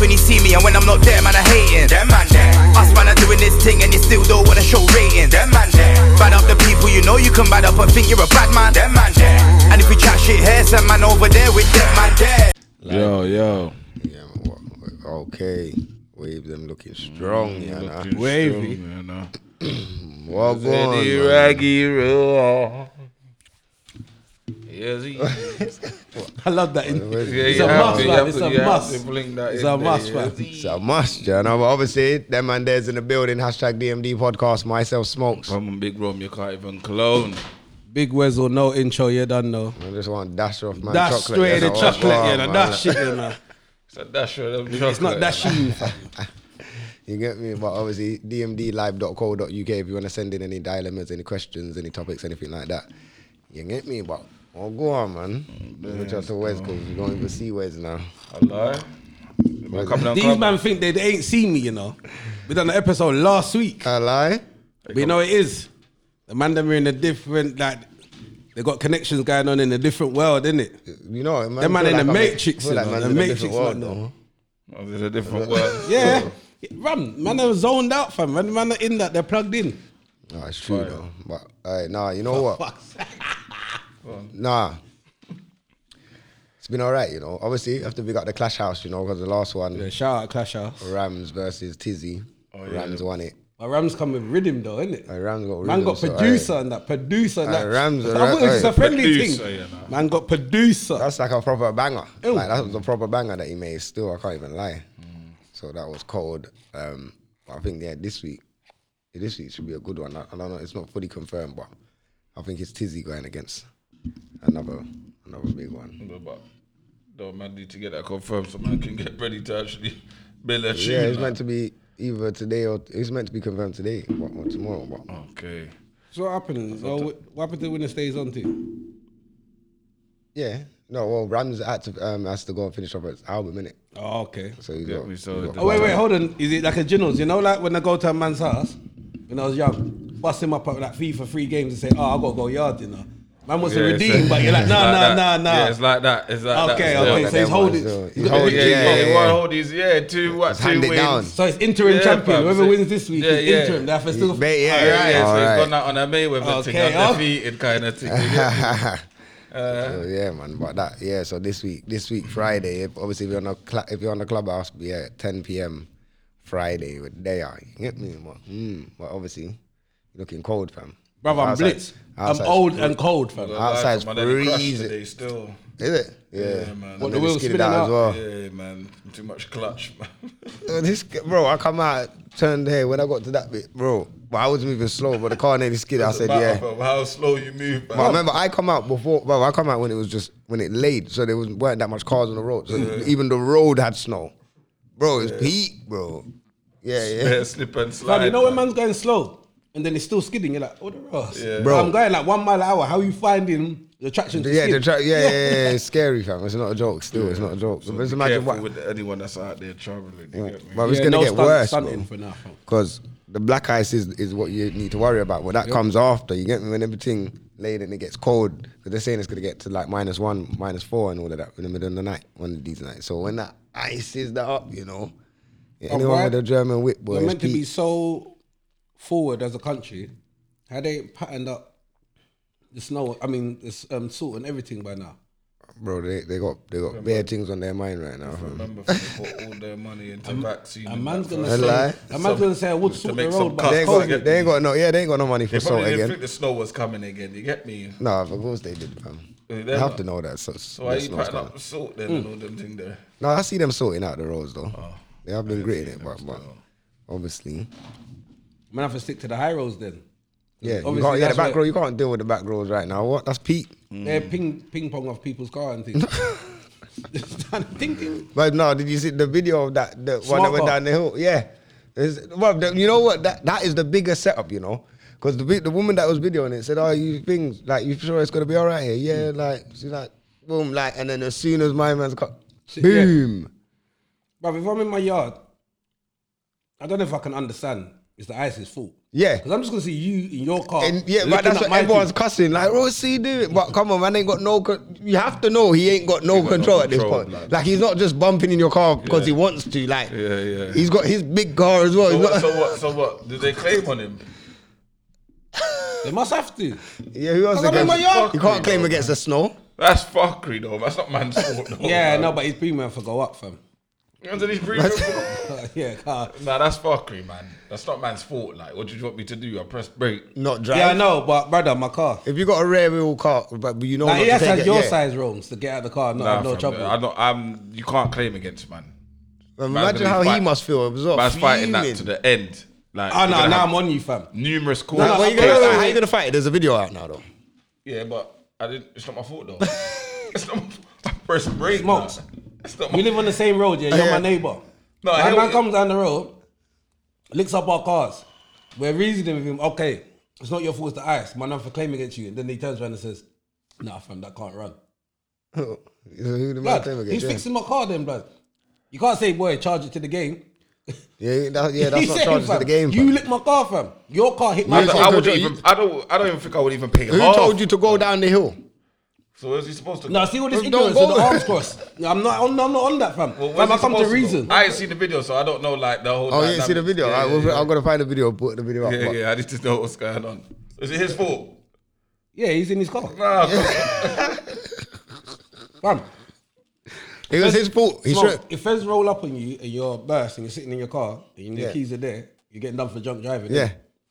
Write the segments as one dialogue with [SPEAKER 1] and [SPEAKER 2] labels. [SPEAKER 1] when he see me, and when I'm not there, man, I hating.
[SPEAKER 2] Them man there.
[SPEAKER 1] Us man are doing this thing, and you still don't wanna show ratings.
[SPEAKER 2] Them man there.
[SPEAKER 1] Bad up the people you know you can bad up and think you're a bad man.
[SPEAKER 2] Them man there.
[SPEAKER 1] And if we chat shit here, some man over there with them man there.
[SPEAKER 3] yo, yo.
[SPEAKER 4] Yeah, what, okay. Wave them looking
[SPEAKER 5] Mm,
[SPEAKER 4] strong, yeah. nah.
[SPEAKER 3] Looking
[SPEAKER 6] Wavy.
[SPEAKER 3] strong, man, nah.
[SPEAKER 4] Walk on,
[SPEAKER 6] Teddy
[SPEAKER 4] man.
[SPEAKER 6] Raggy Roll. Yes, he-
[SPEAKER 5] I love that.
[SPEAKER 6] yeah,
[SPEAKER 5] It's
[SPEAKER 6] you
[SPEAKER 5] a
[SPEAKER 6] have
[SPEAKER 5] must,
[SPEAKER 6] to- you
[SPEAKER 5] man.
[SPEAKER 6] have
[SPEAKER 5] It's
[SPEAKER 6] to-
[SPEAKER 5] a
[SPEAKER 6] you have
[SPEAKER 5] must.
[SPEAKER 6] to blink that
[SPEAKER 5] It's
[SPEAKER 6] in
[SPEAKER 5] a
[SPEAKER 6] there,
[SPEAKER 5] must,
[SPEAKER 6] yes.
[SPEAKER 5] man.
[SPEAKER 4] It's a must, you know. But obviously, them and there's in the building. Hashtag DMD podcast. Myself smokes.
[SPEAKER 6] Come on, big room, you can't even clone.
[SPEAKER 5] Big Wezzo, no intro, you done know.
[SPEAKER 4] I just want to dash off my
[SPEAKER 5] That's
[SPEAKER 4] chocolate.
[SPEAKER 5] straight the
[SPEAKER 4] That's what I
[SPEAKER 5] chocolate, you
[SPEAKER 4] want,
[SPEAKER 5] know.
[SPEAKER 4] man.
[SPEAKER 5] That shit, you know.
[SPEAKER 6] It's a dash of them
[SPEAKER 5] It's not that shit.
[SPEAKER 4] You get me? But obviously, dmdlive.co.uk if you want to send in any dilemmas, any questions, any topics, anything like that. You get me? But oh, go on, man.
[SPEAKER 5] Mm,
[SPEAKER 4] Look just to Wes because you don't even see Wes now.
[SPEAKER 5] These man think they, they ain't seen me, you know. We done an episode last week.
[SPEAKER 4] I lie.
[SPEAKER 5] But you know what it is. The man them are in a different like they got connections going on in a different world, innit?
[SPEAKER 4] You know, man,
[SPEAKER 5] Them man
[SPEAKER 4] feel
[SPEAKER 5] in the
[SPEAKER 4] I'm a-
[SPEAKER 5] Matrix,
[SPEAKER 4] feel
[SPEAKER 5] you know,
[SPEAKER 4] man's
[SPEAKER 5] the
[SPEAKER 4] in a
[SPEAKER 5] Matrix
[SPEAKER 4] different world,
[SPEAKER 5] man, though.
[SPEAKER 6] It's a different word.
[SPEAKER 5] Yeah. Ram, man are zoned out, fam. Man, man are in that, they're plugged in.
[SPEAKER 4] though.
[SPEAKER 5] Oh,
[SPEAKER 4] Nah, it's true though. But alright, nah, you know what?
[SPEAKER 5] Fuck's sake.
[SPEAKER 4] Nah. It's been alright, you know. Obviously, you have to big up the Clash House, you know, because the last one,
[SPEAKER 5] Yeah, Oh, shout out Clash House.
[SPEAKER 4] Rams versus Tizzy. Rams won it.
[SPEAKER 5] But Rams come with rhythm though, innit?
[SPEAKER 4] Uh, Rams got
[SPEAKER 5] Man
[SPEAKER 4] rhythm,
[SPEAKER 5] got
[SPEAKER 4] so, aye.
[SPEAKER 5] producer and that producer and
[SPEAKER 4] Aye,
[SPEAKER 5] that.
[SPEAKER 4] Rams
[SPEAKER 5] I
[SPEAKER 4] are
[SPEAKER 5] thought it was just a
[SPEAKER 4] right,
[SPEAKER 5] friendly
[SPEAKER 6] Producer,
[SPEAKER 5] thing.
[SPEAKER 6] yeah, nah.
[SPEAKER 5] Man got producer.
[SPEAKER 4] That's like a proper banger.
[SPEAKER 5] Ew.
[SPEAKER 4] Like that was a proper banger that he made. Still, I can't even lie. So that was cold. Um, I think yeah, this week, yeah, this week should be a good one. I, I don't know. It's not fully confirmed, but I think it's Tizzy going against another another big one.
[SPEAKER 6] But don't man need to get that confirmed so man can get ready to actually build a
[SPEAKER 4] Yeah,
[SPEAKER 6] tune.
[SPEAKER 4] it's meant to be either today or it's meant to be confirmed today or, or tomorrow. But
[SPEAKER 6] okay.
[SPEAKER 5] So what happened? So what what happened to winner stays on team?
[SPEAKER 4] yeah, no. Well, Rams had to um, has to go and finish off his album innit?
[SPEAKER 5] Oh, okay.
[SPEAKER 4] So he's
[SPEAKER 6] Yeah,
[SPEAKER 4] got,
[SPEAKER 6] we
[SPEAKER 4] he's
[SPEAKER 6] saw
[SPEAKER 4] got-
[SPEAKER 6] it.
[SPEAKER 5] Oh wait, wait, hold on. Is it like a Ginos? You know, like when I go to a man's house when I was young, bust him up at like FIFA three games and say, "Oh, I gotta go yard," you know. Man wants to
[SPEAKER 6] Yeah, it's
[SPEAKER 5] redeem,
[SPEAKER 6] a-
[SPEAKER 5] but you're like,
[SPEAKER 6] it's
[SPEAKER 5] "Nah, nah,
[SPEAKER 6] that.
[SPEAKER 5] nah,
[SPEAKER 6] Yeah, it's
[SPEAKER 5] nah."
[SPEAKER 6] like that. It's like
[SPEAKER 5] Okay,
[SPEAKER 6] that.
[SPEAKER 5] okay.
[SPEAKER 4] Yeah,
[SPEAKER 5] So he's
[SPEAKER 4] that
[SPEAKER 5] holding.
[SPEAKER 4] one's, uh,
[SPEAKER 5] he's
[SPEAKER 4] he's
[SPEAKER 5] got
[SPEAKER 6] Yeah,
[SPEAKER 5] the
[SPEAKER 4] holding,
[SPEAKER 5] victory.
[SPEAKER 6] yeah, yeah.
[SPEAKER 4] Yeah, yeah,
[SPEAKER 6] One
[SPEAKER 4] yeah.
[SPEAKER 6] hold is yeah. Two what?
[SPEAKER 4] It's
[SPEAKER 6] Two
[SPEAKER 4] handed
[SPEAKER 6] wins.
[SPEAKER 4] down.
[SPEAKER 5] So it's interim
[SPEAKER 6] Yeah,
[SPEAKER 5] champion.
[SPEAKER 6] fam,
[SPEAKER 5] Whoever
[SPEAKER 6] so-
[SPEAKER 5] wins this week
[SPEAKER 6] Yeah,
[SPEAKER 5] is
[SPEAKER 6] yeah.
[SPEAKER 5] interim. They have to still.
[SPEAKER 4] Mate,
[SPEAKER 6] Yeah,
[SPEAKER 4] yeah,
[SPEAKER 6] yeah,
[SPEAKER 4] right.
[SPEAKER 6] so
[SPEAKER 4] Alright.
[SPEAKER 6] it's gone out on a Mayweather
[SPEAKER 5] Okay,
[SPEAKER 6] thing,
[SPEAKER 5] oh.
[SPEAKER 6] undefeated kind of thing. yeah.
[SPEAKER 5] Uh-huh.
[SPEAKER 4] So, yeah, man. But that, yeah. So this week, this week Friday, if, obviously if you're on the cl- if you're on the clubhouse, be yeah, 10 p.m. Friday with they are. You get me? But, mm, but obviously, looking cold, fam.
[SPEAKER 5] Brother, I'm
[SPEAKER 4] Outside-
[SPEAKER 5] blitz.
[SPEAKER 4] outside's-
[SPEAKER 5] I'm old and cold, fam.
[SPEAKER 6] But
[SPEAKER 4] Outside's
[SPEAKER 6] like, man, they crashed
[SPEAKER 4] freezing.
[SPEAKER 6] today Still,
[SPEAKER 4] Is it? Yeah,
[SPEAKER 6] Yeah, man.
[SPEAKER 4] And
[SPEAKER 6] What,
[SPEAKER 5] the
[SPEAKER 4] then
[SPEAKER 5] wheel's
[SPEAKER 4] skidded
[SPEAKER 5] spinning
[SPEAKER 4] out as
[SPEAKER 5] out?
[SPEAKER 4] well.
[SPEAKER 6] yeah, man. Too much clutch, man.
[SPEAKER 4] Uh, This g- bro, I come out turned here when I got to that bit, bro. But I was moving slow, but the car nearly skidded. I said,
[SPEAKER 6] matter
[SPEAKER 4] yeah.
[SPEAKER 6] of how slow you move.
[SPEAKER 4] But remember, I come out before. Well, I come out when it was just when it laid, so there was weren't that much cars on the road. So even the road had snow, bro. It's peak, bro. Yeah, yeah.
[SPEAKER 6] yeah, slip and slide.
[SPEAKER 5] Fam, you know when man's going slow and then it's still skidding. You're like, "Oh, the Ross,
[SPEAKER 6] Yeah.
[SPEAKER 4] Bro.
[SPEAKER 5] I'm going like one mile an hour. How are you finding the traction?" To
[SPEAKER 4] Yeah,
[SPEAKER 5] skid?
[SPEAKER 4] the tra- yeah, yeah, yeah, it's scary, fam. It's not a joke. Still, it's not a joke.
[SPEAKER 6] So
[SPEAKER 4] Just
[SPEAKER 6] be
[SPEAKER 4] imagine
[SPEAKER 6] careful
[SPEAKER 4] what,
[SPEAKER 6] with anyone that's out there traveling. You get me?
[SPEAKER 4] but it's
[SPEAKER 5] Yeah,
[SPEAKER 4] gonna
[SPEAKER 5] no
[SPEAKER 4] get
[SPEAKER 5] stunt- stunting
[SPEAKER 4] worse,
[SPEAKER 5] for now, fam.
[SPEAKER 4] because the black ice is, is what you need to worry about. But that comes after. You get me when everything laid and it gets cold. Because they're saying it's gonna get to like minus one, minus four, and all of that in the middle of the night, one of these nights. So when that ice is that up, you know, anyone
[SPEAKER 5] why-
[SPEAKER 4] with a German whip, boy,
[SPEAKER 5] We're
[SPEAKER 4] is
[SPEAKER 5] meant to be
[SPEAKER 4] peak.
[SPEAKER 5] so forward as a country. Had they patterned up the snow, I mean, the s- um, salt and everything by now.
[SPEAKER 4] bro. They, they got they got bare things on their mind right now. Fam.
[SPEAKER 6] Remember, if they put all their money into vaccine.
[SPEAKER 5] A
[SPEAKER 6] and
[SPEAKER 5] man's
[SPEAKER 6] that
[SPEAKER 5] gonna
[SPEAKER 4] A
[SPEAKER 6] first-
[SPEAKER 5] say,
[SPEAKER 4] lie.
[SPEAKER 5] a man's gonna say, I would sort the
[SPEAKER 6] make
[SPEAKER 5] road,
[SPEAKER 6] some
[SPEAKER 5] but
[SPEAKER 6] cuts.
[SPEAKER 4] They
[SPEAKER 5] it's
[SPEAKER 4] ain't
[SPEAKER 5] cold.
[SPEAKER 4] got they ain't got no yeah they ain't got no money
[SPEAKER 6] They
[SPEAKER 4] for
[SPEAKER 6] probably
[SPEAKER 4] salt
[SPEAKER 6] didn't
[SPEAKER 4] again.
[SPEAKER 6] think the snow was coming again. You get me?
[SPEAKER 4] No, of course they did. fam.
[SPEAKER 6] They
[SPEAKER 4] They
[SPEAKER 6] did
[SPEAKER 4] have
[SPEAKER 6] not.
[SPEAKER 4] to know that. So, so
[SPEAKER 6] So why you patting up the salt then and all them thing there?
[SPEAKER 4] No, I see them sorting out the roads though. they have been great at it, but, but obviously,
[SPEAKER 5] I'm gonna have to stick to the high roads then.
[SPEAKER 4] yeah, you
[SPEAKER 5] Obviously,
[SPEAKER 4] can't, yeah, the
[SPEAKER 5] that's
[SPEAKER 4] back road
[SPEAKER 5] where-
[SPEAKER 4] you can't deal with the back roads right now. What? That's peak.
[SPEAKER 5] They're ping ping pong off people's car and things. ding, ding.
[SPEAKER 4] But no, did you see the video of that the one
[SPEAKER 5] Smart
[SPEAKER 4] that went
[SPEAKER 5] car.
[SPEAKER 4] down the hill? Yeah, It's- well, the- you know what? That that is the biggest setup, you know. Because the vi- the woman that was videoing it said, "Oh, you things like you sure it's gonna be all right here?" Yeah, like she's like, boom, like, and then as soon as my man's cut,
[SPEAKER 5] Shit, yeah.
[SPEAKER 4] boom.
[SPEAKER 5] But if I'm in my yard, I don't know if I can understand. it's the ISIS fault.
[SPEAKER 4] Yeah.
[SPEAKER 5] Because I'm just gonna see you in your car.
[SPEAKER 4] And yeah, but
[SPEAKER 5] looking
[SPEAKER 4] that's
[SPEAKER 5] at
[SPEAKER 4] what
[SPEAKER 5] my
[SPEAKER 4] everyone's
[SPEAKER 5] thing.
[SPEAKER 4] cussing. Like, Rossi, do it. But come on, man, ain't got no. Con- you have to know he ain't got no
[SPEAKER 6] got no
[SPEAKER 4] control at this
[SPEAKER 6] control,
[SPEAKER 4] point.
[SPEAKER 6] blood.
[SPEAKER 4] Like, he's not just bumping in your car because he wants to. Like,
[SPEAKER 6] Yeah, yeah.
[SPEAKER 4] he's got his big car as well.
[SPEAKER 6] So
[SPEAKER 4] He's
[SPEAKER 6] what,
[SPEAKER 4] not-
[SPEAKER 6] so what? So what? Did they claim on him?
[SPEAKER 5] They must have to.
[SPEAKER 4] yeah, who else?
[SPEAKER 5] I'm in
[SPEAKER 4] against-
[SPEAKER 5] my yard.
[SPEAKER 4] You can't claim against the snow.
[SPEAKER 6] That's fuckery, though. That's not man's fault. Though,
[SPEAKER 5] Yeah,
[SPEAKER 6] man.
[SPEAKER 5] no, but his premium for go up, fam.
[SPEAKER 6] Under these breathing.
[SPEAKER 5] yeah, car.
[SPEAKER 6] nah, that's fuckery, man. That's not man's fault. Like, what do you want me to do? I press brake.
[SPEAKER 4] Not drive.
[SPEAKER 5] Yeah, Mm, I know, but brother, my car.
[SPEAKER 4] If you got a rear wheel car, but you know,
[SPEAKER 5] Like,
[SPEAKER 4] not
[SPEAKER 5] he has
[SPEAKER 4] to
[SPEAKER 5] to
[SPEAKER 4] take
[SPEAKER 5] have
[SPEAKER 4] it,
[SPEAKER 5] your
[SPEAKER 4] yeah.
[SPEAKER 5] size wrongs to get out of the car and not
[SPEAKER 6] Nah,
[SPEAKER 5] have no
[SPEAKER 6] fam,
[SPEAKER 5] trouble.
[SPEAKER 6] I don't. I'm. You can't claim against man. Man's
[SPEAKER 4] Imagine
[SPEAKER 6] gonna
[SPEAKER 4] how
[SPEAKER 6] be
[SPEAKER 4] he
[SPEAKER 6] fight-
[SPEAKER 4] must feel. It was all
[SPEAKER 6] Man's fighting that
[SPEAKER 4] fuming.
[SPEAKER 6] to the end. Like,
[SPEAKER 5] Oh
[SPEAKER 6] you're
[SPEAKER 5] no,
[SPEAKER 6] gonna
[SPEAKER 5] now
[SPEAKER 6] have
[SPEAKER 5] I'm on you, fam.
[SPEAKER 6] Numerous calls.
[SPEAKER 4] Like,
[SPEAKER 5] No,
[SPEAKER 4] what
[SPEAKER 5] no,
[SPEAKER 4] you gonna-
[SPEAKER 5] okay,
[SPEAKER 4] how
[SPEAKER 5] okay.
[SPEAKER 4] you gonna fight it? There's a video out now, though.
[SPEAKER 6] Yeah, but I didn't. It's not my fault though. it's not. My, fault. I pressed brake.
[SPEAKER 5] Smokes.
[SPEAKER 6] man. It's not my.
[SPEAKER 5] We live on the same road, yeah. You're
[SPEAKER 4] Yeah.
[SPEAKER 5] my neighbour.
[SPEAKER 6] No,
[SPEAKER 5] No,
[SPEAKER 6] I
[SPEAKER 5] my
[SPEAKER 6] hear
[SPEAKER 5] man
[SPEAKER 6] what you-
[SPEAKER 5] comes down the road, licks up our cars. We're reasoning with him. Okay, it's not your fault. It's the ice. Man, I'm for claim against you. And then he turns around and says, "Nah, fam, that can't run."
[SPEAKER 4] So who the man
[SPEAKER 5] Blood,
[SPEAKER 4] claim
[SPEAKER 5] he's
[SPEAKER 4] against? Yeah.
[SPEAKER 5] fixing my car, then blood. You can't say, "Boy, charge it to the game."
[SPEAKER 4] Yeah, that, yeah, that's
[SPEAKER 5] He
[SPEAKER 4] not
[SPEAKER 5] said,
[SPEAKER 4] charges to
[SPEAKER 5] fam,
[SPEAKER 4] the game.
[SPEAKER 5] You
[SPEAKER 4] fam.
[SPEAKER 5] lick my car, fam. Your car hit
[SPEAKER 6] I,
[SPEAKER 5] my
[SPEAKER 4] Yeah,
[SPEAKER 6] don't-
[SPEAKER 4] so
[SPEAKER 6] I
[SPEAKER 5] car.
[SPEAKER 4] could
[SPEAKER 6] wouldn't
[SPEAKER 4] you-
[SPEAKER 6] even. I don't. I don't even think I would even pay
[SPEAKER 4] Who
[SPEAKER 6] half.
[SPEAKER 4] told you to go down the hill?
[SPEAKER 6] So where's he supposed to? go?
[SPEAKER 5] No, see all this
[SPEAKER 4] Don't
[SPEAKER 5] ignorance
[SPEAKER 4] go
[SPEAKER 5] with the
[SPEAKER 4] there.
[SPEAKER 5] arms crossed. I'm not. I'm not I'm not on that, fam.
[SPEAKER 6] Well, where's
[SPEAKER 5] fam, I
[SPEAKER 6] he
[SPEAKER 5] come to
[SPEAKER 6] supposed go?
[SPEAKER 5] reason.
[SPEAKER 6] I ain't seen the video, so I don't know like the whole.
[SPEAKER 4] Oh, you didn't see the
[SPEAKER 6] dynamic.
[SPEAKER 4] video?
[SPEAKER 6] Yeah,
[SPEAKER 4] Alright,
[SPEAKER 6] yeah,
[SPEAKER 4] we'll-
[SPEAKER 6] yeah.
[SPEAKER 4] I'm gonna find the video, put the video up.
[SPEAKER 6] Yeah,
[SPEAKER 4] but-
[SPEAKER 6] yeah, I need to know what's going on. Is it his fault? Ah,
[SPEAKER 5] Yeah, he's in his car,
[SPEAKER 6] Nah,
[SPEAKER 5] fam.
[SPEAKER 4] It was his fault. He
[SPEAKER 5] Smoke,
[SPEAKER 4] should.
[SPEAKER 5] if Fez roll up on you and you're burst and you're sitting in your car and your
[SPEAKER 4] Yeah.
[SPEAKER 5] keys are there, you're getting done for drunk driving.
[SPEAKER 4] Yeah.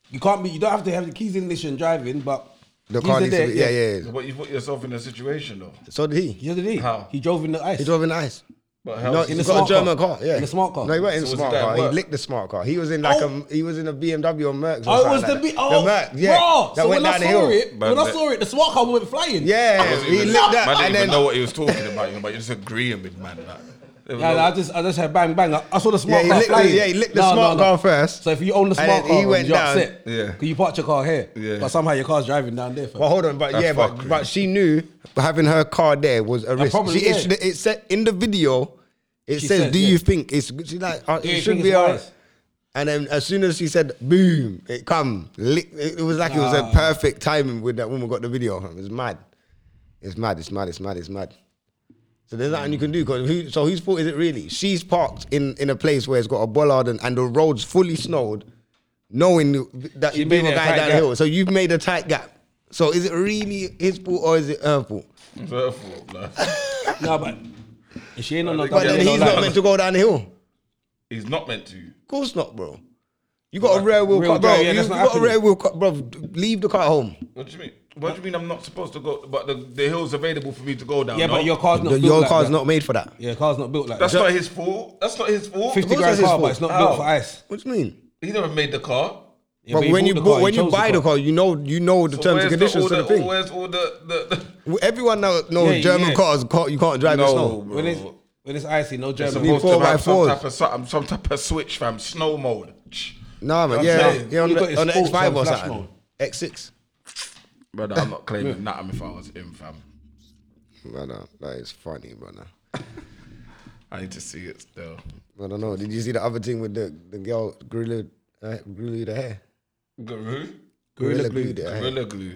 [SPEAKER 5] You can't be. You don't have to have the keys in the ignition driving, but
[SPEAKER 4] The
[SPEAKER 5] keys
[SPEAKER 4] car
[SPEAKER 5] are
[SPEAKER 4] needs to
[SPEAKER 5] there,
[SPEAKER 4] be, yeah, yeah, yeah.
[SPEAKER 6] but you put yourself in a situation though.
[SPEAKER 4] So did he.
[SPEAKER 5] You know what I mean?
[SPEAKER 6] How?
[SPEAKER 5] He drove in the ice.
[SPEAKER 4] He drove in ice.
[SPEAKER 6] But how?
[SPEAKER 4] No,
[SPEAKER 6] in
[SPEAKER 4] he
[SPEAKER 5] the
[SPEAKER 4] got a
[SPEAKER 5] smart
[SPEAKER 4] German
[SPEAKER 5] car.
[SPEAKER 4] car. Yeah,
[SPEAKER 5] In the smart car.
[SPEAKER 4] No, he wasn't in
[SPEAKER 6] So
[SPEAKER 4] the
[SPEAKER 6] was
[SPEAKER 4] smart
[SPEAKER 6] it that
[SPEAKER 4] car. He
[SPEAKER 6] work?
[SPEAKER 4] licked the smart car. He was in like
[SPEAKER 5] Oh.
[SPEAKER 4] a he was in a BMW or Merc.
[SPEAKER 5] Oh, it was the
[SPEAKER 4] like
[SPEAKER 5] big.
[SPEAKER 4] that.
[SPEAKER 5] Oh,
[SPEAKER 4] the Merc. Yeah,
[SPEAKER 5] bro.
[SPEAKER 4] that
[SPEAKER 5] so
[SPEAKER 4] went
[SPEAKER 5] when I
[SPEAKER 4] down the
[SPEAKER 5] saw
[SPEAKER 4] hill.
[SPEAKER 5] it,
[SPEAKER 6] Man,
[SPEAKER 5] when I
[SPEAKER 6] that-
[SPEAKER 5] saw it, the smart car went flying.
[SPEAKER 4] Yeah, he
[SPEAKER 6] even,
[SPEAKER 4] licked
[SPEAKER 6] Man
[SPEAKER 4] that,
[SPEAKER 6] didn't
[SPEAKER 4] and
[SPEAKER 6] even
[SPEAKER 4] then
[SPEAKER 6] know what he was talking about. You know, but you're just agreeing with man. Like, There was
[SPEAKER 5] Yeah,
[SPEAKER 6] no-
[SPEAKER 5] I just, I just had bang, bang. I, I saw the
[SPEAKER 4] yeah,
[SPEAKER 5] smart
[SPEAKER 4] he
[SPEAKER 5] car
[SPEAKER 4] licked the,
[SPEAKER 5] flying.
[SPEAKER 4] yeah, he licked the
[SPEAKER 5] No, no,
[SPEAKER 4] smart
[SPEAKER 5] no.
[SPEAKER 4] car first.
[SPEAKER 5] So if you own the
[SPEAKER 4] and
[SPEAKER 5] smart
[SPEAKER 4] then
[SPEAKER 5] car,
[SPEAKER 4] he went
[SPEAKER 5] you're
[SPEAKER 4] down.
[SPEAKER 5] upset.
[SPEAKER 6] Yeah.
[SPEAKER 5] Because you parked your car here,
[SPEAKER 6] Yeah.
[SPEAKER 5] but somehow your car's driving down there. fam.
[SPEAKER 4] Well, hold on, but
[SPEAKER 6] That's
[SPEAKER 4] yeah, but,
[SPEAKER 6] fuckery.
[SPEAKER 4] but she knew having her car there was a risk.
[SPEAKER 5] problem,
[SPEAKER 4] She, it,
[SPEAKER 5] yeah.
[SPEAKER 4] should- it said in the video, it
[SPEAKER 5] She
[SPEAKER 4] says,
[SPEAKER 5] said,
[SPEAKER 4] "Do
[SPEAKER 5] yeah.
[SPEAKER 4] you think it's?" She's like, uh,
[SPEAKER 5] Do you
[SPEAKER 4] "It should
[SPEAKER 5] think
[SPEAKER 4] be
[SPEAKER 5] it's
[SPEAKER 4] alright."
[SPEAKER 5] wise?
[SPEAKER 4] And then as soon as she said, "Boom!" It come. Lick, it, it was like it was
[SPEAKER 5] Ah.
[SPEAKER 4] a perfect timing with that woman got the video. It was mad. It's mad. It's mad. It's mad. It's mad. So there's nothing you can do. Cause who, so whose fault is it really? She's parked in, in a place where it's got a bollard and, and the road's fully snowed, knowing that you
[SPEAKER 5] made
[SPEAKER 4] being a
[SPEAKER 5] it a
[SPEAKER 4] guy
[SPEAKER 5] tight
[SPEAKER 4] down the
[SPEAKER 5] gap.
[SPEAKER 4] hill. So you've made a tight gap. So is it really his fault or is it her fault?
[SPEAKER 6] It's her fault, blood.
[SPEAKER 5] No, but if she ain't on no
[SPEAKER 6] But Yeah,
[SPEAKER 4] But then
[SPEAKER 6] we
[SPEAKER 4] he's
[SPEAKER 6] don't
[SPEAKER 4] not
[SPEAKER 6] like-
[SPEAKER 4] meant to go down the hill. Of
[SPEAKER 6] He's not meant to.
[SPEAKER 4] course not, bro. You got a rear wheel,
[SPEAKER 5] Real
[SPEAKER 4] car, bro.
[SPEAKER 5] guy, yeah,
[SPEAKER 4] you
[SPEAKER 5] that's
[SPEAKER 4] you
[SPEAKER 5] not
[SPEAKER 4] got a
[SPEAKER 5] happening.
[SPEAKER 4] rear wheel, car, bro. Leave the car at home.
[SPEAKER 6] What do you mean? What do you mean? I'm not supposed to go, but the, the hill's available for me to go down.
[SPEAKER 5] Yeah,
[SPEAKER 6] no?
[SPEAKER 5] but your car's not
[SPEAKER 4] The-
[SPEAKER 5] built
[SPEAKER 4] your
[SPEAKER 5] like
[SPEAKER 4] car's
[SPEAKER 5] that.
[SPEAKER 4] not made for that.
[SPEAKER 5] Yeah, car's not built like
[SPEAKER 6] That's
[SPEAKER 5] that.
[SPEAKER 6] not his fault. That's not his fault.
[SPEAKER 5] 50
[SPEAKER 4] course
[SPEAKER 5] grand
[SPEAKER 4] that's his
[SPEAKER 5] car, but
[SPEAKER 4] fault.
[SPEAKER 5] it's not
[SPEAKER 6] How?
[SPEAKER 5] built for ice.
[SPEAKER 4] What do you mean?
[SPEAKER 6] He never made the car.
[SPEAKER 5] Yeah,
[SPEAKER 4] but when you
[SPEAKER 5] bought
[SPEAKER 4] bought-
[SPEAKER 5] car,
[SPEAKER 4] when you
[SPEAKER 5] chose
[SPEAKER 4] buy the car, you know you know the
[SPEAKER 6] So
[SPEAKER 4] terms and
[SPEAKER 6] where's the-
[SPEAKER 4] conditions
[SPEAKER 6] all
[SPEAKER 4] to the
[SPEAKER 6] the-
[SPEAKER 4] thing.
[SPEAKER 6] Where's all the the? the
[SPEAKER 4] Everyone now knows
[SPEAKER 5] Yeah,
[SPEAKER 4] German
[SPEAKER 5] yeah.
[SPEAKER 4] cars cars you can't drive in
[SPEAKER 6] no,
[SPEAKER 4] snow.
[SPEAKER 6] bro.
[SPEAKER 5] When it's, when it's icy, no
[SPEAKER 6] It's
[SPEAKER 5] German.
[SPEAKER 6] supposed
[SPEAKER 4] four
[SPEAKER 6] to
[SPEAKER 4] by
[SPEAKER 6] have some
[SPEAKER 4] fours.
[SPEAKER 6] type, of, some, some type of switch, fam. Snow mode. Shh.
[SPEAKER 4] Nah, man,
[SPEAKER 6] I'm
[SPEAKER 4] yeah,
[SPEAKER 6] saying,
[SPEAKER 4] yeah, on
[SPEAKER 5] you got
[SPEAKER 4] the,
[SPEAKER 5] his
[SPEAKER 4] on the
[SPEAKER 5] sports
[SPEAKER 4] X5
[SPEAKER 5] on
[SPEAKER 4] or
[SPEAKER 5] flash
[SPEAKER 4] something,
[SPEAKER 5] mode.
[SPEAKER 4] X6.
[SPEAKER 6] Brother, I'm not claiming nothing if I was him, fam.
[SPEAKER 4] Brother, that is funny, brother.
[SPEAKER 6] I need to see it still.
[SPEAKER 4] I don't know. Did you see the other thing with the the girl gorilla uh, gorilla the hair?
[SPEAKER 6] Guru?
[SPEAKER 5] Gorilla glue.
[SPEAKER 4] glued it, eh?
[SPEAKER 6] Gorilla glue.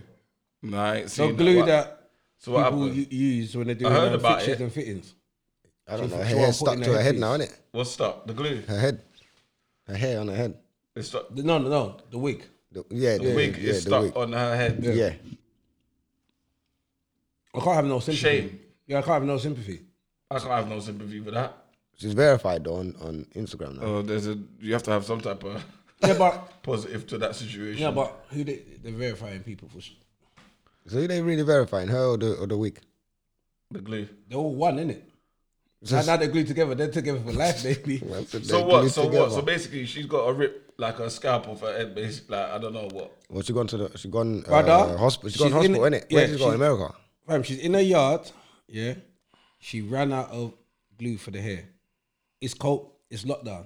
[SPEAKER 6] No, I ain't
[SPEAKER 5] So
[SPEAKER 6] seen
[SPEAKER 5] glue
[SPEAKER 6] What-
[SPEAKER 5] that
[SPEAKER 6] So what
[SPEAKER 5] people
[SPEAKER 6] happened?
[SPEAKER 5] u- use when they're doing
[SPEAKER 6] heard
[SPEAKER 5] um,
[SPEAKER 6] about
[SPEAKER 5] fixtures
[SPEAKER 6] it.
[SPEAKER 5] and fittings.
[SPEAKER 4] I don't
[SPEAKER 5] She-
[SPEAKER 4] know. Her
[SPEAKER 5] she
[SPEAKER 4] hair
[SPEAKER 5] won't put
[SPEAKER 4] stuck
[SPEAKER 5] in
[SPEAKER 4] to
[SPEAKER 5] her
[SPEAKER 4] her head
[SPEAKER 5] headpiece.
[SPEAKER 4] now, isn't it?
[SPEAKER 6] What's stuck? The glue?
[SPEAKER 4] Her head, her hair on her head.
[SPEAKER 6] It's stuck. The
[SPEAKER 5] The- No, no, no. The wig.
[SPEAKER 4] The, yeah, the
[SPEAKER 6] wig
[SPEAKER 4] yeah,
[SPEAKER 6] is
[SPEAKER 4] the
[SPEAKER 6] stuck
[SPEAKER 4] wig.
[SPEAKER 6] on her head.
[SPEAKER 4] Yeah,
[SPEAKER 5] I can't have no sympathy.
[SPEAKER 6] Shame.
[SPEAKER 5] Yeah, I can't have no sympathy.
[SPEAKER 6] I can't have no sympathy for that.
[SPEAKER 4] she's verified though on on Instagram now.
[SPEAKER 6] Oh, there's a. You have to have some type of
[SPEAKER 5] Yeah, but
[SPEAKER 6] positive to that situation.
[SPEAKER 5] yeah, but who they they're verifying people for? sh-
[SPEAKER 4] So they really verifying her or the or the wig?
[SPEAKER 6] the glue.
[SPEAKER 5] They're all one, innit? And now they're glued together. They're together for life, baby.
[SPEAKER 4] That's what
[SPEAKER 6] So
[SPEAKER 4] they
[SPEAKER 6] what?
[SPEAKER 4] glued
[SPEAKER 6] So what?
[SPEAKER 4] together.
[SPEAKER 6] So basically, she's got a rip like a scalp off her head. Basically, like I don't know what.
[SPEAKER 4] Well, she gone to the she gone
[SPEAKER 5] Brother,
[SPEAKER 4] uh, hospital. She gone
[SPEAKER 5] she's
[SPEAKER 4] hospital,
[SPEAKER 5] in-
[SPEAKER 4] innit? Where
[SPEAKER 5] yeah,
[SPEAKER 4] she gone?
[SPEAKER 5] she's-
[SPEAKER 4] America.
[SPEAKER 5] Fam, she's in her yard. Yeah, she ran out of glue for the hair. It's cold. It's lockdown.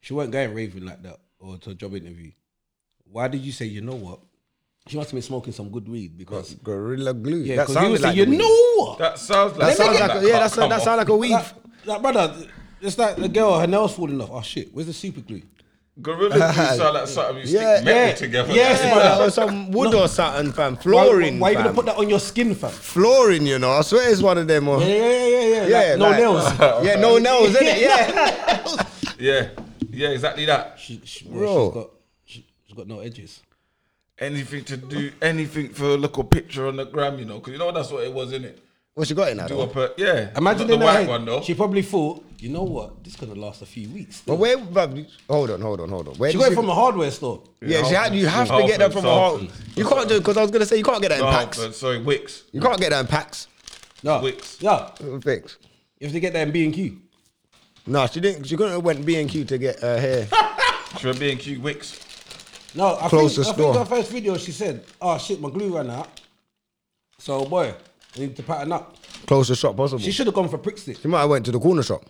[SPEAKER 5] She weren't going raving like that or to a job interview. Why did you say you know what? She must have been smoking some good weed because
[SPEAKER 4] Gorilla glue.
[SPEAKER 5] yeah,
[SPEAKER 4] that
[SPEAKER 5] because he
[SPEAKER 4] sounded
[SPEAKER 5] was
[SPEAKER 4] like
[SPEAKER 5] like, you
[SPEAKER 4] the weed.
[SPEAKER 5] know what?
[SPEAKER 6] That sounds like
[SPEAKER 4] That sounds
[SPEAKER 6] something
[SPEAKER 4] like a,
[SPEAKER 6] that
[SPEAKER 4] yeah. That
[SPEAKER 6] can't come
[SPEAKER 4] sound, that sound
[SPEAKER 6] off.
[SPEAKER 4] like a weave.
[SPEAKER 5] Like, like, brother, it's like the girl, her nails falling off. Oh shit, where's the super glue?
[SPEAKER 6] Gorilla glue sound like something you stick
[SPEAKER 4] Yeah,
[SPEAKER 6] metal
[SPEAKER 5] yeah,
[SPEAKER 6] together.
[SPEAKER 5] yes,
[SPEAKER 6] That's
[SPEAKER 5] man.
[SPEAKER 6] what-
[SPEAKER 4] Yeah, or some wood or something, fam.
[SPEAKER 5] Why,
[SPEAKER 4] Flooring.
[SPEAKER 5] why you gonna
[SPEAKER 4] fam.
[SPEAKER 5] put that on your skin, fam?
[SPEAKER 4] flooring? You know, I swear it's one of them. Or,
[SPEAKER 5] Yeah, yeah, yeah, yeah. yeah. Like, no
[SPEAKER 4] like-
[SPEAKER 5] nails.
[SPEAKER 4] Yeah, no nails, innit? Yeah.
[SPEAKER 6] Yeah, yeah, exactly that.
[SPEAKER 5] she, she,
[SPEAKER 4] Bro.
[SPEAKER 5] has got, she, has got no edges.
[SPEAKER 6] Anything to do, anything for a little picture on the gram, you know, because you know that's what it was, innit?
[SPEAKER 4] What you got in that?
[SPEAKER 6] Do
[SPEAKER 4] though?
[SPEAKER 6] up a, yeah.
[SPEAKER 5] Imagine
[SPEAKER 6] not the
[SPEAKER 5] in her
[SPEAKER 6] white
[SPEAKER 5] head,
[SPEAKER 6] one though.
[SPEAKER 5] She probably thought, you know what, this gonna last a few weeks.
[SPEAKER 4] But where? But hold on, hold on, hold on. Where
[SPEAKER 5] She
[SPEAKER 4] did
[SPEAKER 5] got it
[SPEAKER 4] you-
[SPEAKER 5] from a hardware store.
[SPEAKER 4] Yeah, she had, you have to get that from a heart.
[SPEAKER 6] Salford,
[SPEAKER 4] You can't do because I was gonna say you can't get that in
[SPEAKER 6] No,
[SPEAKER 4] packs.
[SPEAKER 6] Oh, but sorry, Wicks.
[SPEAKER 4] You can't get that in packs.
[SPEAKER 5] No,
[SPEAKER 6] Wicks.
[SPEAKER 5] yeah.
[SPEAKER 4] Fix.
[SPEAKER 5] If they get that in B and Q,
[SPEAKER 4] No, she didn't. She couldn't have went B and Q to get her hair.
[SPEAKER 6] Should I be in Q Wicks?
[SPEAKER 5] no. I
[SPEAKER 4] Close
[SPEAKER 5] think,
[SPEAKER 4] the
[SPEAKER 5] I think
[SPEAKER 4] store.
[SPEAKER 5] her first video she said, "Oh shit, my glue ran out." So boy, I need to pattern up.
[SPEAKER 4] Closest shop possible.
[SPEAKER 5] She
[SPEAKER 4] She,
[SPEAKER 5] should have gone for prick stick.
[SPEAKER 4] might have went to the corner shop.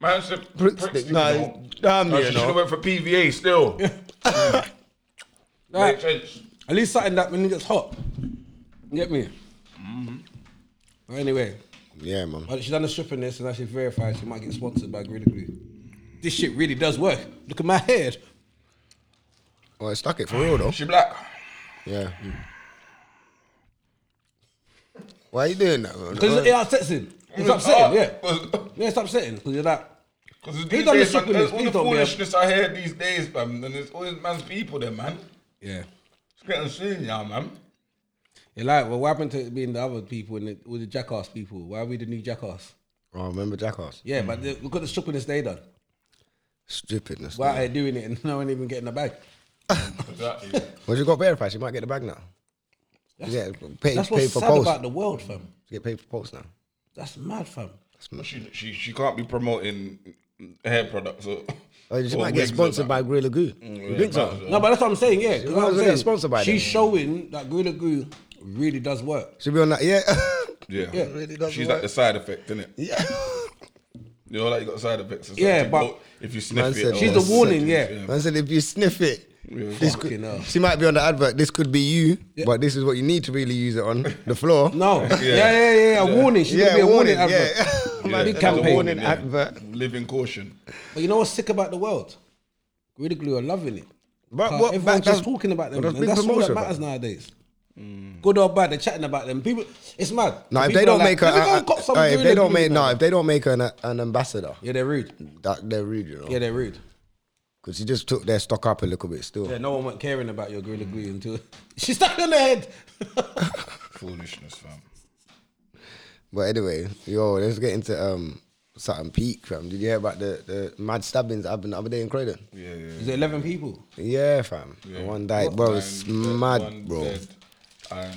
[SPEAKER 6] Man, said
[SPEAKER 4] Prick
[SPEAKER 6] prick
[SPEAKER 4] stick.
[SPEAKER 6] stick,
[SPEAKER 4] Nah,
[SPEAKER 6] you know.
[SPEAKER 4] damn
[SPEAKER 6] No,
[SPEAKER 4] you
[SPEAKER 6] she should
[SPEAKER 4] know.
[SPEAKER 6] have went for PVA still.
[SPEAKER 5] Like,
[SPEAKER 6] Makes sense.
[SPEAKER 5] At least something that when it gets hot, you get me.
[SPEAKER 6] Mm-hmm.
[SPEAKER 5] But anyway,
[SPEAKER 4] Yeah, man.
[SPEAKER 5] but she done the stripping this, and now she's verified. She might get sponsored by Gorilla Glue. This shit really does work. Look at my head.
[SPEAKER 4] Well, it stuck it for real though.
[SPEAKER 6] She black.
[SPEAKER 4] Yeah. Why are you doing that, man?
[SPEAKER 5] Because it upsets him. It's upsetting,
[SPEAKER 4] Uh,
[SPEAKER 5] yeah.
[SPEAKER 6] Because
[SPEAKER 5] Yeah, it's upsetting because you're like,
[SPEAKER 6] these
[SPEAKER 5] done the
[SPEAKER 6] days, man,
[SPEAKER 5] shopping
[SPEAKER 6] there's
[SPEAKER 5] list?
[SPEAKER 6] all
[SPEAKER 5] He
[SPEAKER 6] the
[SPEAKER 5] told me, yeah.
[SPEAKER 6] foolishness I hear these days, man, and it's always man's people there, man.
[SPEAKER 5] yeah.
[SPEAKER 6] It's getting soon, yeah, man.
[SPEAKER 5] You're like, well, what happened to being the other people and the, all the jackass people? Why are we the new jackass?
[SPEAKER 4] Oh, remember Jackass?
[SPEAKER 5] Yeah, but the, look at the strippiness they done.
[SPEAKER 4] Stupid. that's
[SPEAKER 5] Why are
[SPEAKER 4] not-
[SPEAKER 5] they doing it and no one even getting the bag?
[SPEAKER 6] Exactly.
[SPEAKER 4] Well, she got verified. She might get the bag now. Yeah, pay,
[SPEAKER 5] That's
[SPEAKER 4] pay
[SPEAKER 5] what's
[SPEAKER 4] for
[SPEAKER 5] sad
[SPEAKER 4] post.
[SPEAKER 5] about the world, fam.
[SPEAKER 4] Get paid for post now.
[SPEAKER 5] That's mad, fam.
[SPEAKER 6] she, she she can't be promoting hair products. Or,
[SPEAKER 4] Oh, she
[SPEAKER 6] or
[SPEAKER 4] might get
[SPEAKER 6] wigs or
[SPEAKER 4] sponsored by
[SPEAKER 6] that.
[SPEAKER 4] Gorilla Goo.
[SPEAKER 5] Mm,
[SPEAKER 4] you think so?
[SPEAKER 6] might as well.
[SPEAKER 5] No, but that's what I'm saying, yeah. 'cause
[SPEAKER 4] might as
[SPEAKER 5] what I'm
[SPEAKER 4] well get
[SPEAKER 5] saying,
[SPEAKER 4] sponsored by
[SPEAKER 5] She's
[SPEAKER 4] them.
[SPEAKER 5] showing that Gorilla Glue really does work.
[SPEAKER 4] She'll be on that. Yeah.
[SPEAKER 6] Yeah,
[SPEAKER 5] Yeah, it really
[SPEAKER 4] doesn't
[SPEAKER 6] she's
[SPEAKER 4] work.
[SPEAKER 6] like the side effect, isn't it?
[SPEAKER 4] yeah.
[SPEAKER 6] You know, like you got side effects. And stuff.
[SPEAKER 5] Yeah,
[SPEAKER 6] You
[SPEAKER 5] but-
[SPEAKER 6] go- if you
[SPEAKER 4] Man
[SPEAKER 6] sniff
[SPEAKER 4] said
[SPEAKER 6] it, oh,
[SPEAKER 5] She's
[SPEAKER 6] or-
[SPEAKER 5] the warning, yeah.
[SPEAKER 6] Yeah.
[SPEAKER 4] I said, if you sniff it, this
[SPEAKER 5] Fucking
[SPEAKER 4] could,
[SPEAKER 5] hell.
[SPEAKER 4] she might be on the advert. This could be you,
[SPEAKER 5] Yeah.
[SPEAKER 4] but this is what you need to really use it on the floor.
[SPEAKER 5] No, yeah, yeah, yeah, a warning. She
[SPEAKER 4] Yeah,
[SPEAKER 5] yeah, be a warning,
[SPEAKER 4] warning,
[SPEAKER 5] advert.
[SPEAKER 4] yeah.
[SPEAKER 6] Yeah,
[SPEAKER 5] Big
[SPEAKER 6] that's a
[SPEAKER 5] campaign.
[SPEAKER 4] warning advert.
[SPEAKER 6] Living caution.
[SPEAKER 5] But you know what's sick about the world? Gorilla Glue are loving it.
[SPEAKER 4] But
[SPEAKER 5] Can't-
[SPEAKER 4] what-
[SPEAKER 5] everyone's
[SPEAKER 4] but
[SPEAKER 5] just
[SPEAKER 4] that's-
[SPEAKER 5] talking about them.
[SPEAKER 4] but that's
[SPEAKER 5] and
[SPEAKER 4] big
[SPEAKER 5] that's all that
[SPEAKER 4] promotion,
[SPEAKER 5] matters
[SPEAKER 4] bro.
[SPEAKER 5] nowadays. Good or bad, they're chatting about them. People, it's mad.
[SPEAKER 4] No, if
[SPEAKER 5] People
[SPEAKER 4] they
[SPEAKER 5] are
[SPEAKER 4] don't
[SPEAKER 5] like,
[SPEAKER 4] make her,
[SPEAKER 5] "Let me go
[SPEAKER 4] uh,
[SPEAKER 5] and cop some
[SPEAKER 4] uh, if they
[SPEAKER 5] Gorilla
[SPEAKER 4] don't
[SPEAKER 5] Glue
[SPEAKER 4] make,
[SPEAKER 5] now."
[SPEAKER 4] no, if they don't make her an, an ambassador,
[SPEAKER 5] yeah, they're rude.
[SPEAKER 4] that they're rude, you know.
[SPEAKER 5] Yeah, they're rude.
[SPEAKER 4] Because she just took their stock up a little bit still.
[SPEAKER 5] Yeah, no one went caring about your Gorilla Glue until she stuck it on her head.
[SPEAKER 6] Foolishness, fam.
[SPEAKER 4] But anyway, yo, let's get into um something peak, fam. Did you hear about the, the mad stabbings that happened the other day in Croydon?
[SPEAKER 6] Yeah, yeah.
[SPEAKER 5] There's 11 people.
[SPEAKER 4] Yeah, fam. The One died, bro. It's
[SPEAKER 6] Nine dead, one
[SPEAKER 4] mad, bro.
[SPEAKER 6] dead and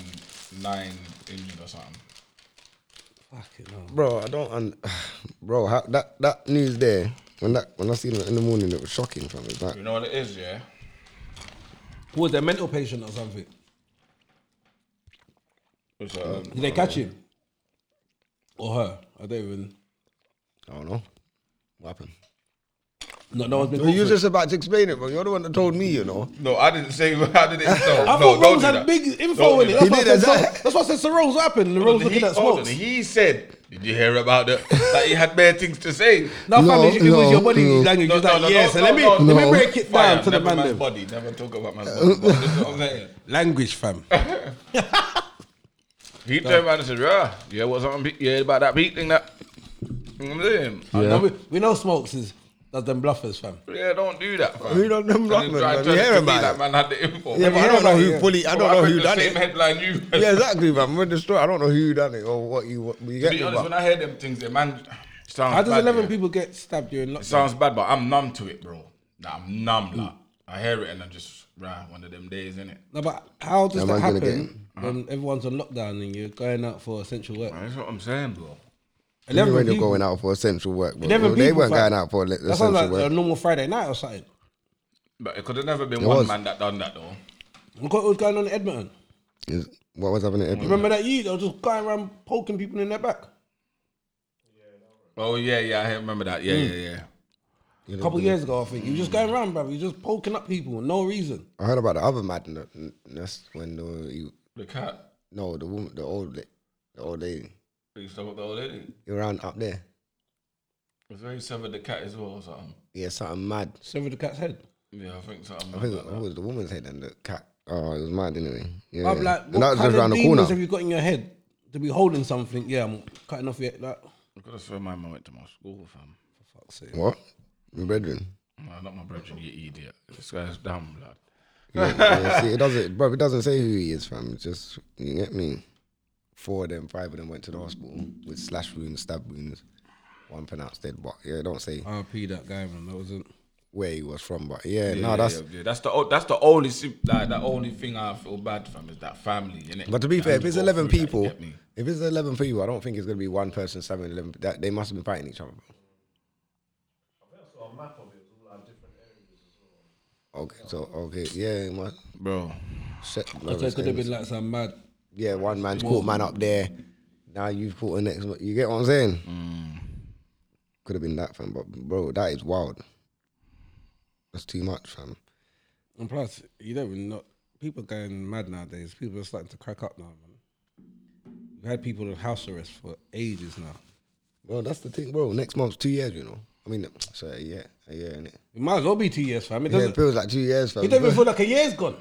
[SPEAKER 6] nine injured or something.
[SPEAKER 5] Fucking hell.
[SPEAKER 4] Bro, I don't, un- bro. How, that that news there when that when I seen it in the morning, it was shocking, fam. It's like,
[SPEAKER 6] You know what it is, yeah?
[SPEAKER 5] Who was their mental patient or something?
[SPEAKER 6] It's, um,
[SPEAKER 5] Did they catch him? Or her? I don't even.
[SPEAKER 4] I don't know, what happened?
[SPEAKER 5] No, no one's been.
[SPEAKER 4] Well,
[SPEAKER 5] caught
[SPEAKER 4] you
[SPEAKER 5] for
[SPEAKER 4] was
[SPEAKER 5] it.
[SPEAKER 4] just about to explain it, bro. You're the one that told me, you know.
[SPEAKER 6] No, I didn't say. I didn't. No, no,
[SPEAKER 5] I thought
[SPEAKER 6] don't
[SPEAKER 5] Rose
[SPEAKER 6] do
[SPEAKER 5] had
[SPEAKER 6] that.
[SPEAKER 5] big
[SPEAKER 6] Don't
[SPEAKER 5] info
[SPEAKER 6] do
[SPEAKER 5] in
[SPEAKER 6] that.
[SPEAKER 5] it. That's
[SPEAKER 4] He
[SPEAKER 5] why, I
[SPEAKER 4] did,
[SPEAKER 5] said, so,
[SPEAKER 4] that's-
[SPEAKER 5] that's why I said Sir Rose, what happened? And the Rose
[SPEAKER 6] he,
[SPEAKER 5] looking at
[SPEAKER 6] hold on,
[SPEAKER 5] smokes.
[SPEAKER 6] he said, "Did you hear about that? that he had bare things to say."
[SPEAKER 5] No,
[SPEAKER 4] No,
[SPEAKER 5] fam, it, it was
[SPEAKER 4] no,
[SPEAKER 5] your body
[SPEAKER 4] no.
[SPEAKER 5] language.
[SPEAKER 6] No,
[SPEAKER 5] It was
[SPEAKER 6] no,
[SPEAKER 5] like,
[SPEAKER 6] no,
[SPEAKER 5] yeah,
[SPEAKER 6] no,
[SPEAKER 5] so
[SPEAKER 6] no,
[SPEAKER 5] let me
[SPEAKER 6] no,
[SPEAKER 5] let me
[SPEAKER 4] no.
[SPEAKER 5] break it
[SPEAKER 6] Fire,
[SPEAKER 5] down to the
[SPEAKER 6] never
[SPEAKER 5] man.
[SPEAKER 6] man's
[SPEAKER 5] them.
[SPEAKER 6] body. Never talk about man's body. but this is what I'm saying.
[SPEAKER 5] Language, fam.
[SPEAKER 6] He turned around and said, "Yeah, yeah, what's on? Pete? Yeah, about that beat thing that." You know what I'm saying?
[SPEAKER 5] I know we, we know smokes is does them bluffers, fam.
[SPEAKER 6] Yeah, don't do that. Fam.
[SPEAKER 4] We don't- them
[SPEAKER 6] And
[SPEAKER 4] black
[SPEAKER 6] then
[SPEAKER 4] men,
[SPEAKER 6] try
[SPEAKER 4] man,
[SPEAKER 6] to
[SPEAKER 4] we
[SPEAKER 6] tell
[SPEAKER 4] hear
[SPEAKER 6] it to
[SPEAKER 4] about
[SPEAKER 6] me
[SPEAKER 4] it.
[SPEAKER 6] That man had the info.
[SPEAKER 4] Yeah, but I
[SPEAKER 5] hear
[SPEAKER 4] don't know
[SPEAKER 5] about
[SPEAKER 4] who
[SPEAKER 5] it.
[SPEAKER 4] fully. I
[SPEAKER 6] Bro,
[SPEAKER 4] don't know
[SPEAKER 6] read
[SPEAKER 4] who
[SPEAKER 6] the
[SPEAKER 4] done
[SPEAKER 6] same
[SPEAKER 4] it.
[SPEAKER 6] headline you.
[SPEAKER 4] Yeah, exactly, man. With the story, I don't know who done it or what you what you
[SPEAKER 6] to
[SPEAKER 4] get.
[SPEAKER 6] be
[SPEAKER 4] me,
[SPEAKER 6] honest,
[SPEAKER 4] but-
[SPEAKER 6] when I hear them things, the man sounds.
[SPEAKER 5] How does
[SPEAKER 6] bad,
[SPEAKER 5] eleven
[SPEAKER 6] yeah.
[SPEAKER 5] people get stabbed during
[SPEAKER 6] It
[SPEAKER 5] lockdown?
[SPEAKER 6] sounds bad, but I'm numb to it, bro. Nah, I'm numb. Like, I hear it and I'm just right. One of them days, innit?
[SPEAKER 5] No, but how
[SPEAKER 4] Yeah,
[SPEAKER 5] does that
[SPEAKER 4] man's gonna get
[SPEAKER 5] happen when everyone's on lockdown and you're going out for essential work?
[SPEAKER 6] That's what I'm saying, bro.
[SPEAKER 4] Even
[SPEAKER 5] Eleven
[SPEAKER 4] when they're
[SPEAKER 5] people.
[SPEAKER 4] going out for essential work, bro.
[SPEAKER 5] Eleven
[SPEAKER 4] they
[SPEAKER 5] people,
[SPEAKER 4] weren't
[SPEAKER 5] fam.
[SPEAKER 4] going out for le-
[SPEAKER 5] That sounds
[SPEAKER 4] essential
[SPEAKER 5] like a
[SPEAKER 4] work.
[SPEAKER 5] normal Friday night or something.
[SPEAKER 6] But it could have never been one
[SPEAKER 4] was.
[SPEAKER 6] man that done that though.
[SPEAKER 5] Look what was going on in Edmonton.
[SPEAKER 4] Is- What was happening? at
[SPEAKER 6] Mm-hmm.
[SPEAKER 4] Edinburgh?
[SPEAKER 5] Remember that year? They were just going around poking people in their back.
[SPEAKER 6] Oh yeah, yeah, I remember that.
[SPEAKER 4] Hmm.
[SPEAKER 6] Yeah, yeah, yeah.
[SPEAKER 5] A couple years ago, I think. You just going around, bruv. You just poking up people, no reason.
[SPEAKER 4] I heard about the other madness when the you,
[SPEAKER 6] The cat.
[SPEAKER 4] no the woman the old la- the old lady
[SPEAKER 6] They used to have the old lady. It
[SPEAKER 4] around up there.
[SPEAKER 6] was very severed the cat as well or something.
[SPEAKER 4] Yeah, something mad.
[SPEAKER 5] Severed the cat's head.
[SPEAKER 6] Yeah, I think so.
[SPEAKER 4] I think it was the woman's head and the cat. Oh, it was mad anyway. Yeah,
[SPEAKER 5] I'm
[SPEAKER 4] yeah.
[SPEAKER 5] like,
[SPEAKER 4] And
[SPEAKER 5] Oh,
[SPEAKER 4] that was
[SPEAKER 5] what kind
[SPEAKER 4] just
[SPEAKER 5] of
[SPEAKER 4] around the
[SPEAKER 5] demons
[SPEAKER 4] corner.
[SPEAKER 5] have you got in your head to be holding something? Yeah, I'm cutting off your like.
[SPEAKER 6] I could have sworn my man went to my school, fam.
[SPEAKER 5] Fuck's sake.
[SPEAKER 4] What? Your brethren.
[SPEAKER 6] No, not my brethren, you idiot. This guy's damn blood.
[SPEAKER 4] Yeah, yeah, see, it doesn't, bro. It doesn't say who he is, fam. It's just you get me. Four of them, five of them went to the hospital with slash wounds, stab wounds. One pronounced dead, but yeah, it don't say
[SPEAKER 5] RP that guy, man. That wasn't.
[SPEAKER 4] where he was from. But yeah,
[SPEAKER 6] Yeah,
[SPEAKER 4] no, that's.
[SPEAKER 6] yeah, yeah. that's the o- that's the only si- like the only thing I feel bad from is that family, innit?
[SPEAKER 4] But to be
[SPEAKER 6] That
[SPEAKER 4] fair,
[SPEAKER 6] had
[SPEAKER 4] if it's
[SPEAKER 6] go
[SPEAKER 4] eleven
[SPEAKER 6] through that, you
[SPEAKER 4] people,
[SPEAKER 6] get me?
[SPEAKER 4] if it's eleven people, I don't think it's gonna be one person stabbing eleven. That they must have been fighting each other. Okay, so okay, yeah, it must,
[SPEAKER 6] bro.
[SPEAKER 4] shit,
[SPEAKER 5] So
[SPEAKER 4] brother,
[SPEAKER 5] it could have
[SPEAKER 4] same.
[SPEAKER 5] been like some mad.
[SPEAKER 4] yeah, one man's caught man up there. Now you've caught the next one. You get what I'm saying?
[SPEAKER 6] Mm.
[SPEAKER 4] Could have been that, fam. But bro, that is wild. That's too much, fam.
[SPEAKER 5] And plus, you don't even know. People going mad nowadays. People are starting to crack up now, man. We've had people on house arrest for ages now.
[SPEAKER 4] Bro, that's the thing, bro. Next month's two years, you know. I mean, so a year, a year, innit?
[SPEAKER 5] It might as well be two years, fam. It
[SPEAKER 4] Yeah, it
[SPEAKER 5] doesn't.
[SPEAKER 4] feels like two years, fam.
[SPEAKER 5] it doesn't even feel like a year's gone.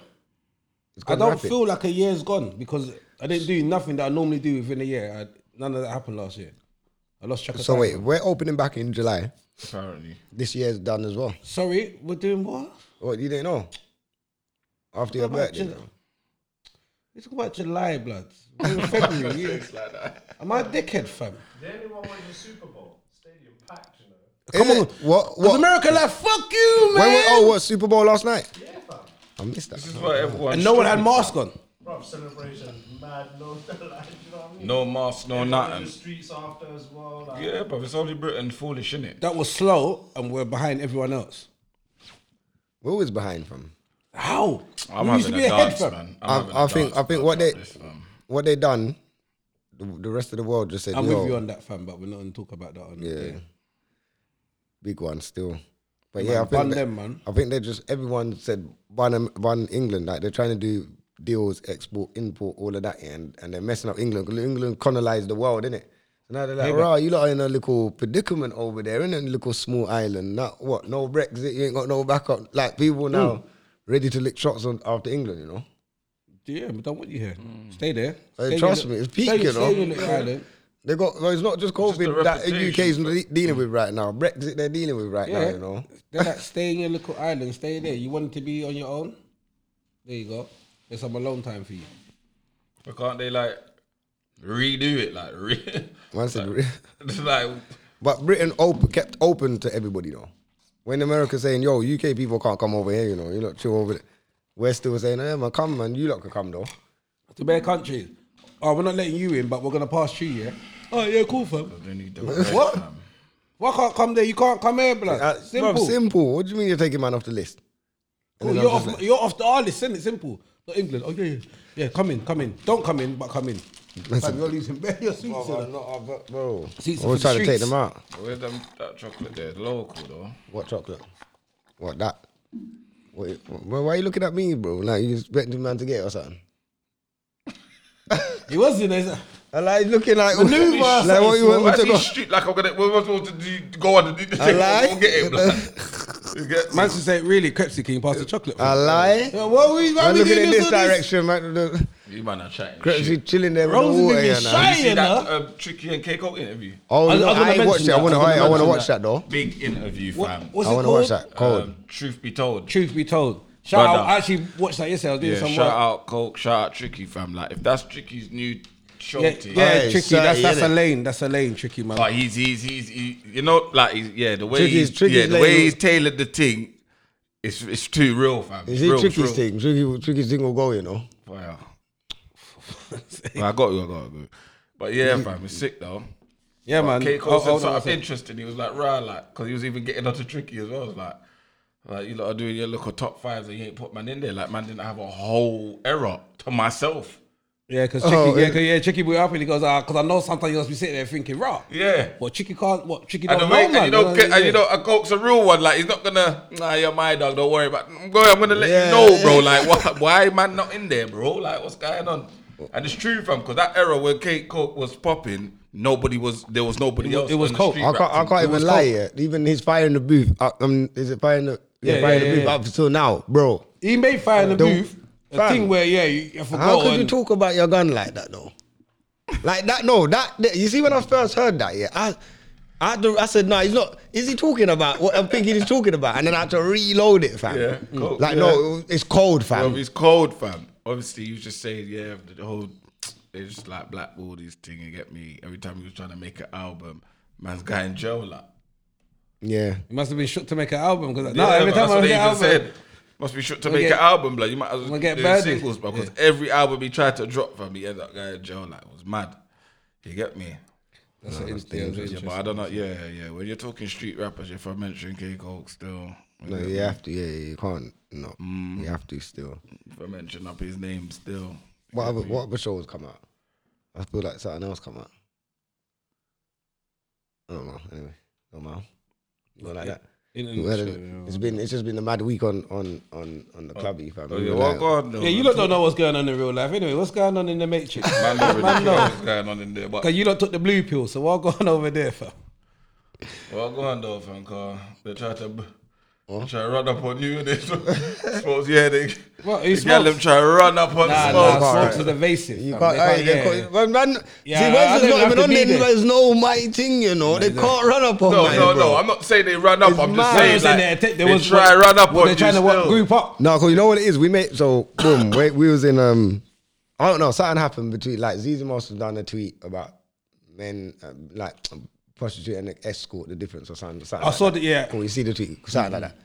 [SPEAKER 4] It's
[SPEAKER 5] I
[SPEAKER 4] gone
[SPEAKER 5] don't
[SPEAKER 4] rapid.
[SPEAKER 5] feel like a year's gone because I didn't do nothing that I normally do within a year. I, none of that happened last year. I lost track of
[SPEAKER 4] So
[SPEAKER 5] time.
[SPEAKER 4] wait, we're opening back in July.
[SPEAKER 6] Apparently,
[SPEAKER 4] This year's done as well.
[SPEAKER 5] Sorry, we're doing what?
[SPEAKER 4] What you didn't know? After your
[SPEAKER 5] What about
[SPEAKER 4] birthday.
[SPEAKER 5] Jul- We talking about July, blood. We're in February. yeah. Am I a dickhead, fam?
[SPEAKER 2] The only one was the Super Bowl stadium packed, you know.
[SPEAKER 4] Come on. What?
[SPEAKER 5] Was
[SPEAKER 4] What?
[SPEAKER 5] America like fuck you, man?
[SPEAKER 4] when was- oh, what Super Bowl last night?
[SPEAKER 2] Yeah, fam.
[SPEAKER 4] I missed that.
[SPEAKER 6] this is why everyone
[SPEAKER 5] and no one had mask on.
[SPEAKER 2] Bro, celebration, mad, no, like, you know what I mean?
[SPEAKER 6] no mask, no
[SPEAKER 2] Everyone in
[SPEAKER 6] nothing.
[SPEAKER 2] The streets after as well. Like,
[SPEAKER 6] Yeah, but it's only Britain foolish, innit?
[SPEAKER 5] That was slow, and we're behind everyone else.
[SPEAKER 4] We're always behind from.
[SPEAKER 5] How?
[SPEAKER 6] I'm
[SPEAKER 5] we used to
[SPEAKER 6] having
[SPEAKER 5] be
[SPEAKER 6] a
[SPEAKER 5] ahead,
[SPEAKER 6] dance,
[SPEAKER 5] fam.
[SPEAKER 6] man.
[SPEAKER 4] I-
[SPEAKER 6] I'm having a
[SPEAKER 4] I think-
[SPEAKER 6] dance
[SPEAKER 4] I think
[SPEAKER 6] about
[SPEAKER 4] what they-
[SPEAKER 6] this, fam.
[SPEAKER 4] What they done, the, the rest of the world just said,
[SPEAKER 5] I'm
[SPEAKER 4] Yo,
[SPEAKER 5] with you on that, fam, but we're not going to talk about that on
[SPEAKER 4] Yeah.
[SPEAKER 5] yeah.
[SPEAKER 4] big one still. But yeah, I
[SPEAKER 5] bun
[SPEAKER 4] think they-
[SPEAKER 5] them, man.
[SPEAKER 4] I think they just everyone said ban 'em- ban England. Like they're trying to do deals, export, import, all of that, yeah, and and they're messing up England. 'cause England colonized the world, innit? So now they're like, rah, you lot are in a little predicament over there, in a little small island. Not what? No Brexit. You ain't got no backup. Like people now ready to lick shots on after England. You know.
[SPEAKER 5] Yeah, we don't want you here.
[SPEAKER 6] Mm.
[SPEAKER 5] Stay there.
[SPEAKER 4] Hey,
[SPEAKER 5] Stay
[SPEAKER 4] trust
[SPEAKER 5] in
[SPEAKER 4] me,
[SPEAKER 5] the-
[SPEAKER 4] it's peak,
[SPEAKER 5] stay-
[SPEAKER 4] you
[SPEAKER 5] stay
[SPEAKER 4] know.
[SPEAKER 5] in the island.
[SPEAKER 4] They got. Well, it's not just
[SPEAKER 6] just the
[SPEAKER 4] COVID that the UK's
[SPEAKER 6] reputation,
[SPEAKER 4] le- dealing with right now. Brexit they're dealing with right now.
[SPEAKER 5] Yeah.
[SPEAKER 4] You know.
[SPEAKER 5] They're like, stay in your little island, stay there. You wanted to be on your own? There you go. There's some alone time for you.
[SPEAKER 6] But can't they like redo it? Like, re-
[SPEAKER 4] Man said,
[SPEAKER 6] like
[SPEAKER 4] But Britain op- kept open to everybody though. When America saying, "Yo, UK people can't come over here," you know, you lot chill over there. We're still saying, "Yeah, man, come, man, you lot can come though."
[SPEAKER 5] To bare countries. Oh, we're not letting you in, but we're gonna pass through, yeah? Oh yeah, cool fam.
[SPEAKER 6] they need to rest,
[SPEAKER 5] What?
[SPEAKER 6] fam.
[SPEAKER 5] Why can't come there? You can't come here, blood.
[SPEAKER 4] Uh, bruv,
[SPEAKER 5] simple.
[SPEAKER 4] simple. What do you mean you're taking man off the list? And
[SPEAKER 5] Cool,
[SPEAKER 4] then I'm
[SPEAKER 5] you're,
[SPEAKER 4] just
[SPEAKER 5] off,
[SPEAKER 4] like,
[SPEAKER 5] you're off the R list, isn't it? Simple. Not England. Oh yeah, yeah. Yeah, come in, come in. Don't come in, but come in. Oh, Fam, you're losing bare your seats. you know.
[SPEAKER 4] bro,
[SPEAKER 5] Seats
[SPEAKER 4] I
[SPEAKER 5] are
[SPEAKER 4] was
[SPEAKER 5] for the
[SPEAKER 4] trying to take
[SPEAKER 5] streets.
[SPEAKER 4] them out.
[SPEAKER 6] Where's them, that chocolate there? Local though.
[SPEAKER 4] What chocolate? What that? What, why are you looking at me, bro? Like you expecting man to get it or something?
[SPEAKER 5] He was in there.
[SPEAKER 4] I like looking like
[SPEAKER 5] Maneuver,
[SPEAKER 4] like what you want
[SPEAKER 6] Why
[SPEAKER 4] me
[SPEAKER 6] is
[SPEAKER 4] to
[SPEAKER 6] he
[SPEAKER 4] go?
[SPEAKER 6] street like I'm gonna? We're supposed to do- go on and do the
[SPEAKER 4] I
[SPEAKER 6] thing. We'll get him. Like,
[SPEAKER 4] lie.
[SPEAKER 6] you get
[SPEAKER 5] Man should say, really, Crepsy, can you pass the chocolate?
[SPEAKER 4] I lie.
[SPEAKER 5] Yeah, what we, why
[SPEAKER 4] I'm
[SPEAKER 5] we
[SPEAKER 4] looking
[SPEAKER 5] doing
[SPEAKER 4] in this
[SPEAKER 5] all this?
[SPEAKER 4] direction, man.
[SPEAKER 6] you man are chatting.
[SPEAKER 4] Crepes
[SPEAKER 6] shit.
[SPEAKER 4] is chilling there
[SPEAKER 5] Rose
[SPEAKER 4] with the
[SPEAKER 5] has
[SPEAKER 4] water here now.
[SPEAKER 5] been shy.
[SPEAKER 6] See
[SPEAKER 5] you
[SPEAKER 6] that
[SPEAKER 5] know?
[SPEAKER 6] um, Tricky and Keiko interview?
[SPEAKER 4] Oh,
[SPEAKER 5] I-
[SPEAKER 4] no,
[SPEAKER 5] I'm gonna
[SPEAKER 4] I ain't watched
[SPEAKER 5] mention
[SPEAKER 4] it. I
[SPEAKER 5] that.
[SPEAKER 4] want to.
[SPEAKER 5] I'm gonna
[SPEAKER 4] I want to
[SPEAKER 5] mention
[SPEAKER 4] watch that,
[SPEAKER 5] that.
[SPEAKER 4] though.
[SPEAKER 6] Big interview, fam.
[SPEAKER 5] What's
[SPEAKER 4] I
[SPEAKER 5] it
[SPEAKER 4] want to
[SPEAKER 5] called?
[SPEAKER 4] watch that. Cold.
[SPEAKER 6] Um, truth be told,
[SPEAKER 5] Truth be told. Shout out.
[SPEAKER 6] Brother.
[SPEAKER 5] I actually watched that yesterday. I was doing
[SPEAKER 6] yeah.
[SPEAKER 5] some
[SPEAKER 6] Shout
[SPEAKER 5] work.
[SPEAKER 6] out Coke. Shout out Tricky, fam. Like if that's Tricky's new show,
[SPEAKER 5] Yeah,
[SPEAKER 6] to you,
[SPEAKER 5] yeah
[SPEAKER 4] Aye,
[SPEAKER 5] tricky. That's
[SPEAKER 4] sorry,
[SPEAKER 5] that's a
[SPEAKER 4] innit?
[SPEAKER 5] lane. That's a lane, tricky man.
[SPEAKER 6] But he's he's he's he, you know like he's, yeah the way
[SPEAKER 4] Tricky's-
[SPEAKER 6] he's,
[SPEAKER 4] Tricky's
[SPEAKER 6] yeah the
[SPEAKER 4] laying
[SPEAKER 6] way
[SPEAKER 4] on-
[SPEAKER 6] he's tailored the thing, it's it's too real fam. It's
[SPEAKER 4] Is it
[SPEAKER 6] real, it's
[SPEAKER 4] Tricky's
[SPEAKER 6] real.
[SPEAKER 4] thing? Tricky, Tricky's thing will go, you know.
[SPEAKER 6] Wow. Well, I got you, I got you. But yeah, fam, it's sick though.
[SPEAKER 5] yeah,
[SPEAKER 6] But
[SPEAKER 5] man.
[SPEAKER 6] Keiko
[SPEAKER 5] Oh,
[SPEAKER 6] said
[SPEAKER 5] hold on a
[SPEAKER 6] something
[SPEAKER 5] sec.
[SPEAKER 6] interesting. He was like, rah, like, because he was even getting onto Tricky as well. It's like, like you lot are doing your local top fives and you ain't put man in there. Like, man didn't have a whole error to myself.
[SPEAKER 5] Yeah, because Chicky,
[SPEAKER 4] Oh,
[SPEAKER 5] yeah,
[SPEAKER 4] yeah.
[SPEAKER 5] 'cause- yeah, Chicky blew up and he goes, ah, because I know sometimes you must be sitting there thinking, rah.
[SPEAKER 6] Yeah.
[SPEAKER 5] What, Chicky can't, what, Chicky
[SPEAKER 6] And,
[SPEAKER 5] don't
[SPEAKER 6] the
[SPEAKER 5] know,
[SPEAKER 6] way,
[SPEAKER 5] man.
[SPEAKER 6] and you don't
[SPEAKER 5] know,
[SPEAKER 6] get, and you
[SPEAKER 5] yeah.
[SPEAKER 6] know, a coke's a real one. Like, he's not gonna, nah, you're my dog, don't worry about I'm going, I'm gonna let
[SPEAKER 4] Yeah,
[SPEAKER 6] you know, bro.
[SPEAKER 4] yeah.
[SPEAKER 6] Like, why, why man not in there, bro? Like, what's going on? And it's true, fam, because that era where Kate Coke was popping, nobody was, there was nobody
[SPEAKER 5] It was-
[SPEAKER 6] else.
[SPEAKER 5] it was
[SPEAKER 6] on the
[SPEAKER 5] Coke.
[SPEAKER 6] street
[SPEAKER 4] I can't.
[SPEAKER 6] rap
[SPEAKER 4] I
[SPEAKER 6] thing.
[SPEAKER 4] can't even lie. Yeah. Even his fire in the booth. I, um, is it fire in the? Yeah,
[SPEAKER 5] Yeah,
[SPEAKER 4] fire in
[SPEAKER 5] yeah,
[SPEAKER 4] the booth
[SPEAKER 5] yeah.
[SPEAKER 4] up till now, bro.
[SPEAKER 5] He made fire in the
[SPEAKER 4] Don't-
[SPEAKER 5] booth. A
[SPEAKER 4] Fam.
[SPEAKER 5] thing where yeah, you, I forgot.
[SPEAKER 4] How could you
[SPEAKER 5] and-
[SPEAKER 4] talk about your gun like that though? Like that? No, that, that- you see when I first heard that, yeah, I, I, had to, I said, no, he's not. Is he talking about what I'm thinking he's talking about? And then I had to reload it, fam.
[SPEAKER 6] Yeah, cool.
[SPEAKER 4] Like no, it's cold, fam.
[SPEAKER 6] Well, it's cold, fam. Obviously, you just saying, yeah, the whole they just like blackball this thing and get me. Every time he was trying to make an album, man's got in jail. Like,
[SPEAKER 4] yeah.
[SPEAKER 5] He must have been shook to make an album because
[SPEAKER 6] Yeah,
[SPEAKER 5] no, every
[SPEAKER 6] but
[SPEAKER 5] time
[SPEAKER 6] that's
[SPEAKER 5] I
[SPEAKER 6] what
[SPEAKER 5] make
[SPEAKER 6] they
[SPEAKER 5] an
[SPEAKER 6] even
[SPEAKER 5] album,
[SPEAKER 6] said. Must be sure to
[SPEAKER 5] We'll
[SPEAKER 6] make
[SPEAKER 5] get-
[SPEAKER 6] an album, like you might as well
[SPEAKER 5] we'll
[SPEAKER 6] keep
[SPEAKER 5] get
[SPEAKER 6] doing
[SPEAKER 5] buried.
[SPEAKER 6] singles, bro. Because every album he tried to drop, fam, he ended up going in jail. Like, it was mad. You get me?
[SPEAKER 5] that's an interesting.
[SPEAKER 6] Yeah, but I don't know. Yeah, yeah. When you're talking street rappers, if I mention K Coke still,
[SPEAKER 4] No, you have to. Yeah, yeah, you can't. No, you have to still.
[SPEAKER 6] if I mention up his name
[SPEAKER 4] Oh,
[SPEAKER 6] still,
[SPEAKER 4] What other, what other shows come out? I feel like something else come out. I don't know. Anyway, don't matter. Not like that. Well, it's been it's just been a mad week on on on on the clubby fam.
[SPEAKER 6] Oh,
[SPEAKER 4] We
[SPEAKER 6] yeah,
[SPEAKER 4] were
[SPEAKER 6] well,
[SPEAKER 4] like-
[SPEAKER 6] go on, though,
[SPEAKER 5] Yeah, you
[SPEAKER 6] man.
[SPEAKER 5] lot don't know what's going on in real life. Anyway, what's going on in the Matrix?
[SPEAKER 6] Man, don't really
[SPEAKER 5] Man,
[SPEAKER 6] know
[SPEAKER 5] no.
[SPEAKER 6] what's going on in there, but
[SPEAKER 5] Because you lot took the blue pill, so what going over there for?
[SPEAKER 6] Well, go on though, fam, cause they try to b- they try to run up on you and they suppose yeah they
[SPEAKER 5] What, he
[SPEAKER 6] they get them
[SPEAKER 5] smokes?
[SPEAKER 6] try to run up on
[SPEAKER 5] Nah,
[SPEAKER 6] smoke.
[SPEAKER 5] nah,
[SPEAKER 4] can't.
[SPEAKER 5] smokes is evasive.
[SPEAKER 4] You
[SPEAKER 5] fam.
[SPEAKER 4] can't,
[SPEAKER 5] They
[SPEAKER 4] aye, they
[SPEAKER 5] yeah,
[SPEAKER 4] can't-
[SPEAKER 5] yeah.
[SPEAKER 4] man, man,
[SPEAKER 5] Yeah,
[SPEAKER 4] see,
[SPEAKER 5] I- I
[SPEAKER 4] Wales is
[SPEAKER 5] don't
[SPEAKER 4] not
[SPEAKER 5] have
[SPEAKER 4] even
[SPEAKER 5] to
[SPEAKER 4] on
[SPEAKER 5] be
[SPEAKER 4] there.
[SPEAKER 5] there.
[SPEAKER 4] There's no mighty thing, you know. They can't run up on
[SPEAKER 6] No,
[SPEAKER 4] mine,
[SPEAKER 6] no,
[SPEAKER 4] bro.
[SPEAKER 6] no. I'm not saying they run up. I'm just
[SPEAKER 4] mad.
[SPEAKER 5] They
[SPEAKER 6] saying
[SPEAKER 5] was in there,
[SPEAKER 6] like,
[SPEAKER 5] they
[SPEAKER 6] they,
[SPEAKER 5] was-
[SPEAKER 6] try to run up
[SPEAKER 5] well,
[SPEAKER 6] on
[SPEAKER 5] They're
[SPEAKER 6] you.
[SPEAKER 5] trying to what,
[SPEAKER 6] still.
[SPEAKER 5] group up.
[SPEAKER 4] No, cause you know what it is. We made so boom. we, we was in um, I don't know. Something happened between like Zizi Moss was done a tweet about men uh, like prostitute and escort the difference or something. something
[SPEAKER 5] I
[SPEAKER 4] like
[SPEAKER 5] saw
[SPEAKER 4] that.
[SPEAKER 5] that, yeah. Mm.
[SPEAKER 4] Cool, you see the tweet, something like that.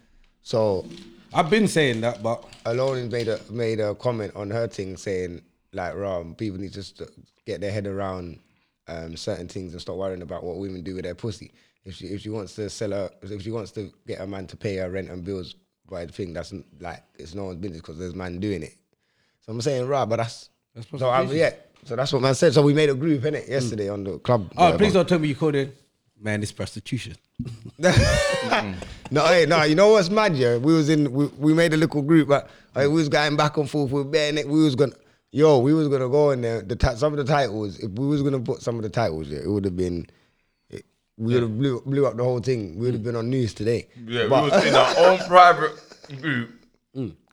[SPEAKER 4] So
[SPEAKER 5] I've been saying that, but
[SPEAKER 4] Alone made a made a comment on her thing saying like, "Ram, people need to st- get their head around um, certain things and stop worrying about what women do with their pussy. If she if she wants to sell her, if she wants to get a man to pay her rent and bills by the thing, that's n- like it's no one's business because there's man doing it. So I'm saying, right, but that's,
[SPEAKER 5] That's
[SPEAKER 4] so I, yeah. So that's what man said. So we made a group in it yesterday on the club.
[SPEAKER 5] oh,
[SPEAKER 4] whatever.
[SPEAKER 5] please don't tell me you called it. Man, it's prostitution.
[SPEAKER 4] No, hey, no, you know what's mad, yeah? We was in, we, we made a little group, but like, we was going back and forth with bare neck. We was gonna, yo, we was gonna go in there. The ti- some of the titles, if we was gonna put some of the titles, yeah, it would have been, it, we would have blew, blew up the whole thing. We would have been on news today.
[SPEAKER 6] Yeah,
[SPEAKER 4] But- uh,
[SPEAKER 6] we was in our own private group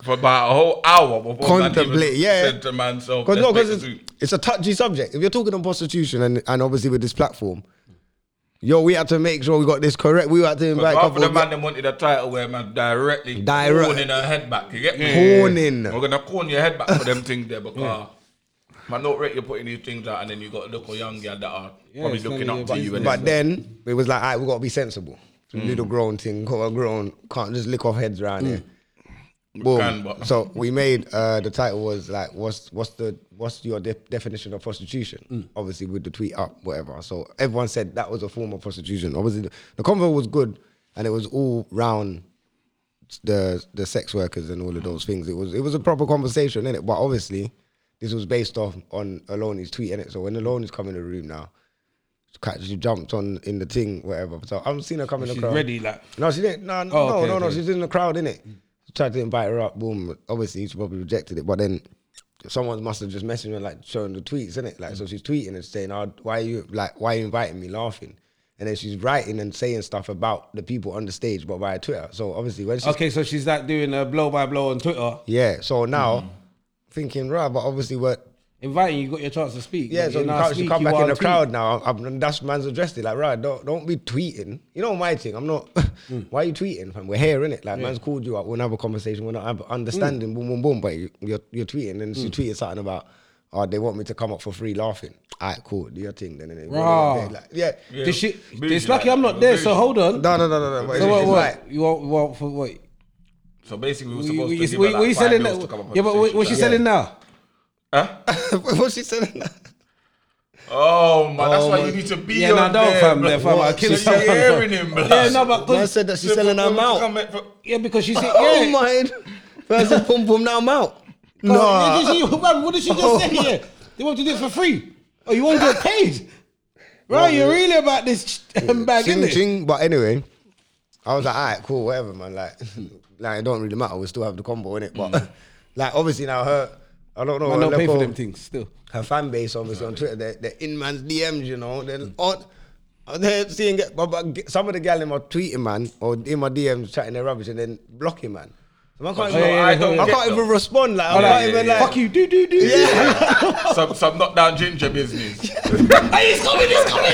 [SPEAKER 6] for about a whole hour before
[SPEAKER 4] Contemplate,
[SPEAKER 6] man even
[SPEAKER 4] yeah.
[SPEAKER 6] said to myself,
[SPEAKER 4] Because
[SPEAKER 6] let's
[SPEAKER 4] no,
[SPEAKER 6] make
[SPEAKER 4] 'cause
[SPEAKER 6] a
[SPEAKER 4] it's,
[SPEAKER 6] group.
[SPEAKER 4] it's a touchy subject. If you're talking on prostitution and, and obviously with this platform, yo, we had to make sure we got this correct. We had to
[SPEAKER 6] But half
[SPEAKER 4] invite a
[SPEAKER 6] of
[SPEAKER 4] couple
[SPEAKER 6] the
[SPEAKER 4] of
[SPEAKER 6] man them wanted a title where man directly
[SPEAKER 4] Direct-
[SPEAKER 6] corning her head back. You get me?
[SPEAKER 4] Corning.
[SPEAKER 6] We're gonna corn your head back for them things there because man, not rate you putting these things out and then you got a little young girl that are probably
[SPEAKER 5] it's none
[SPEAKER 6] looking
[SPEAKER 5] of
[SPEAKER 6] up
[SPEAKER 5] your
[SPEAKER 6] to you. And
[SPEAKER 4] But then it was like, all right, we got to be sensible. So Do the grown thing, cover grown, can't just lick off heads around here. Boom.
[SPEAKER 6] can, but-
[SPEAKER 4] So we made uh, the title was like, what's what's the what's your de- definition of prostitution? Obviously, with the tweet up, whatever. So everyone said that was a form of prostitution. Obviously, the, the convo was good, and it was all round the the sex workers and all of those things. It was it was a proper conversation in it, but obviously this was based off on Aloni's tweet in it. So when Aloni's come in the room now, cat- she jumped on in the thing whatever. So I'm seeing her come in the
[SPEAKER 5] She's
[SPEAKER 4] crowd.
[SPEAKER 5] ready, like.
[SPEAKER 4] No, she didn't. No, no,
[SPEAKER 5] Oh,
[SPEAKER 4] no,
[SPEAKER 5] okay,
[SPEAKER 4] no, no.
[SPEAKER 5] okay.
[SPEAKER 4] She's in the crowd in it. Tried to invite her up. Boom. Obviously, she probably rejected it, but then. Someone must have just messaged her like showing the tweets, innit? Like, so she's tweeting and saying, oh, "Why are you like? Why are you inviting me?" Laughing, and then she's writing and saying stuff about the people on the stage, but via Twitter. So obviously, when she's
[SPEAKER 5] Okay, so she's like doing a blow by blow on Twitter,
[SPEAKER 4] yeah. So now
[SPEAKER 5] Mm.
[SPEAKER 4] thinking, right, but obviously we're
[SPEAKER 5] inviting you. Got your chance to speak.
[SPEAKER 4] yeah. So
[SPEAKER 5] but you're
[SPEAKER 4] you
[SPEAKER 5] not
[SPEAKER 4] can't, you
[SPEAKER 5] speaking,
[SPEAKER 4] come back
[SPEAKER 5] you
[SPEAKER 4] in
[SPEAKER 5] are
[SPEAKER 4] the
[SPEAKER 5] tweeting.
[SPEAKER 4] crowd now. I'm, I'm, that's man's addressed it. Like, right, don't don't be tweeting. You know my thing. I'm not.
[SPEAKER 5] Mm.
[SPEAKER 4] Why are you tweeting? fam? We're here, innit? Like, man's called you up. We'll have a conversation. We're not have understanding.
[SPEAKER 5] Mm.
[SPEAKER 4] Boom, boom, boom. But you, you're you're tweeting, and she tweeted something about. Oh, they want me to come up for free laughing. Alright, cool. Do your thing then. innit?
[SPEAKER 5] Rah.
[SPEAKER 4] Like, yeah.
[SPEAKER 6] Yeah.
[SPEAKER 5] This shit,
[SPEAKER 6] Bougie
[SPEAKER 5] it's lucky
[SPEAKER 6] like
[SPEAKER 5] I'm
[SPEAKER 6] that.
[SPEAKER 5] not there. So
[SPEAKER 6] Bougie.
[SPEAKER 5] hold on.
[SPEAKER 4] No, no, no, no, no. but
[SPEAKER 5] So
[SPEAKER 4] it's-
[SPEAKER 5] what?
[SPEAKER 4] it's like-
[SPEAKER 5] What? You want? What? For what?
[SPEAKER 6] so basically, we were
[SPEAKER 5] You-
[SPEAKER 6] supposed
[SPEAKER 5] you-
[SPEAKER 6] to
[SPEAKER 5] you-
[SPEAKER 6] give her
[SPEAKER 5] what-
[SPEAKER 6] like
[SPEAKER 5] what
[SPEAKER 6] five
[SPEAKER 5] you selling?
[SPEAKER 6] meals
[SPEAKER 5] now?
[SPEAKER 6] to come up on
[SPEAKER 5] Yeah, but what,
[SPEAKER 6] station,
[SPEAKER 5] what she
[SPEAKER 6] like-
[SPEAKER 5] selling now?
[SPEAKER 4] what she said?
[SPEAKER 6] Oh man, that's why you
[SPEAKER 4] man.
[SPEAKER 6] need to be
[SPEAKER 5] Yeah,
[SPEAKER 6] on
[SPEAKER 5] nah, don't,
[SPEAKER 6] there,
[SPEAKER 5] fam,
[SPEAKER 6] blood.
[SPEAKER 5] there, fam, I'll kill
[SPEAKER 6] So you're
[SPEAKER 5] someone,
[SPEAKER 6] hearing
[SPEAKER 5] fam.
[SPEAKER 6] him, blood.
[SPEAKER 5] Yeah, no, but
[SPEAKER 4] Man
[SPEAKER 5] 'cause-
[SPEAKER 4] said that she's selling them out.
[SPEAKER 5] yeah, because she said,
[SPEAKER 4] Oh
[SPEAKER 5] yeah.
[SPEAKER 4] my! First of pum pum now I'm out.
[SPEAKER 5] No,
[SPEAKER 4] Nah.
[SPEAKER 5] what did she just say? Yeah, they want to do this for free. Oh, you won't get paid, right? You're really about this um, bag,
[SPEAKER 4] Ching,
[SPEAKER 5] innit?
[SPEAKER 4] ching. But anyway, I was like, all right, cool, whatever, man. Like, like it don't really matter. We still have the combo in it, but like obviously now her, I don't know. her
[SPEAKER 5] I Mm. don't pay for
[SPEAKER 4] level-
[SPEAKER 5] them things still. Mm.
[SPEAKER 4] Her fan base obviously on Twitter, they're, they're in man's DMs, you know. They're on. I'm there seeing get, but, but get- some of the gal in my tweeting man or in my DMs chatting their rubbish and then blocking man. So
[SPEAKER 5] Oh,
[SPEAKER 4] I can't,
[SPEAKER 6] So
[SPEAKER 4] even,
[SPEAKER 6] I don't
[SPEAKER 4] I
[SPEAKER 6] get
[SPEAKER 4] can't
[SPEAKER 6] them.
[SPEAKER 4] even respond. Like I
[SPEAKER 6] Yeah,
[SPEAKER 4] can't
[SPEAKER 6] yeah,
[SPEAKER 4] even
[SPEAKER 6] yeah.
[SPEAKER 4] like
[SPEAKER 5] Fuck you, do do do. Yeah.
[SPEAKER 6] some some knockdown ginger business. he's coming, he's coming.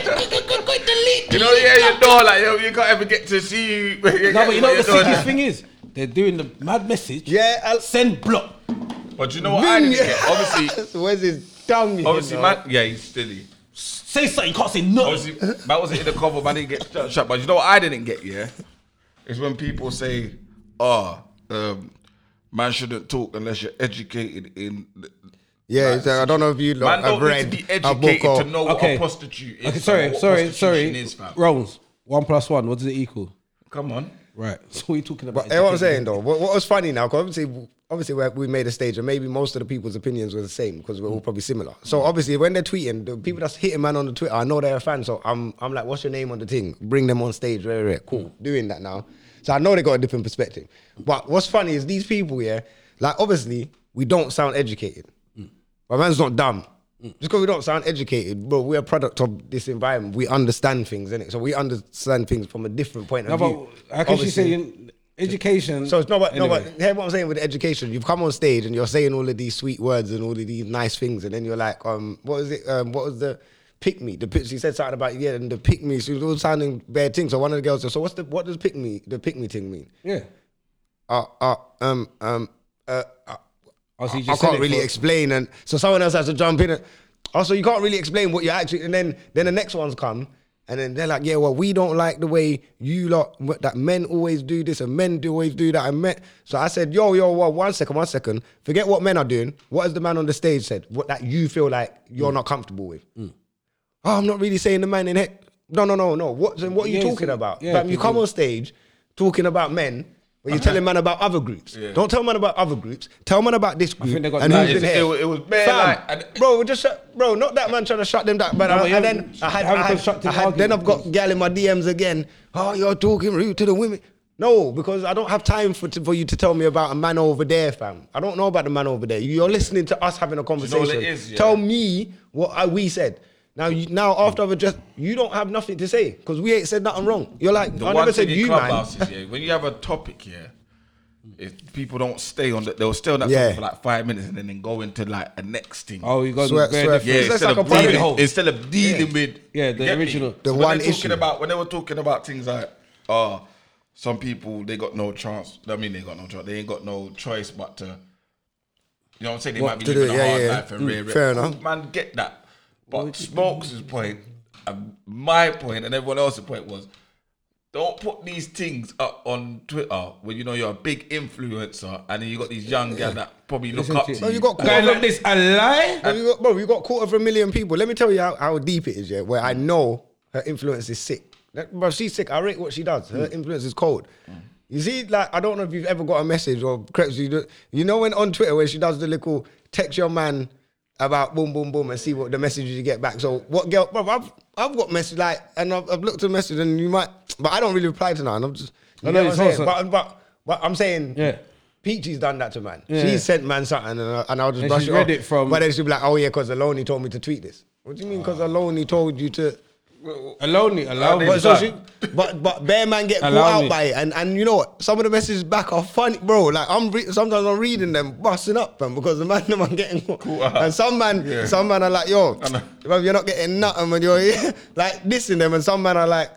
[SPEAKER 6] You know, yeah, your door like yo, you can't ever get to see you.
[SPEAKER 5] No, but you know what the
[SPEAKER 6] Your door,
[SPEAKER 5] sickest
[SPEAKER 6] like-
[SPEAKER 5] thing is? They're doing the mad message.
[SPEAKER 4] Yeah, I'll-
[SPEAKER 5] Send block.
[SPEAKER 6] But you know what I didn't get? Obviously,
[SPEAKER 4] where's his tongue? you
[SPEAKER 6] obviously,
[SPEAKER 4] know?
[SPEAKER 6] man. Yeah, he's silly.
[SPEAKER 5] Say something. You can't say no.
[SPEAKER 6] Obviously, that wasn't in the cover. Man, I didn't get shot, shot. But you know what I didn't get? Yeah, is when people say, "Oh, um, man shouldn't talk unless you're educated in." the-
[SPEAKER 4] Yeah, so I don't know if you lot
[SPEAKER 6] Man,
[SPEAKER 4] have
[SPEAKER 6] don't
[SPEAKER 4] read
[SPEAKER 6] need to be
[SPEAKER 4] a book
[SPEAKER 6] educated
[SPEAKER 4] or
[SPEAKER 6] to know what
[SPEAKER 5] Okay.
[SPEAKER 6] a prostitute is.
[SPEAKER 5] Okay,
[SPEAKER 6] and
[SPEAKER 5] sorry,
[SPEAKER 6] what
[SPEAKER 5] sorry,
[SPEAKER 6] prostitution
[SPEAKER 5] sorry.
[SPEAKER 6] is, fam.
[SPEAKER 5] Rones, one plus one. What does it equal?
[SPEAKER 6] Come on.
[SPEAKER 5] Right. So what are you talking about?
[SPEAKER 4] But eh, what I'm saying though, what, what was funny now, because obviously, obviously we're- we made a stage, and maybe most of the people's opinions were the same because we're
[SPEAKER 5] Mm.
[SPEAKER 4] all probably similar. So obviously, when they're tweeting, the people that's hitting man on the Twitter, I know they're a fan. So I'm, I'm like, what's your name on the thing? Bring them on stage, right, right, cool.
[SPEAKER 5] Mm.
[SPEAKER 4] Doing that now, so I know they got a different perspective. But what's funny is these people, yeah, like obviously we don't sound educated.
[SPEAKER 5] Mm.
[SPEAKER 4] My man's not dumb. Just because we don't sound educated, bro, we're a product of this environment. We understand things, innit? So we understand things from a different point
[SPEAKER 5] No,
[SPEAKER 4] of view.
[SPEAKER 5] but how can she
[SPEAKER 4] Obviously.
[SPEAKER 5] say in education?
[SPEAKER 4] So it's no, but no,
[SPEAKER 5] Anyway.
[SPEAKER 4] but hear what I'm saying with education. You've come on stage and you're saying all of these sweet words and all of these nice things, and then you're like, um, what is it? Um, what was the pick me? The pick, she said something about yeah, and the pick me. She was all sounding bad things. So one of the girls said, so what's the what does pick me? The pick me thing mean?
[SPEAKER 5] Yeah.
[SPEAKER 4] Uh, uh, um, um, uh, uh,
[SPEAKER 5] Oh, so you
[SPEAKER 4] I
[SPEAKER 5] just said
[SPEAKER 4] can't
[SPEAKER 5] it
[SPEAKER 4] really
[SPEAKER 5] for-
[SPEAKER 4] explain, and so someone else has to jump in. And, also, you can't really explain what you actually, and then then the next ones come, and then they're like, yeah, well, we don't like the way you lot what- that men always do this, and men do always do that, and men. So I said, yo, yo, well, one second, one second, forget what men are doing. What has the man on the stage said? What that you feel like
[SPEAKER 5] Hmm.
[SPEAKER 4] you're not comfortable with? Oh, I'm not really saying the man in head. No, no, no, no. What then what are you
[SPEAKER 5] Yeah,
[SPEAKER 4] talking
[SPEAKER 5] so-
[SPEAKER 4] about?
[SPEAKER 5] yeah,
[SPEAKER 4] Fam, you
[SPEAKER 5] people-
[SPEAKER 4] come on stage talking about men. But you're telling man about other groups. Don't tell man about other groups. Tell man about this group
[SPEAKER 5] think they got
[SPEAKER 4] and
[SPEAKER 5] that
[SPEAKER 4] who's
[SPEAKER 5] is-
[SPEAKER 4] in here.
[SPEAKER 6] it was- it was bare
[SPEAKER 4] Fam,
[SPEAKER 6] like- and-
[SPEAKER 4] bro, we just shut, bro, not that man trying to shut them down. But,
[SPEAKER 5] No,
[SPEAKER 4] I,
[SPEAKER 5] but
[SPEAKER 4] and
[SPEAKER 5] you
[SPEAKER 4] then I had,
[SPEAKER 5] have a
[SPEAKER 4] I had,
[SPEAKER 5] constructive
[SPEAKER 4] I had then
[SPEAKER 5] argument,
[SPEAKER 4] I've got
[SPEAKER 5] please.
[SPEAKER 4] gal in my DMs again. Oh, you're talking rude to the women. No, because I don't have time for for you to tell me about a man over there, fam. I don't know about the man over there. You're listening to us having a
[SPEAKER 6] know
[SPEAKER 4] conversation.
[SPEAKER 6] what it is, yeah?
[SPEAKER 4] Tell me what I, we said. Now, you, now after I've addressed, you don't have nothing to say because we ain't said nothing wrong. You're like,
[SPEAKER 6] The
[SPEAKER 4] I
[SPEAKER 6] one
[SPEAKER 4] never
[SPEAKER 6] thing
[SPEAKER 4] said
[SPEAKER 6] in
[SPEAKER 4] you, man.
[SPEAKER 6] clubhouses, yeah, when you have a topic, yeah, if people don't stay on that, they'll stay on that
[SPEAKER 4] Yeah.
[SPEAKER 6] topic for like five minutes and then, then go into like a next thing.
[SPEAKER 5] Oh, you got
[SPEAKER 4] Swear-
[SPEAKER 5] very
[SPEAKER 4] swear-
[SPEAKER 5] different.
[SPEAKER 6] yeah,
[SPEAKER 4] it's
[SPEAKER 6] instead,
[SPEAKER 4] like
[SPEAKER 6] of
[SPEAKER 4] a
[SPEAKER 6] dealing,
[SPEAKER 4] private hole.
[SPEAKER 6] instead of dealing with
[SPEAKER 5] Yeah, the
[SPEAKER 6] you get me?
[SPEAKER 5] original.
[SPEAKER 4] The
[SPEAKER 6] So when
[SPEAKER 4] one
[SPEAKER 6] they're
[SPEAKER 4] issue.
[SPEAKER 6] talking about when they were talking about things like, oh, some people they got no chance. I mean, they got no chance. They ain't got no choice but to. You know what I'm saying? They
[SPEAKER 4] What
[SPEAKER 6] might be
[SPEAKER 4] to do,
[SPEAKER 6] living a
[SPEAKER 4] yeah,
[SPEAKER 6] hard
[SPEAKER 4] yeah, yeah.
[SPEAKER 6] life and
[SPEAKER 4] Mm,
[SPEAKER 6] rear it.
[SPEAKER 4] fair enough.
[SPEAKER 6] Man, get that. But Smokes' point, and my point, and everyone else's point was, don't put these things up on Twitter when you know you're a big influencer and then you got these young guys that probably look
[SPEAKER 5] Listen
[SPEAKER 6] up
[SPEAKER 5] to
[SPEAKER 6] to
[SPEAKER 5] you.
[SPEAKER 6] you.
[SPEAKER 4] No, you got
[SPEAKER 5] A guy like this, a lie?
[SPEAKER 4] Bro, you got, bro, you got quarter of a million people. Let me tell you how, how deep it is, yeah, where I know her influence is sick. That, bro, she's sick. I rate what she does. Her influence is cold. You see, like, I don't know if you've ever got a message or correct, you, do, you know when on Twitter where she does the little text your man about boom, boom, boom and see what the messages you get back. So what girl, bro, I've, I've got message like, and I've, I've looked at message and you might, but I don't really reply to none. I'm just,
[SPEAKER 5] No,
[SPEAKER 4] you
[SPEAKER 5] no,
[SPEAKER 4] know
[SPEAKER 5] it's
[SPEAKER 4] what I'm saying?
[SPEAKER 5] also-
[SPEAKER 4] But, but, but I'm saying,
[SPEAKER 5] Yeah.
[SPEAKER 4] Peachy's done that to man.
[SPEAKER 5] Yeah.
[SPEAKER 4] She sent man something and, I- and I'll just
[SPEAKER 5] And
[SPEAKER 4] brush
[SPEAKER 5] she's
[SPEAKER 4] it off.
[SPEAKER 5] read it from- Ah.
[SPEAKER 4] But then she'll be like, oh yeah, because Aloni told me to tweet this. What do you mean? Because Aloni told you to.
[SPEAKER 5] Alone, allow
[SPEAKER 6] Well,
[SPEAKER 5] me.
[SPEAKER 4] But,
[SPEAKER 6] it's
[SPEAKER 4] so
[SPEAKER 6] like-
[SPEAKER 4] she, but but bear man get caught
[SPEAKER 5] Allow
[SPEAKER 4] out
[SPEAKER 5] me.
[SPEAKER 4] by it, and and you know what? Some of the messages back are funny, bro. Like I'm re- sometimes I'm reading them, busting up, man, because the man them are getting caught.
[SPEAKER 6] out.
[SPEAKER 4] And some man,
[SPEAKER 6] Yeah.
[SPEAKER 4] some man are like, yo,
[SPEAKER 6] know.
[SPEAKER 4] bruv, you're not getting nothing when you're here. like dissing them, and some man are like.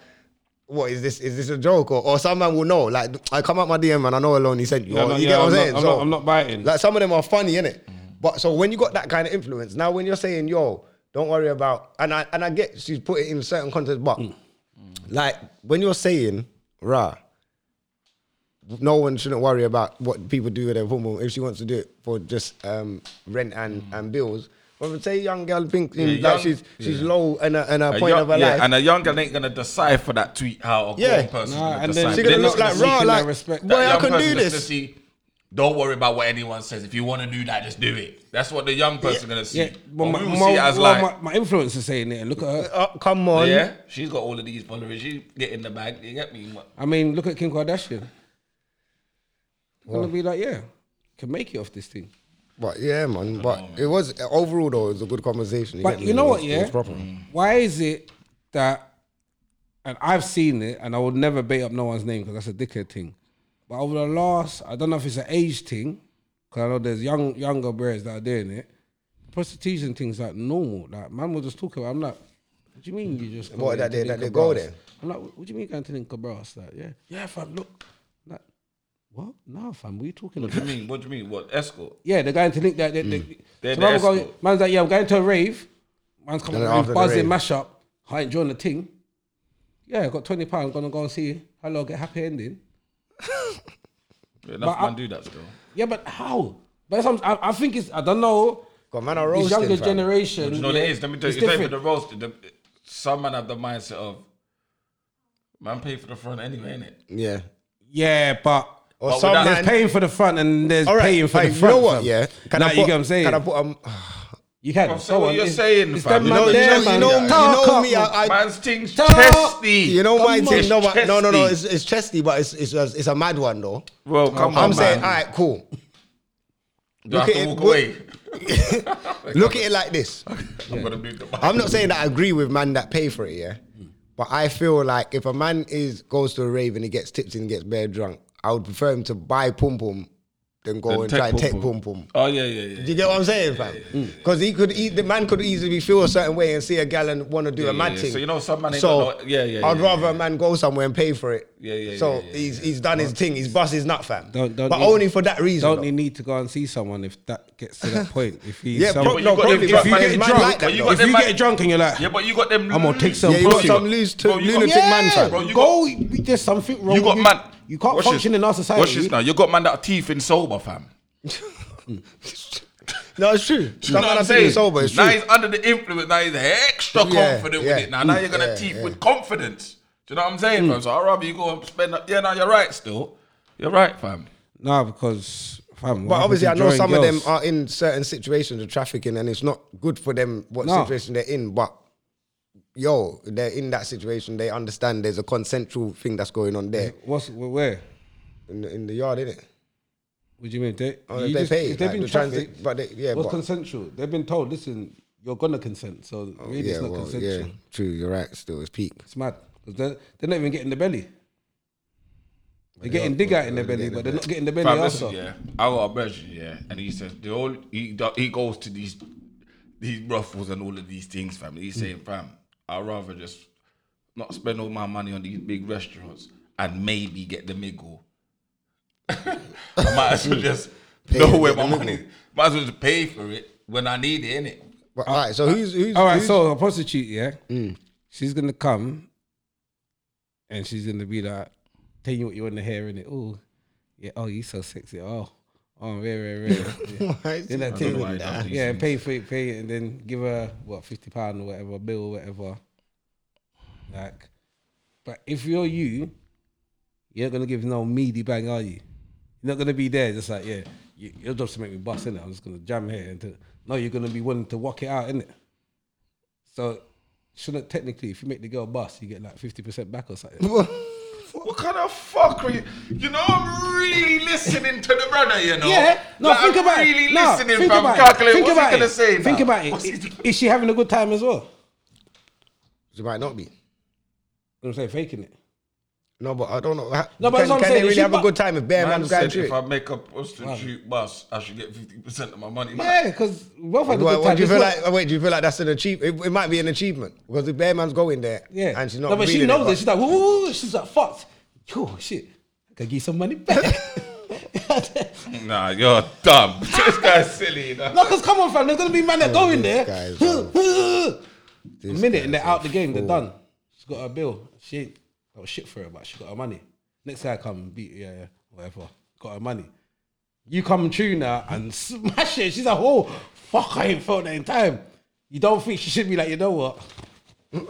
[SPEAKER 4] What is this? Is this a joke? Or, or some man will know. Like I come out my DM and I know Aloni sent you.
[SPEAKER 5] Yeah,
[SPEAKER 4] Or
[SPEAKER 5] no,
[SPEAKER 4] you
[SPEAKER 5] yeah,
[SPEAKER 4] get what I'm,
[SPEAKER 5] I'm not-
[SPEAKER 4] saying?
[SPEAKER 5] I'm
[SPEAKER 4] So-
[SPEAKER 5] not- I'm not biting.
[SPEAKER 4] Like some of them are funny, innit? But so when you got that kind of influence, now when you're saying, yo, don't worry about and I and I get she's put it in certain context, but
[SPEAKER 5] Mm.
[SPEAKER 4] like when you're saying, rah, no one shouldn't worry about what people do with their woman if she wants to do it for just um, rent and, and bills. But say young girl thinks like
[SPEAKER 6] young-
[SPEAKER 4] she's she's low and a, and a, point
[SPEAKER 6] young,
[SPEAKER 4] of her
[SPEAKER 6] yeah,
[SPEAKER 4] life.
[SPEAKER 6] and a young girl ain't gonna decipher that tweet how a
[SPEAKER 4] Yeah.
[SPEAKER 6] grown person's
[SPEAKER 5] Nah,
[SPEAKER 6] gonna
[SPEAKER 5] and then-
[SPEAKER 6] decipher.
[SPEAKER 4] she
[SPEAKER 5] they're
[SPEAKER 4] gonna
[SPEAKER 6] They're
[SPEAKER 4] look
[SPEAKER 6] not
[SPEAKER 4] like
[SPEAKER 6] see
[SPEAKER 4] raw,
[SPEAKER 5] seeking
[SPEAKER 4] like
[SPEAKER 5] that respect.
[SPEAKER 4] boy,
[SPEAKER 6] that
[SPEAKER 4] I
[SPEAKER 6] young
[SPEAKER 4] can do
[SPEAKER 6] person's gonna
[SPEAKER 4] this.
[SPEAKER 6] see, don't worry about what anyone says. If you want to do that, just do it. That's what the young person's gonna see.
[SPEAKER 5] Yeah,
[SPEAKER 6] But
[SPEAKER 5] well, my,
[SPEAKER 6] we will
[SPEAKER 5] my,
[SPEAKER 6] see it as
[SPEAKER 5] well,
[SPEAKER 6] like,
[SPEAKER 5] my, my influencer saying it. and Look at her.
[SPEAKER 4] Oh, come on,
[SPEAKER 6] yeah, she's got all of these followers. She get in the bag. You get me?
[SPEAKER 5] I mean, look at Kim Kardashian. You're gonna be like, yeah, can make it off this thing.
[SPEAKER 4] but yeah, man. But it was overall though, it was a good conversation.
[SPEAKER 5] But
[SPEAKER 4] get
[SPEAKER 5] you
[SPEAKER 4] me?
[SPEAKER 5] know
[SPEAKER 4] It
[SPEAKER 5] what?
[SPEAKER 4] was- it
[SPEAKER 5] Yeah.
[SPEAKER 4] was proper.
[SPEAKER 5] Why is it that and I've seen it, and I would never bait up no one's name because that's a dickhead thing. But over the last, I don't know if it's an age thing, because I know there's young younger brothers that are doing it. Prostitution things like normal. Like man will just talk about. it. I'm like, what do you mean you just?
[SPEAKER 4] What,
[SPEAKER 5] going
[SPEAKER 4] that
[SPEAKER 5] to
[SPEAKER 4] they- that they
[SPEAKER 5] Lincoln
[SPEAKER 4] go
[SPEAKER 5] Brass?"
[SPEAKER 4] there?
[SPEAKER 5] I'm like, what do you mean going to Lincoln Brass? Like, yeah, yeah, fam. Look, like, what? No, fam. What are you talking
[SPEAKER 6] What do
[SPEAKER 5] about?
[SPEAKER 6] you mean? What do you mean? What escort?
[SPEAKER 5] Yeah, they're going to link that. They, they,
[SPEAKER 4] Mm.
[SPEAKER 6] They're
[SPEAKER 5] so
[SPEAKER 6] the
[SPEAKER 5] man will go-
[SPEAKER 6] escort.
[SPEAKER 5] man's like, yeah, I'm going to a rave. Man's coming
[SPEAKER 4] And then
[SPEAKER 5] up
[SPEAKER 4] after
[SPEAKER 5] with
[SPEAKER 4] the
[SPEAKER 5] buzzing
[SPEAKER 4] rave.
[SPEAKER 5] mashup. I ain't joined the thing. Yeah, I got twenty pounds. Gonna go and see. you. Hello, get happy ending.
[SPEAKER 6] Enough
[SPEAKER 5] But I-
[SPEAKER 6] man do that still.
[SPEAKER 5] Yeah, but how? But some, I, I think it's. I don't know.
[SPEAKER 4] Got man are
[SPEAKER 5] This
[SPEAKER 4] roasting.
[SPEAKER 5] younger
[SPEAKER 4] fam.
[SPEAKER 5] generation.
[SPEAKER 6] You know what
[SPEAKER 5] yeah,
[SPEAKER 6] it is? Let me tell
[SPEAKER 5] it's
[SPEAKER 6] you, you pay for
[SPEAKER 5] different.
[SPEAKER 6] the roast. The, some man have the mindset of, man, pay for the front anyway, innit?
[SPEAKER 4] Yeah.
[SPEAKER 5] Yeah, but
[SPEAKER 4] Or
[SPEAKER 6] But
[SPEAKER 4] some
[SPEAKER 6] without-
[SPEAKER 4] man.
[SPEAKER 5] there's paying for the front and there's
[SPEAKER 4] All right,
[SPEAKER 5] paying for
[SPEAKER 4] like,
[SPEAKER 5] the front.
[SPEAKER 4] You know what?
[SPEAKER 5] fam.
[SPEAKER 4] Yeah.
[SPEAKER 5] Nah, you
[SPEAKER 4] put-
[SPEAKER 5] get what I'm saying?
[SPEAKER 4] Can I put um?
[SPEAKER 5] you can.
[SPEAKER 6] Fam, say
[SPEAKER 5] go
[SPEAKER 6] what
[SPEAKER 5] on,
[SPEAKER 6] you're
[SPEAKER 5] it's-
[SPEAKER 6] saying,
[SPEAKER 5] it's
[SPEAKER 6] fam.
[SPEAKER 5] them
[SPEAKER 6] You
[SPEAKER 4] You
[SPEAKER 5] man
[SPEAKER 4] know, you
[SPEAKER 5] there,
[SPEAKER 4] know, you
[SPEAKER 5] man.
[SPEAKER 4] know, you know
[SPEAKER 5] Talk
[SPEAKER 4] me.
[SPEAKER 5] up,
[SPEAKER 4] I, I
[SPEAKER 6] Man's thing's
[SPEAKER 5] Talk.
[SPEAKER 6] chesty.
[SPEAKER 4] you know my
[SPEAKER 5] Come
[SPEAKER 4] thing.
[SPEAKER 6] on.
[SPEAKER 4] No, but no, no, no. It's
[SPEAKER 6] Chesty.
[SPEAKER 4] it's chesty, but it's it's a, it's a mad one though. Um,
[SPEAKER 6] Well, come on,
[SPEAKER 4] I'm saying, all
[SPEAKER 6] man.
[SPEAKER 4] right, cool.
[SPEAKER 6] Do I have
[SPEAKER 4] look
[SPEAKER 6] to
[SPEAKER 4] at it,
[SPEAKER 6] walk
[SPEAKER 4] what-
[SPEAKER 6] away?
[SPEAKER 4] Look at it like this.
[SPEAKER 6] I'm gonna move the
[SPEAKER 4] I'm not saying that I agree with man that pay for it, yeah. But I feel like if a man is goes to a rave and he gets tips and gets bare drunk, I would prefer him to buy pum pum than go and
[SPEAKER 6] take
[SPEAKER 4] try and take
[SPEAKER 6] pum-pum.
[SPEAKER 4] pum pum.
[SPEAKER 6] Oh yeah, yeah, yeah.
[SPEAKER 4] Do you get what I'm saying, fam? Because he could, e- the man could easily feel a certain way and see a gal and want to do
[SPEAKER 6] Yeah,
[SPEAKER 4] a mad
[SPEAKER 6] yeah, yeah.
[SPEAKER 4] thing.
[SPEAKER 6] So you know some man ain't
[SPEAKER 4] So
[SPEAKER 6] got no- yeah, yeah,
[SPEAKER 4] I'd
[SPEAKER 6] yeah,
[SPEAKER 4] rather
[SPEAKER 6] yeah,
[SPEAKER 4] a man go somewhere and pay for it.
[SPEAKER 6] Yeah, yeah,
[SPEAKER 4] So
[SPEAKER 6] yeah, yeah,
[SPEAKER 4] he's he's done his thing. He's bust his nut, fam.
[SPEAKER 5] Don't- don't
[SPEAKER 4] but
[SPEAKER 5] need-
[SPEAKER 4] only for that reason.
[SPEAKER 5] Don't
[SPEAKER 4] though.
[SPEAKER 5] you need to go and see someone if that gets to that point? If he's
[SPEAKER 4] Yeah,
[SPEAKER 5] some-
[SPEAKER 4] pro-
[SPEAKER 6] But
[SPEAKER 4] no,
[SPEAKER 6] you got-
[SPEAKER 4] probably,
[SPEAKER 6] if-
[SPEAKER 4] but
[SPEAKER 6] if you
[SPEAKER 4] man,
[SPEAKER 6] get
[SPEAKER 4] it's mad
[SPEAKER 6] drunk-
[SPEAKER 4] like
[SPEAKER 6] but
[SPEAKER 4] that.
[SPEAKER 6] you
[SPEAKER 4] though.
[SPEAKER 6] got
[SPEAKER 5] if you
[SPEAKER 6] them man-
[SPEAKER 5] get drunk and you're like,
[SPEAKER 6] Yeah, but you got them.
[SPEAKER 5] I'm gonna take some
[SPEAKER 4] Yeah, you got
[SPEAKER 5] pussy.
[SPEAKER 4] some loose,
[SPEAKER 6] Bro, you got-
[SPEAKER 4] lunatic man, fam.
[SPEAKER 6] Bro, you
[SPEAKER 5] go. we- There's something wrong.
[SPEAKER 6] You got
[SPEAKER 5] with
[SPEAKER 6] man.
[SPEAKER 5] You can't
[SPEAKER 6] Watch
[SPEAKER 5] function
[SPEAKER 6] this.
[SPEAKER 5] in our society.
[SPEAKER 6] Watch this now. You got man that are teeth in sober, fam.
[SPEAKER 4] No, it's true.
[SPEAKER 6] You know
[SPEAKER 4] Some
[SPEAKER 6] what
[SPEAKER 4] man
[SPEAKER 6] I'm
[SPEAKER 4] have to be
[SPEAKER 6] saying?
[SPEAKER 4] sober. It's
[SPEAKER 6] now
[SPEAKER 4] true.
[SPEAKER 6] he's under the influence. Now he's extra
[SPEAKER 4] Yeah,
[SPEAKER 6] confident
[SPEAKER 4] yeah.
[SPEAKER 6] with it. Now, now you're gonna
[SPEAKER 4] Yeah,
[SPEAKER 6] teeth
[SPEAKER 4] yeah. Mm.
[SPEAKER 6] with confidence. Do you know what I'm saying, fam? So I'd rather you go and spend. Yeah, now you're right. Still, you're right, fam.
[SPEAKER 5] Nah, because fam.
[SPEAKER 4] But obviously, I know some of them are in certain situations of trafficking, and it's not good for them what
[SPEAKER 5] No.
[SPEAKER 4] situation they're in. But yo, they're in that situation. They understand there's a consensual thing that's going on there
[SPEAKER 5] What's where?
[SPEAKER 6] Mm-hmm.
[SPEAKER 4] in the, in the yard, innit?
[SPEAKER 5] What do you mean? They,
[SPEAKER 4] Oh,
[SPEAKER 5] you
[SPEAKER 4] they
[SPEAKER 5] just-
[SPEAKER 4] pay,
[SPEAKER 5] if they've
[SPEAKER 4] like,
[SPEAKER 5] been
[SPEAKER 4] the transit-
[SPEAKER 5] trafficked,
[SPEAKER 4] but they- yeah,
[SPEAKER 5] what's
[SPEAKER 4] but-
[SPEAKER 5] consensual? They've been told, listen, you're gonna consent, so really
[SPEAKER 4] Oh, yeah,
[SPEAKER 5] it's not
[SPEAKER 4] well,
[SPEAKER 5] consensual.
[SPEAKER 4] yeah, true. You're right. Still, it's peak.
[SPEAKER 5] It's mad 'Cause they're, they're not even getting the belly. They're getting dig out in their belly, but they're not getting the belly
[SPEAKER 6] Fam,
[SPEAKER 5] also.
[SPEAKER 6] listen, yeah. I got a version, yeah, and he says the all he do- he goes to these these ruffles and all of these things, fam. He's saying,
[SPEAKER 5] Mm.
[SPEAKER 6] fam, I'd rather just not spend all my money on these big restaurants and maybe get the miggle. I might as well just know
[SPEAKER 4] and
[SPEAKER 6] where
[SPEAKER 4] get the
[SPEAKER 6] my money. Might as well just pay for it when I need it, innit?
[SPEAKER 5] Uh,
[SPEAKER 4] But all right, so who's who's
[SPEAKER 5] All right,
[SPEAKER 4] who's-
[SPEAKER 5] so a prostitute, yeah, she's gonna come, and she's gonna be like, tell you what you want to hear in it. Oh, yeah. Oh, you so sexy. Oh, oh, rare, rare, rare. Yeah,
[SPEAKER 4] Why is he-
[SPEAKER 5] Then that
[SPEAKER 6] don't
[SPEAKER 5] thing,
[SPEAKER 6] know why he does these
[SPEAKER 5] yeah,
[SPEAKER 6] things.
[SPEAKER 5] pay for it, pay it, and then give her what fifty pound or whatever bill or whatever. Like, but if you're you, you're not gonna give no meaty bang, are you? You're not gonna be there just like yeah. You, your job's to make me bust in it. I'm just gonna jam here and to, no, you're gonna be wanting to walk it out in it. So, shouldn't technically, if you make the girl bust, you get like fifty percent back or something.
[SPEAKER 6] What kind of fuckery? You know, I'm really listening to the brother, you know?
[SPEAKER 5] Yeah, no,
[SPEAKER 6] Like,
[SPEAKER 5] think
[SPEAKER 6] I'm
[SPEAKER 5] about
[SPEAKER 6] really
[SPEAKER 5] it. No,
[SPEAKER 6] listening,
[SPEAKER 5] think
[SPEAKER 6] fam.
[SPEAKER 5] about it.
[SPEAKER 6] Calculate
[SPEAKER 5] Think
[SPEAKER 6] what's
[SPEAKER 5] about
[SPEAKER 6] he gonna
[SPEAKER 5] it.
[SPEAKER 6] say
[SPEAKER 5] Think
[SPEAKER 6] now?
[SPEAKER 5] about
[SPEAKER 6] What's he
[SPEAKER 5] it.
[SPEAKER 6] doing?
[SPEAKER 5] I- Is she having a good time as well?
[SPEAKER 4] She might not be.
[SPEAKER 5] I'm saying faking it.
[SPEAKER 4] No, but I don't know. Ha-
[SPEAKER 5] No, but
[SPEAKER 4] can,
[SPEAKER 5] that's what I'm
[SPEAKER 4] can
[SPEAKER 5] saying,
[SPEAKER 4] they
[SPEAKER 5] if
[SPEAKER 4] really
[SPEAKER 5] you
[SPEAKER 4] have a
[SPEAKER 5] bu-
[SPEAKER 4] good time if bare
[SPEAKER 6] Man
[SPEAKER 4] man's going
[SPEAKER 6] said
[SPEAKER 4] through
[SPEAKER 6] if I
[SPEAKER 4] it?
[SPEAKER 6] make a prostitute bus, I should get fifty percent of my money. back.
[SPEAKER 5] Yeah, because both had a
[SPEAKER 4] What,
[SPEAKER 5] good
[SPEAKER 4] what
[SPEAKER 5] time.
[SPEAKER 4] do you
[SPEAKER 5] It's
[SPEAKER 4] feel
[SPEAKER 5] not-
[SPEAKER 4] like? Wait, do you feel like that's an achievement? It, it might be an achievement because if bare man's going there,
[SPEAKER 5] Yeah,
[SPEAKER 4] and she's not.
[SPEAKER 5] No, but she
[SPEAKER 4] feeling
[SPEAKER 5] knows
[SPEAKER 4] it,
[SPEAKER 5] it. She's like, woo, she's like, fucked. Oh shit, I can give you some money back.
[SPEAKER 6] Nah, you're dumb. this guy's silly. You know?
[SPEAKER 5] no, because come on, fam, there's gonna be man that go in there.
[SPEAKER 4] Oh, this guy's
[SPEAKER 5] a minute and they're out the game. They're done. She's got her bill. She ain't that was shit for her, but she got her money. Next guy come beat yeah, yeah whatever. Got her money. You come tune her and smash it. She's like, oh fuck, I ain't felt that in time. You don't think she should be like, you know what?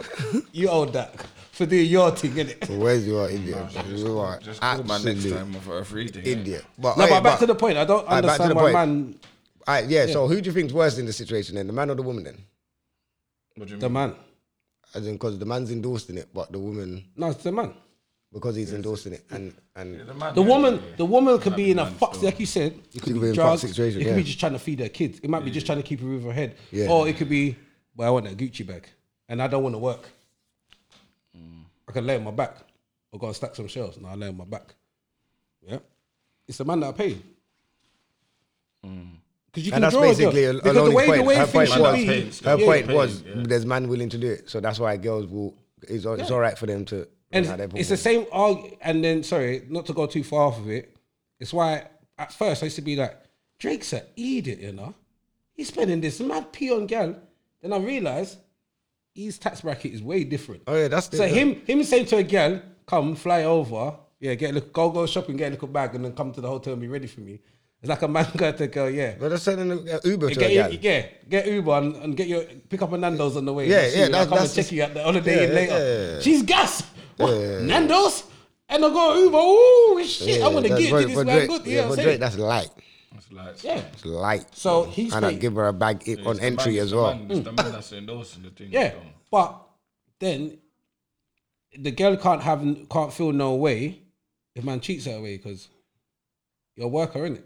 [SPEAKER 5] you owe that for doing your thing, innit?
[SPEAKER 4] But where's your idiot? you are
[SPEAKER 6] Just call my next
[SPEAKER 4] absolute
[SPEAKER 6] time for a free thing.
[SPEAKER 4] idiot. But,
[SPEAKER 5] No,
[SPEAKER 4] hey,
[SPEAKER 5] but back to the point. I don't
[SPEAKER 4] Aye, back to
[SPEAKER 5] understand
[SPEAKER 4] the
[SPEAKER 5] why
[SPEAKER 4] point.
[SPEAKER 5] man,
[SPEAKER 4] Aye, yeah, So who do you think's worse in the situation then, the man or the woman then?
[SPEAKER 6] What do you
[SPEAKER 5] the
[SPEAKER 6] mean?
[SPEAKER 5] man.
[SPEAKER 4] As in, because the man's endorsing it, but the woman
[SPEAKER 5] No, it's the man.
[SPEAKER 4] because he's endorsing it, and and
[SPEAKER 6] The, man,
[SPEAKER 5] The
[SPEAKER 6] yeah,
[SPEAKER 5] woman,
[SPEAKER 6] yeah.
[SPEAKER 5] the woman could be in a
[SPEAKER 6] man
[SPEAKER 5] fuck,
[SPEAKER 6] still.
[SPEAKER 5] like you said. It
[SPEAKER 4] could
[SPEAKER 5] could
[SPEAKER 4] be
[SPEAKER 5] be
[SPEAKER 4] in fuck
[SPEAKER 5] drugs.
[SPEAKER 4] situation,
[SPEAKER 5] It could
[SPEAKER 4] yeah.
[SPEAKER 5] be just trying to feed her kids. It might be just trying to keep her with her head.
[SPEAKER 4] Yeah. Mm.
[SPEAKER 5] Or it could be, well, I want that Gucci bag, and I don't want to work. I can lay on my back. I gotta stack some shelves. Now I lay on my back. Yeah, it's the man that I pay. Because you
[SPEAKER 4] And
[SPEAKER 5] can
[SPEAKER 4] that's
[SPEAKER 5] draw a girl.
[SPEAKER 4] basically a, a
[SPEAKER 5] Because the
[SPEAKER 4] loading
[SPEAKER 5] way the
[SPEAKER 4] point.
[SPEAKER 5] way
[SPEAKER 4] Mm. her
[SPEAKER 5] things
[SPEAKER 4] point
[SPEAKER 5] should
[SPEAKER 4] was,
[SPEAKER 5] be.
[SPEAKER 4] her
[SPEAKER 5] yeah.
[SPEAKER 4] point was there's man willing to do it, so that's why girls will. It's, all- it's all right for them to.
[SPEAKER 5] And
[SPEAKER 4] run out their
[SPEAKER 5] it's the
[SPEAKER 4] bubble.
[SPEAKER 5] same arg- and then sorry, not to go too far off of it. It's why at first I used to be like, Drake's an idiot, you know. He's spending this mad pee on gal. Then I realised his tax bracket is way different.
[SPEAKER 4] Oh yeah, that's the,
[SPEAKER 5] So him him saying to a gal, come fly over, yeah, get a little, go go shopping, get a little bag, and then come to the hotel and be ready for me. It's like a man going to go, yeah.
[SPEAKER 4] But they're sending an Uber to
[SPEAKER 5] Get,
[SPEAKER 4] a gal.
[SPEAKER 5] yeah, get Uber and, and get your pick up a Nando's on the way.
[SPEAKER 4] Yeah,
[SPEAKER 5] Let's see
[SPEAKER 4] yeah,
[SPEAKER 5] you.
[SPEAKER 4] that's-
[SPEAKER 5] I'll come and
[SPEAKER 4] that's
[SPEAKER 5] check
[SPEAKER 4] just-
[SPEAKER 5] you at the holiday
[SPEAKER 4] yeah,
[SPEAKER 5] Inn
[SPEAKER 4] yeah,
[SPEAKER 5] later.
[SPEAKER 4] yeah, yeah.
[SPEAKER 5] She's gas. What?
[SPEAKER 4] Yeah, yeah, yeah.
[SPEAKER 5] Nando's and I go Uber. Oh shit,
[SPEAKER 4] Yeah,
[SPEAKER 5] I want to
[SPEAKER 4] that's
[SPEAKER 5] get
[SPEAKER 4] right,
[SPEAKER 5] to this
[SPEAKER 4] for
[SPEAKER 5] man.
[SPEAKER 4] Drake-
[SPEAKER 5] good. Yeah,
[SPEAKER 4] yeah,
[SPEAKER 5] I'm
[SPEAKER 4] for
[SPEAKER 5] saying.
[SPEAKER 4] Drake, that's light.
[SPEAKER 6] It's like,
[SPEAKER 5] yeah,
[SPEAKER 4] It's light.
[SPEAKER 5] So he's
[SPEAKER 4] and I
[SPEAKER 5] saying-
[SPEAKER 4] give her a bag i- on
[SPEAKER 6] It's the
[SPEAKER 4] entry
[SPEAKER 6] man-
[SPEAKER 4] as
[SPEAKER 6] it's the
[SPEAKER 4] well.
[SPEAKER 6] man- It's the man that's endorsing the thing.
[SPEAKER 5] yeah.
[SPEAKER 6] though.
[SPEAKER 5] But then the girl can't have can't feel no way if man cheats her away because you're a worker, innit?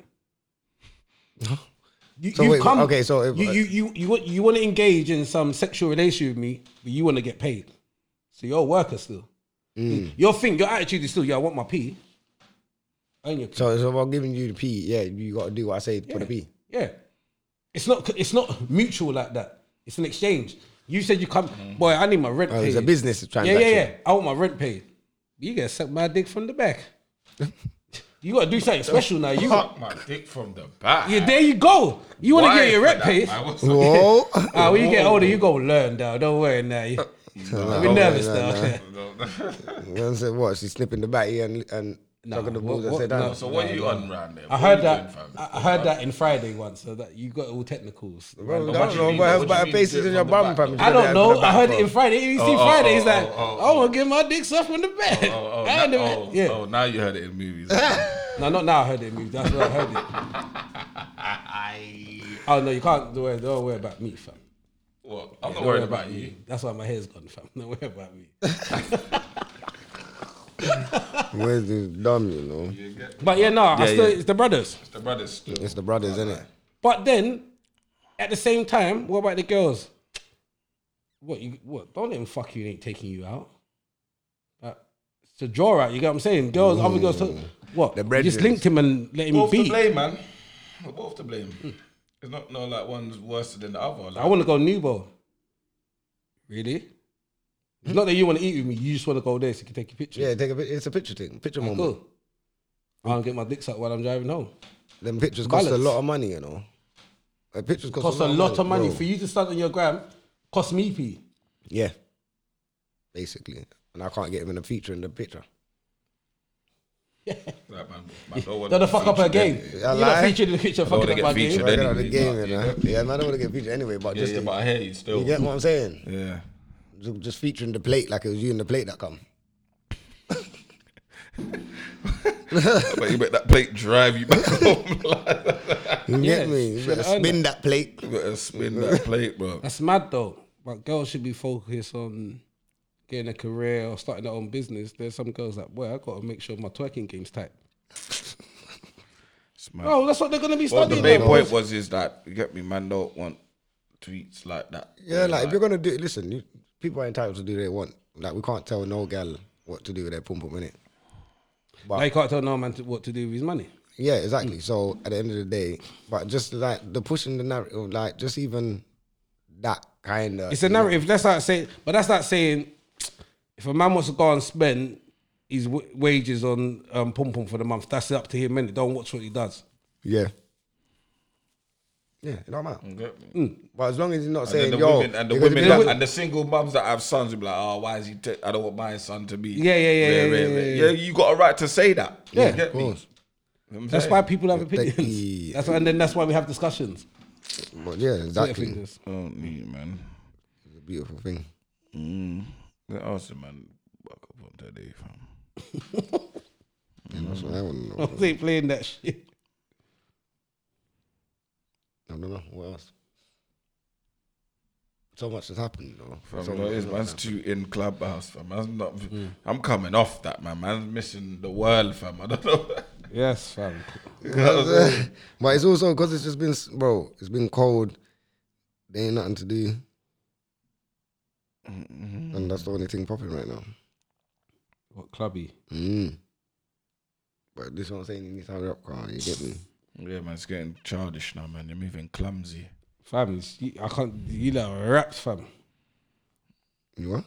[SPEAKER 5] You,
[SPEAKER 4] So
[SPEAKER 5] you've
[SPEAKER 4] wait,
[SPEAKER 5] come,
[SPEAKER 4] okay, so if-
[SPEAKER 5] you you you you want, you want to engage in some sexual relation with me, but you want to get paid. So you're a worker still.
[SPEAKER 4] Hmm.
[SPEAKER 5] Your thing, your attitude is still, yeah, I want my pee. Earn your pee.
[SPEAKER 4] So, so if I'm giving you the P, yeah, you got to do what I say for the P.
[SPEAKER 5] Yeah, it's not it's not mutual like that. It's an exchange. You said you come,
[SPEAKER 6] Mm-hmm.
[SPEAKER 5] boy. I need my rent
[SPEAKER 4] Oh,
[SPEAKER 5] paid.
[SPEAKER 4] it's a business
[SPEAKER 5] Yeah, yeah,
[SPEAKER 4] transaction.
[SPEAKER 5] yeah. I want my rent paid. You gotta suck my dick from the back. you gotta do something special now. You,
[SPEAKER 6] Fuck my dick from the back.
[SPEAKER 5] yeah, there you go. You wanna
[SPEAKER 6] Why
[SPEAKER 5] get your
[SPEAKER 6] for
[SPEAKER 5] rent
[SPEAKER 6] that?
[SPEAKER 5] paid?
[SPEAKER 6] I was-
[SPEAKER 4] Whoa.
[SPEAKER 5] Ah, when you get older, you gonna learn now. Don't worry now. You,
[SPEAKER 4] No,
[SPEAKER 5] be
[SPEAKER 4] no,
[SPEAKER 5] nervous
[SPEAKER 4] no,
[SPEAKER 5] now.
[SPEAKER 4] no. You know what I'm saying? What? She's snipping the back here and, and
[SPEAKER 5] Nah,
[SPEAKER 4] talking the
[SPEAKER 5] what-
[SPEAKER 4] balls and
[SPEAKER 5] what-
[SPEAKER 4] sit down.
[SPEAKER 5] no.
[SPEAKER 6] So what are you on round there?
[SPEAKER 5] I
[SPEAKER 6] What
[SPEAKER 5] heard
[SPEAKER 6] you doing,
[SPEAKER 5] that.
[SPEAKER 6] fam?
[SPEAKER 5] I I heard that in Friday once. So that you got all technicals.
[SPEAKER 4] Bro,
[SPEAKER 6] But
[SPEAKER 4] I
[SPEAKER 6] what do
[SPEAKER 4] don't
[SPEAKER 6] you mean-
[SPEAKER 4] know, but
[SPEAKER 6] what
[SPEAKER 4] her
[SPEAKER 6] do you
[SPEAKER 4] back
[SPEAKER 6] mean
[SPEAKER 4] face
[SPEAKER 6] dip
[SPEAKER 4] is
[SPEAKER 6] from
[SPEAKER 4] in your
[SPEAKER 6] the
[SPEAKER 4] bum,
[SPEAKER 6] back?
[SPEAKER 4] fam.
[SPEAKER 5] I don't know. I heard it in
[SPEAKER 4] front.
[SPEAKER 5] Friday. You see
[SPEAKER 6] Oh, oh,
[SPEAKER 5] Friday, he's
[SPEAKER 6] oh,
[SPEAKER 5] like,
[SPEAKER 6] oh, oh,
[SPEAKER 5] I want to get my dick sucked from the back.
[SPEAKER 6] Oh, oh,
[SPEAKER 5] I ain't
[SPEAKER 6] now,
[SPEAKER 5] never-
[SPEAKER 6] oh,
[SPEAKER 5] yeah.
[SPEAKER 6] oh, now you heard it in movies.
[SPEAKER 5] No, not now. I heard it. Move. That's where I heard it. oh no, you can't. Don't worry, don't worry about me, fam.
[SPEAKER 6] What? I'm not
[SPEAKER 5] Don't
[SPEAKER 6] worried about you.
[SPEAKER 5] That's why my hair's gone, fam. Don't worry about me.
[SPEAKER 4] Where's the dumb, you know?
[SPEAKER 6] You get-
[SPEAKER 5] But yeah, no, I
[SPEAKER 6] Yeah,
[SPEAKER 5] still,
[SPEAKER 6] yeah.
[SPEAKER 5] it's the brothers.
[SPEAKER 6] It's the brothers still.
[SPEAKER 4] It's the brothers, isn't it?
[SPEAKER 5] But then, at the same time, what about the girls? What you what? Don't let him fuck you. He ain't taking you out. Uh, it's a draw out. You get what I'm saying? Girls, other girls. Talk,
[SPEAKER 4] Mm.
[SPEAKER 5] what?
[SPEAKER 4] The
[SPEAKER 5] You just
[SPEAKER 4] breadwinner.
[SPEAKER 5] linked him and let him
[SPEAKER 6] Both to
[SPEAKER 5] be.
[SPEAKER 6] blame, man. We're both to blame. It's not no like one's worse than the other.
[SPEAKER 5] I
[SPEAKER 6] Like,
[SPEAKER 5] want to go Nubo. Really? It's not that you want to eat with me. You just want to go there so you can take your picture.
[SPEAKER 4] Yeah, take a pic- it's a picture thing, picture moment.
[SPEAKER 5] Ah, cool. I don't get my dicks out while I'm driving home.
[SPEAKER 4] Them pictures cost
[SPEAKER 5] Balance.
[SPEAKER 4] a lot of money, you know. Uh, pictures cost,
[SPEAKER 5] Costs a lot of money
[SPEAKER 4] bro.
[SPEAKER 5] for you to start on your gram. Cost me p.
[SPEAKER 4] Yeah, basically, and I can't get him in a feature in the picture.
[SPEAKER 6] like, man, man, don't wanna
[SPEAKER 5] Don't
[SPEAKER 6] be
[SPEAKER 5] fuck up her
[SPEAKER 6] featured
[SPEAKER 5] game.
[SPEAKER 6] in it.
[SPEAKER 5] You're
[SPEAKER 4] I
[SPEAKER 5] not
[SPEAKER 4] lie.
[SPEAKER 5] featured in the picture.
[SPEAKER 6] wanna
[SPEAKER 5] Fucking up
[SPEAKER 6] get
[SPEAKER 5] my
[SPEAKER 6] featured.
[SPEAKER 5] game.
[SPEAKER 4] Right out of the
[SPEAKER 6] anyway, nah,
[SPEAKER 4] game, you
[SPEAKER 6] yeah.
[SPEAKER 4] know. Yeah, man, I don't want to get featured anyway, but
[SPEAKER 6] Yeah,
[SPEAKER 4] just
[SPEAKER 6] yeah, but I hear you still.
[SPEAKER 4] you get what I'm saying.
[SPEAKER 6] Yeah.
[SPEAKER 4] Ju- Just featuring the plate like it was you and the plate that come.
[SPEAKER 6] but you make that plate drive you back home. like,
[SPEAKER 4] You
[SPEAKER 5] Yeah,
[SPEAKER 4] get me? You
[SPEAKER 5] should've
[SPEAKER 4] better
[SPEAKER 5] earned
[SPEAKER 4] spin that plate.
[SPEAKER 6] you better spin that plate, bro.
[SPEAKER 5] That's mad though. But girls should be focused on getting a career or starting their own business. There's some girls that, well, I got to make sure my twerking game's tight.
[SPEAKER 6] It's mad.
[SPEAKER 5] Oh, that's what they're gonna be
[SPEAKER 6] Well,
[SPEAKER 5] studying.
[SPEAKER 6] the main
[SPEAKER 5] though.
[SPEAKER 6] point was is that you get me, man. Don't want tweets like that.
[SPEAKER 4] Yeah, like if you're gonna do it, listen, you, people are entitled to do what they want. Like we can't tell no gal what to do with their pum pum innit?
[SPEAKER 5] Now you can't tell no man to, what to do with his money.
[SPEAKER 4] Yeah, exactly. So at the end of the day, but just like the pushing the narrative, like just even that kind of
[SPEAKER 5] It's a narrative. That's not saying, but that's not saying if a man wants to go and spend his w- wages on um, pum pum for the month, that's up to him. And don't watch what he does.
[SPEAKER 4] Yeah. Yeah, it don't matter.
[SPEAKER 6] Get me?
[SPEAKER 5] Mm.
[SPEAKER 4] But as long as he's not
[SPEAKER 6] And
[SPEAKER 4] saying,
[SPEAKER 6] the
[SPEAKER 4] yo,
[SPEAKER 6] women and the
[SPEAKER 4] because if
[SPEAKER 6] women
[SPEAKER 4] you
[SPEAKER 6] that,
[SPEAKER 4] got-
[SPEAKER 6] and the single mums that have sons will be like, oh, why is he? ta- I don't want my son to be.
[SPEAKER 5] Yeah, yeah, yeah,
[SPEAKER 6] rare,
[SPEAKER 5] yeah,
[SPEAKER 6] rare,
[SPEAKER 5] yeah,
[SPEAKER 6] rare."
[SPEAKER 5] yeah, yeah.
[SPEAKER 6] you got a right to say that. You
[SPEAKER 5] Yeah,
[SPEAKER 6] get
[SPEAKER 4] of
[SPEAKER 6] me?
[SPEAKER 4] course.
[SPEAKER 6] You know what I'm
[SPEAKER 5] That's
[SPEAKER 6] saying?
[SPEAKER 5] why people have
[SPEAKER 4] Take
[SPEAKER 5] opinions.
[SPEAKER 4] it.
[SPEAKER 5] That's why, and then that's why we have discussions.
[SPEAKER 4] But yeah,
[SPEAKER 5] That's what I
[SPEAKER 4] exactly.
[SPEAKER 5] think it
[SPEAKER 4] It's
[SPEAKER 5] is.
[SPEAKER 6] Oh, me, man.
[SPEAKER 4] a beautiful thing.
[SPEAKER 6] What else, man? Back up on today, fam.
[SPEAKER 4] And that's what I want to know.
[SPEAKER 5] I ain't playing that shit.
[SPEAKER 4] I don't know what else. So much has happened, though.
[SPEAKER 6] Fam,
[SPEAKER 4] so
[SPEAKER 6] you know what it
[SPEAKER 4] much
[SPEAKER 6] is,
[SPEAKER 4] has
[SPEAKER 6] man's
[SPEAKER 4] happened.
[SPEAKER 6] too in clubhouse, fam. Man's not,
[SPEAKER 5] Mm.
[SPEAKER 6] I'm coming off that, man. Man's missing the world, fam. I don't know.
[SPEAKER 5] Yes, fam.
[SPEAKER 4] but it's also because it's just been, s- bro. It's been cold. There ain't Mm-hmm. nothing to do, and that's the only thing popping right now.
[SPEAKER 5] What clubby?
[SPEAKER 4] Mm. But this one saying you need to hurry up, Carl. You get me?
[SPEAKER 6] Yeah, man, it's getting childish now, man. They're moving clumsy.
[SPEAKER 5] Fam, it's- you- I can't. You like raps, fam.
[SPEAKER 4] You what?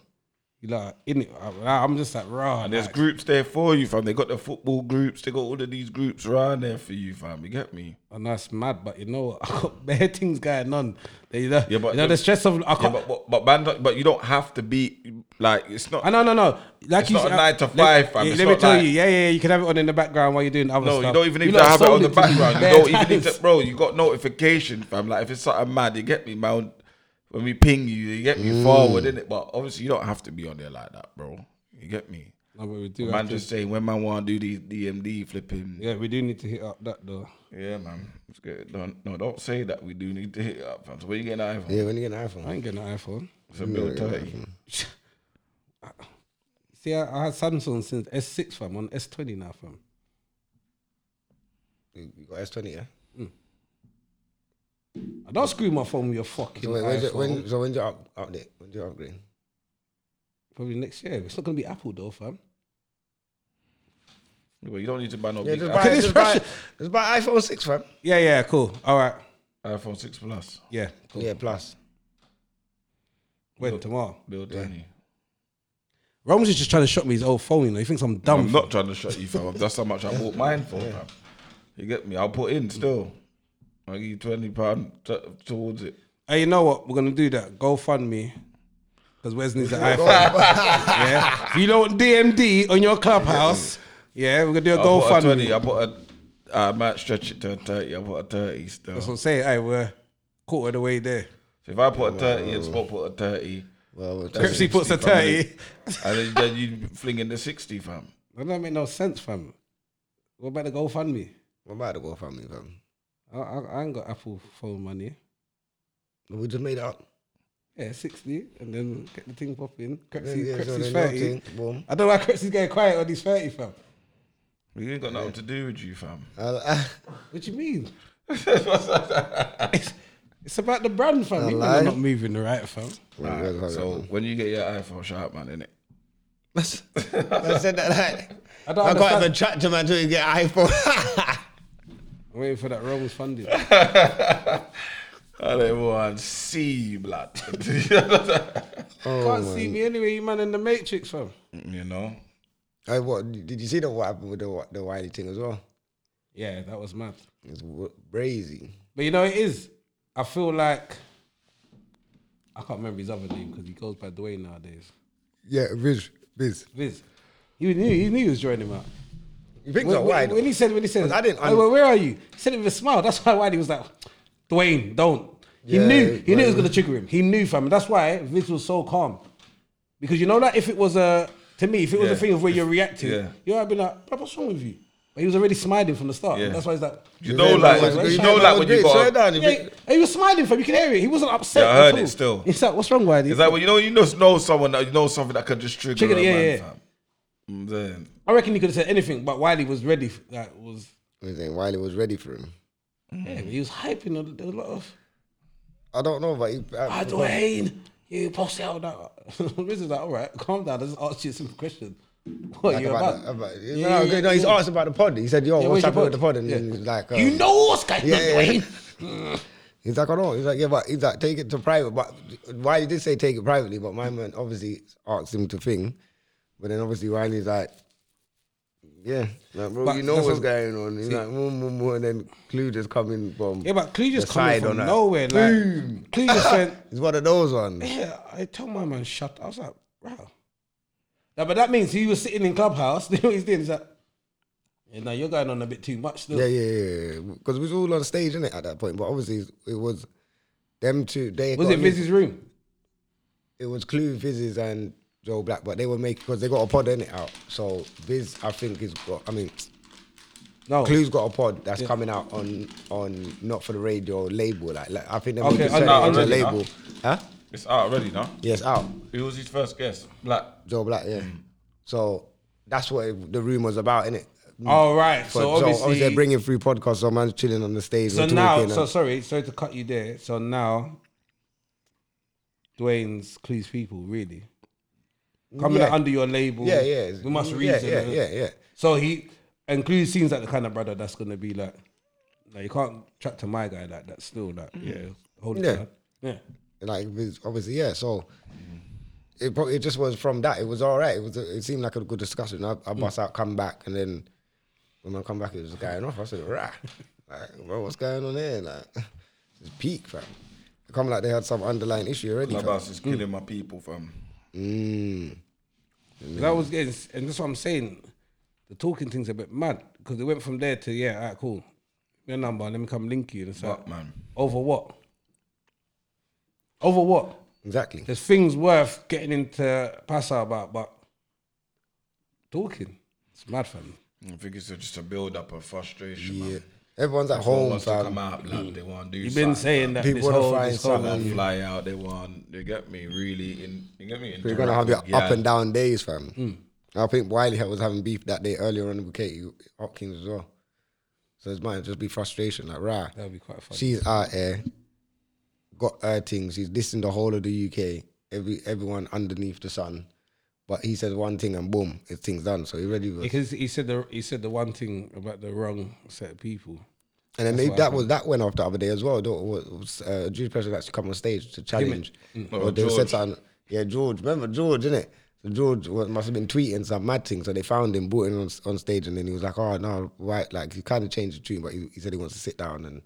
[SPEAKER 5] You like in it. I, am just like raw.
[SPEAKER 6] And there's
[SPEAKER 5] like,
[SPEAKER 6] groups there for you, fam. They got the football groups. They got all of these groups around there for you, fam. You get me?
[SPEAKER 5] and that's mad, but you know what? I got bare things going on. That, you know,
[SPEAKER 6] Yeah, but
[SPEAKER 5] you know the,
[SPEAKER 6] the-
[SPEAKER 5] stress of I
[SPEAKER 6] Yeah,
[SPEAKER 5] can't.
[SPEAKER 6] but but but, man, don't- but you don't have to be like it's not.
[SPEAKER 5] I Ah, no no no. Like
[SPEAKER 6] It's
[SPEAKER 5] you
[SPEAKER 6] not a
[SPEAKER 5] said,
[SPEAKER 6] nine to
[SPEAKER 5] let-
[SPEAKER 6] five, fam.
[SPEAKER 5] yeah,
[SPEAKER 6] It's
[SPEAKER 5] Let me
[SPEAKER 6] not
[SPEAKER 5] tell
[SPEAKER 6] like-
[SPEAKER 5] you, yeah, yeah, yeah, you can have it on in the background while you're doing other
[SPEAKER 6] No,
[SPEAKER 5] stuff.
[SPEAKER 6] you don't even need
[SPEAKER 5] lot
[SPEAKER 6] to have it
[SPEAKER 5] sold
[SPEAKER 6] on the
[SPEAKER 5] to me
[SPEAKER 6] background. You
[SPEAKER 5] bare
[SPEAKER 6] don't even need
[SPEAKER 5] times.
[SPEAKER 6] to, bro. You got notification, fam. Like if it's something mad, you get me, man. When we ping you, you get me forward in it. But obviously, you don't have to be on there like that, bro. You get me?
[SPEAKER 5] No, but we do. have
[SPEAKER 6] Man,
[SPEAKER 5] to-
[SPEAKER 6] just saying when man want to do these DMD flipping. Yeah.
[SPEAKER 5] yeah, we do need to hit up that though.
[SPEAKER 6] man. Let's get it done. No, don't say that. We do need to hit it up, fam. So where you getting that iPhone?
[SPEAKER 4] Yeah, when you get an
[SPEAKER 5] I
[SPEAKER 4] iPhone.
[SPEAKER 5] ain't getting an iPhone.
[SPEAKER 6] It's a bill thirty.
[SPEAKER 5] See, I, I had Samsung since S6 fam on S20 now fam.
[SPEAKER 4] You you got S20, yeah?
[SPEAKER 5] I don't screw my phone with your fucking
[SPEAKER 4] So, wait, when's your,
[SPEAKER 5] iPhone.
[SPEAKER 4] when, so when's your up, update? When's your upgrade?
[SPEAKER 5] Probably next year. It's not gonna be Apple though, fam.
[SPEAKER 6] Well, you don't need to buy no
[SPEAKER 4] Yeah,
[SPEAKER 6] big
[SPEAKER 4] just
[SPEAKER 6] i-
[SPEAKER 4] buy,
[SPEAKER 5] this
[SPEAKER 4] just, buy,
[SPEAKER 5] pressure-
[SPEAKER 4] just buy iPhone 6, fam.
[SPEAKER 5] Yeah, yeah, cool. All right.
[SPEAKER 6] iPhone six plus.
[SPEAKER 5] Yeah, cool.
[SPEAKER 4] Yeah, plus.
[SPEAKER 5] When tomorrow.
[SPEAKER 6] Bill thirty.
[SPEAKER 5] Rome's is just trying to shut me his old phone, you know. He thinks I'm dumb.
[SPEAKER 6] I'm not trying to shut you, fam. That's how much I bought mine for, fam. You get me? I'll put in still. I'll give you twenty pound t- towards it.
[SPEAKER 5] Hey, you know what? We're gonna do that. Go fund me. Because Wes needs an iPhone. yeah. If you don't DMD on your clubhouse, yeah, we're gonna do a
[SPEAKER 6] I'll put a
[SPEAKER 5] GoFundMe.
[SPEAKER 6] twenty. I put a. uh, I might stretch it to a thirty. I put a thirty still.
[SPEAKER 5] That's
[SPEAKER 6] So
[SPEAKER 5] what I'm saying. Hey, we're quarter of the way there.
[SPEAKER 6] if I put a thirty and Spot put a thirty,
[SPEAKER 4] Well, we'll try.
[SPEAKER 5] Pepsi puts a
[SPEAKER 6] 60, fam.
[SPEAKER 5] 30.
[SPEAKER 6] and then, then you fling in the sixty, fam.
[SPEAKER 5] That don't make no sense, fam. What about the GoFundMe?
[SPEAKER 4] What about the go family, fam?
[SPEAKER 5] I, I, I ain't got Apple phone money.
[SPEAKER 4] We just made it up.
[SPEAKER 5] Yeah, 60, and then get the thing popping.
[SPEAKER 4] Yeah,
[SPEAKER 5] Crepsy,
[SPEAKER 4] yeah, so
[SPEAKER 5] Crepsy's
[SPEAKER 4] then your
[SPEAKER 5] 30.
[SPEAKER 4] thing, boom.
[SPEAKER 5] I don't know why Crepsy's getting quiet on these 30, fam.
[SPEAKER 6] We ain't got nothing to do with you, fam.
[SPEAKER 4] I,
[SPEAKER 5] What you mean? it's, it's about the brand, fam. You know
[SPEAKER 4] lie.
[SPEAKER 5] I'm not moving the right, fam.
[SPEAKER 6] Alright, so when you get your iPhone, shout man, innit?
[SPEAKER 4] I said that like.
[SPEAKER 5] I don't
[SPEAKER 4] I can't
[SPEAKER 5] understand.
[SPEAKER 4] even chat to man until you get an iPhone.
[SPEAKER 5] I'm waiting for that Rome's funding.
[SPEAKER 4] Oh
[SPEAKER 6] I don't want to see you, blood.
[SPEAKER 5] Can't see me anyway, you man in the Matrix, fam.
[SPEAKER 6] you know?
[SPEAKER 4] I, what, did you see the what happened with the, the Wiley thing as well?
[SPEAKER 5] Yeah, that was mad.
[SPEAKER 4] It's w- crazy.
[SPEAKER 5] But you know it is. I feel like I can't remember his other name because he goes by Dwayne nowadays.
[SPEAKER 4] Yeah, Viz. Viz.
[SPEAKER 5] Viz. He knew he knew he was joining him out.
[SPEAKER 4] You think
[SPEAKER 5] When,
[SPEAKER 4] so?
[SPEAKER 5] when-
[SPEAKER 4] Why?
[SPEAKER 5] when he said when he said
[SPEAKER 4] I didn't-
[SPEAKER 5] "Hey, well, where are you? He said it with a smile. That's why Wiley was like, Dwayne, don't. He
[SPEAKER 4] Yeah,
[SPEAKER 5] knew he knew it was
[SPEAKER 4] Dwayne.
[SPEAKER 5] gonna trigger him. He knew fam. That's why Viz was so calm. Because you know that if it was a to me, if it was
[SPEAKER 6] Yeah.
[SPEAKER 5] a thing of where you're reacting,
[SPEAKER 6] Yeah.
[SPEAKER 5] you I'd be like, bro, what's wrong with you? But he was already smiling from the start.
[SPEAKER 6] Yeah.
[SPEAKER 5] That's why he's like,
[SPEAKER 6] You know, like, you know, like when you got. a-
[SPEAKER 5] yeah, he- he was smiling for him. You can hear it. He wasn't upset.
[SPEAKER 6] Yeah, I heard
[SPEAKER 5] at all.
[SPEAKER 6] it still.
[SPEAKER 5] He's like, "What's wrong, Wiley?"
[SPEAKER 6] It's like when you know you know, know someone that you know something that could just trigger
[SPEAKER 5] Trigger,
[SPEAKER 6] a
[SPEAKER 5] yeah,
[SPEAKER 6] man,
[SPEAKER 5] yeah.
[SPEAKER 6] fam. And Then
[SPEAKER 5] I reckon he could have said anything, but Wiley was ready. f- That was
[SPEAKER 4] Wiley was ready for him.
[SPEAKER 5] yeah, he was hyping a, a lot of
[SPEAKER 4] I don't know, but he, uh,
[SPEAKER 5] I Dwayne, you post out that. Riz is like, all right, calm down. I just asked you a simple question. What are
[SPEAKER 4] Like
[SPEAKER 5] you
[SPEAKER 4] about,
[SPEAKER 5] about?
[SPEAKER 4] the- about,
[SPEAKER 5] Yeah,
[SPEAKER 4] no,
[SPEAKER 5] yeah,
[SPEAKER 4] no,
[SPEAKER 5] yeah,
[SPEAKER 4] no, he's
[SPEAKER 5] yeah.
[SPEAKER 4] asked about the pod. He said, "Yo,
[SPEAKER 5] Yeah,
[SPEAKER 4] what's
[SPEAKER 5] where's your
[SPEAKER 4] happening with the
[SPEAKER 5] pod?
[SPEAKER 4] pod?" And
[SPEAKER 5] Yeah.
[SPEAKER 4] he's like, um,
[SPEAKER 5] You know what's going
[SPEAKER 4] yeah,
[SPEAKER 5] on,
[SPEAKER 4] yeah, yeah.
[SPEAKER 5] Dwayne.
[SPEAKER 4] He's like, "I know." He's like, "Yeah, but he's like, take it to private." But why he did say take it privately? But my man obviously asked him to thing, but then obviously Wiley's like, "Yeah, like, bro,
[SPEAKER 5] But
[SPEAKER 4] you know
[SPEAKER 5] that's
[SPEAKER 4] what's
[SPEAKER 5] what-
[SPEAKER 4] going on." He's like, "Boom, boom, boom," and then Clue just coming from.
[SPEAKER 5] Yeah, but Clee just
[SPEAKER 4] The
[SPEAKER 5] coming
[SPEAKER 4] side
[SPEAKER 5] from
[SPEAKER 4] on that.
[SPEAKER 5] nowhere. Like, Clee just went.
[SPEAKER 4] it's one of those ones.
[SPEAKER 5] Yeah, I told my man shut. up. I was like, wow. Now, but that means he was sitting in clubhouse. You know what he's doing? He's like, yeah, now you're going on a bit too much. Still.
[SPEAKER 4] Yeah, yeah, yeah. Because we was all on stage, innit, at that point. But obviously, it was them two. They
[SPEAKER 5] Was
[SPEAKER 4] got
[SPEAKER 5] it
[SPEAKER 4] me-
[SPEAKER 5] Viz's room?
[SPEAKER 4] it was Clue, Viz's, and Joe Black, but they were making because they got a pod in it out. So Viz, I think is got. I mean,
[SPEAKER 5] No.
[SPEAKER 4] Clue's got a pod that's coming out on on not for the radio label. Like, like I think they're
[SPEAKER 5] Okay,
[SPEAKER 4] making
[SPEAKER 5] under-
[SPEAKER 4] it on the
[SPEAKER 6] under-
[SPEAKER 4] label. Huh?
[SPEAKER 6] it's out already now.
[SPEAKER 4] Yes, out
[SPEAKER 6] Who was his first guest? Black.
[SPEAKER 4] Joe Black. Yeah.
[SPEAKER 5] Mm.
[SPEAKER 4] So that's what it, the room was about, innit?
[SPEAKER 5] All Oh, right.
[SPEAKER 4] But
[SPEAKER 5] So obviously,
[SPEAKER 4] they're bringing through podcasts. So man's chilling on the stage.
[SPEAKER 5] so
[SPEAKER 4] and
[SPEAKER 5] now,
[SPEAKER 4] talking
[SPEAKER 5] so
[SPEAKER 4] and-
[SPEAKER 5] sorry, sorry to cut you there. So now, Dwayne's Clue's people really. coming
[SPEAKER 4] Yeah.
[SPEAKER 5] out under your label.
[SPEAKER 4] Yeah, yeah. it's-
[SPEAKER 5] We must
[SPEAKER 4] yeah,
[SPEAKER 5] reason.
[SPEAKER 4] Yeah,
[SPEAKER 5] uh,
[SPEAKER 4] yeah, yeah.
[SPEAKER 5] So he includes scenes like the kind of brother that's gonna be like, like you can't chat to my guy like that. Still, like yeah, hold it
[SPEAKER 4] Yeah.
[SPEAKER 5] down. Yeah,
[SPEAKER 4] Like it's- obviously, yeah. So it probably it just was from that. It was all right. It was. It seemed like a good discussion. I, I bust out, come back, and then when I come back, it was going off. I said, "Rah, like, bro, what's going on here? Like, it's peak, fam." It come like they had some underlying issue already. fam.
[SPEAKER 6] Clubhouse is killing my people, fam.
[SPEAKER 4] Mm.
[SPEAKER 5] 'Cause I was getting, and that's what I'm saying. The talking thing's a bit mad because it went from there to yeah, alright, cool. Your number, let me come link you. And it's like,
[SPEAKER 6] Fuck, man.
[SPEAKER 5] over what? Over what?
[SPEAKER 4] Exactly.
[SPEAKER 5] There's things worth getting into pasa about, but talking, it's mad fam.
[SPEAKER 6] I think it's just a build up of frustration.
[SPEAKER 4] Yeah.
[SPEAKER 6] Man.
[SPEAKER 4] Everyone's at
[SPEAKER 6] Everyone
[SPEAKER 4] home,
[SPEAKER 6] wants to come
[SPEAKER 4] fam.
[SPEAKER 6] out, like, they want to do
[SPEAKER 5] You've been
[SPEAKER 6] something,
[SPEAKER 5] saying that
[SPEAKER 4] People
[SPEAKER 5] this
[SPEAKER 4] wanna
[SPEAKER 5] whole,
[SPEAKER 4] find
[SPEAKER 5] this whole
[SPEAKER 6] They want
[SPEAKER 4] something.
[SPEAKER 6] to fly out. They want. They get me really in. You get me.
[SPEAKER 4] You're gonna have your
[SPEAKER 6] interact with
[SPEAKER 4] up
[SPEAKER 6] guys.
[SPEAKER 4] and down days, fam.
[SPEAKER 6] Mm.
[SPEAKER 4] I think Wiley was having beef that day earlier on with Katie Hopkins as well. So it might just be frustration, like rah.
[SPEAKER 5] That'll be quite funny.
[SPEAKER 4] She's out there, got her thing. She's dissing the whole of the UK, every everyone underneath the sun. But he says one thing and boom, it's things done. So he already was.
[SPEAKER 5] because he said the he said the one thing about the wrong set of people.
[SPEAKER 4] And then they,
[SPEAKER 5] what
[SPEAKER 4] that was that went off the other day as well. Though it was uh, Juice Pressure actually come on stage to challenge.
[SPEAKER 6] Oh,
[SPEAKER 4] Or they
[SPEAKER 6] George.
[SPEAKER 4] said something. Yeah, George. Remember George, innit? So George was, must have been tweeting some mad thing. So they found him, brought him on, on stage, and then he was like, "Oh no, right." Like he kind of changed the tune, but he, he said he wants to sit down and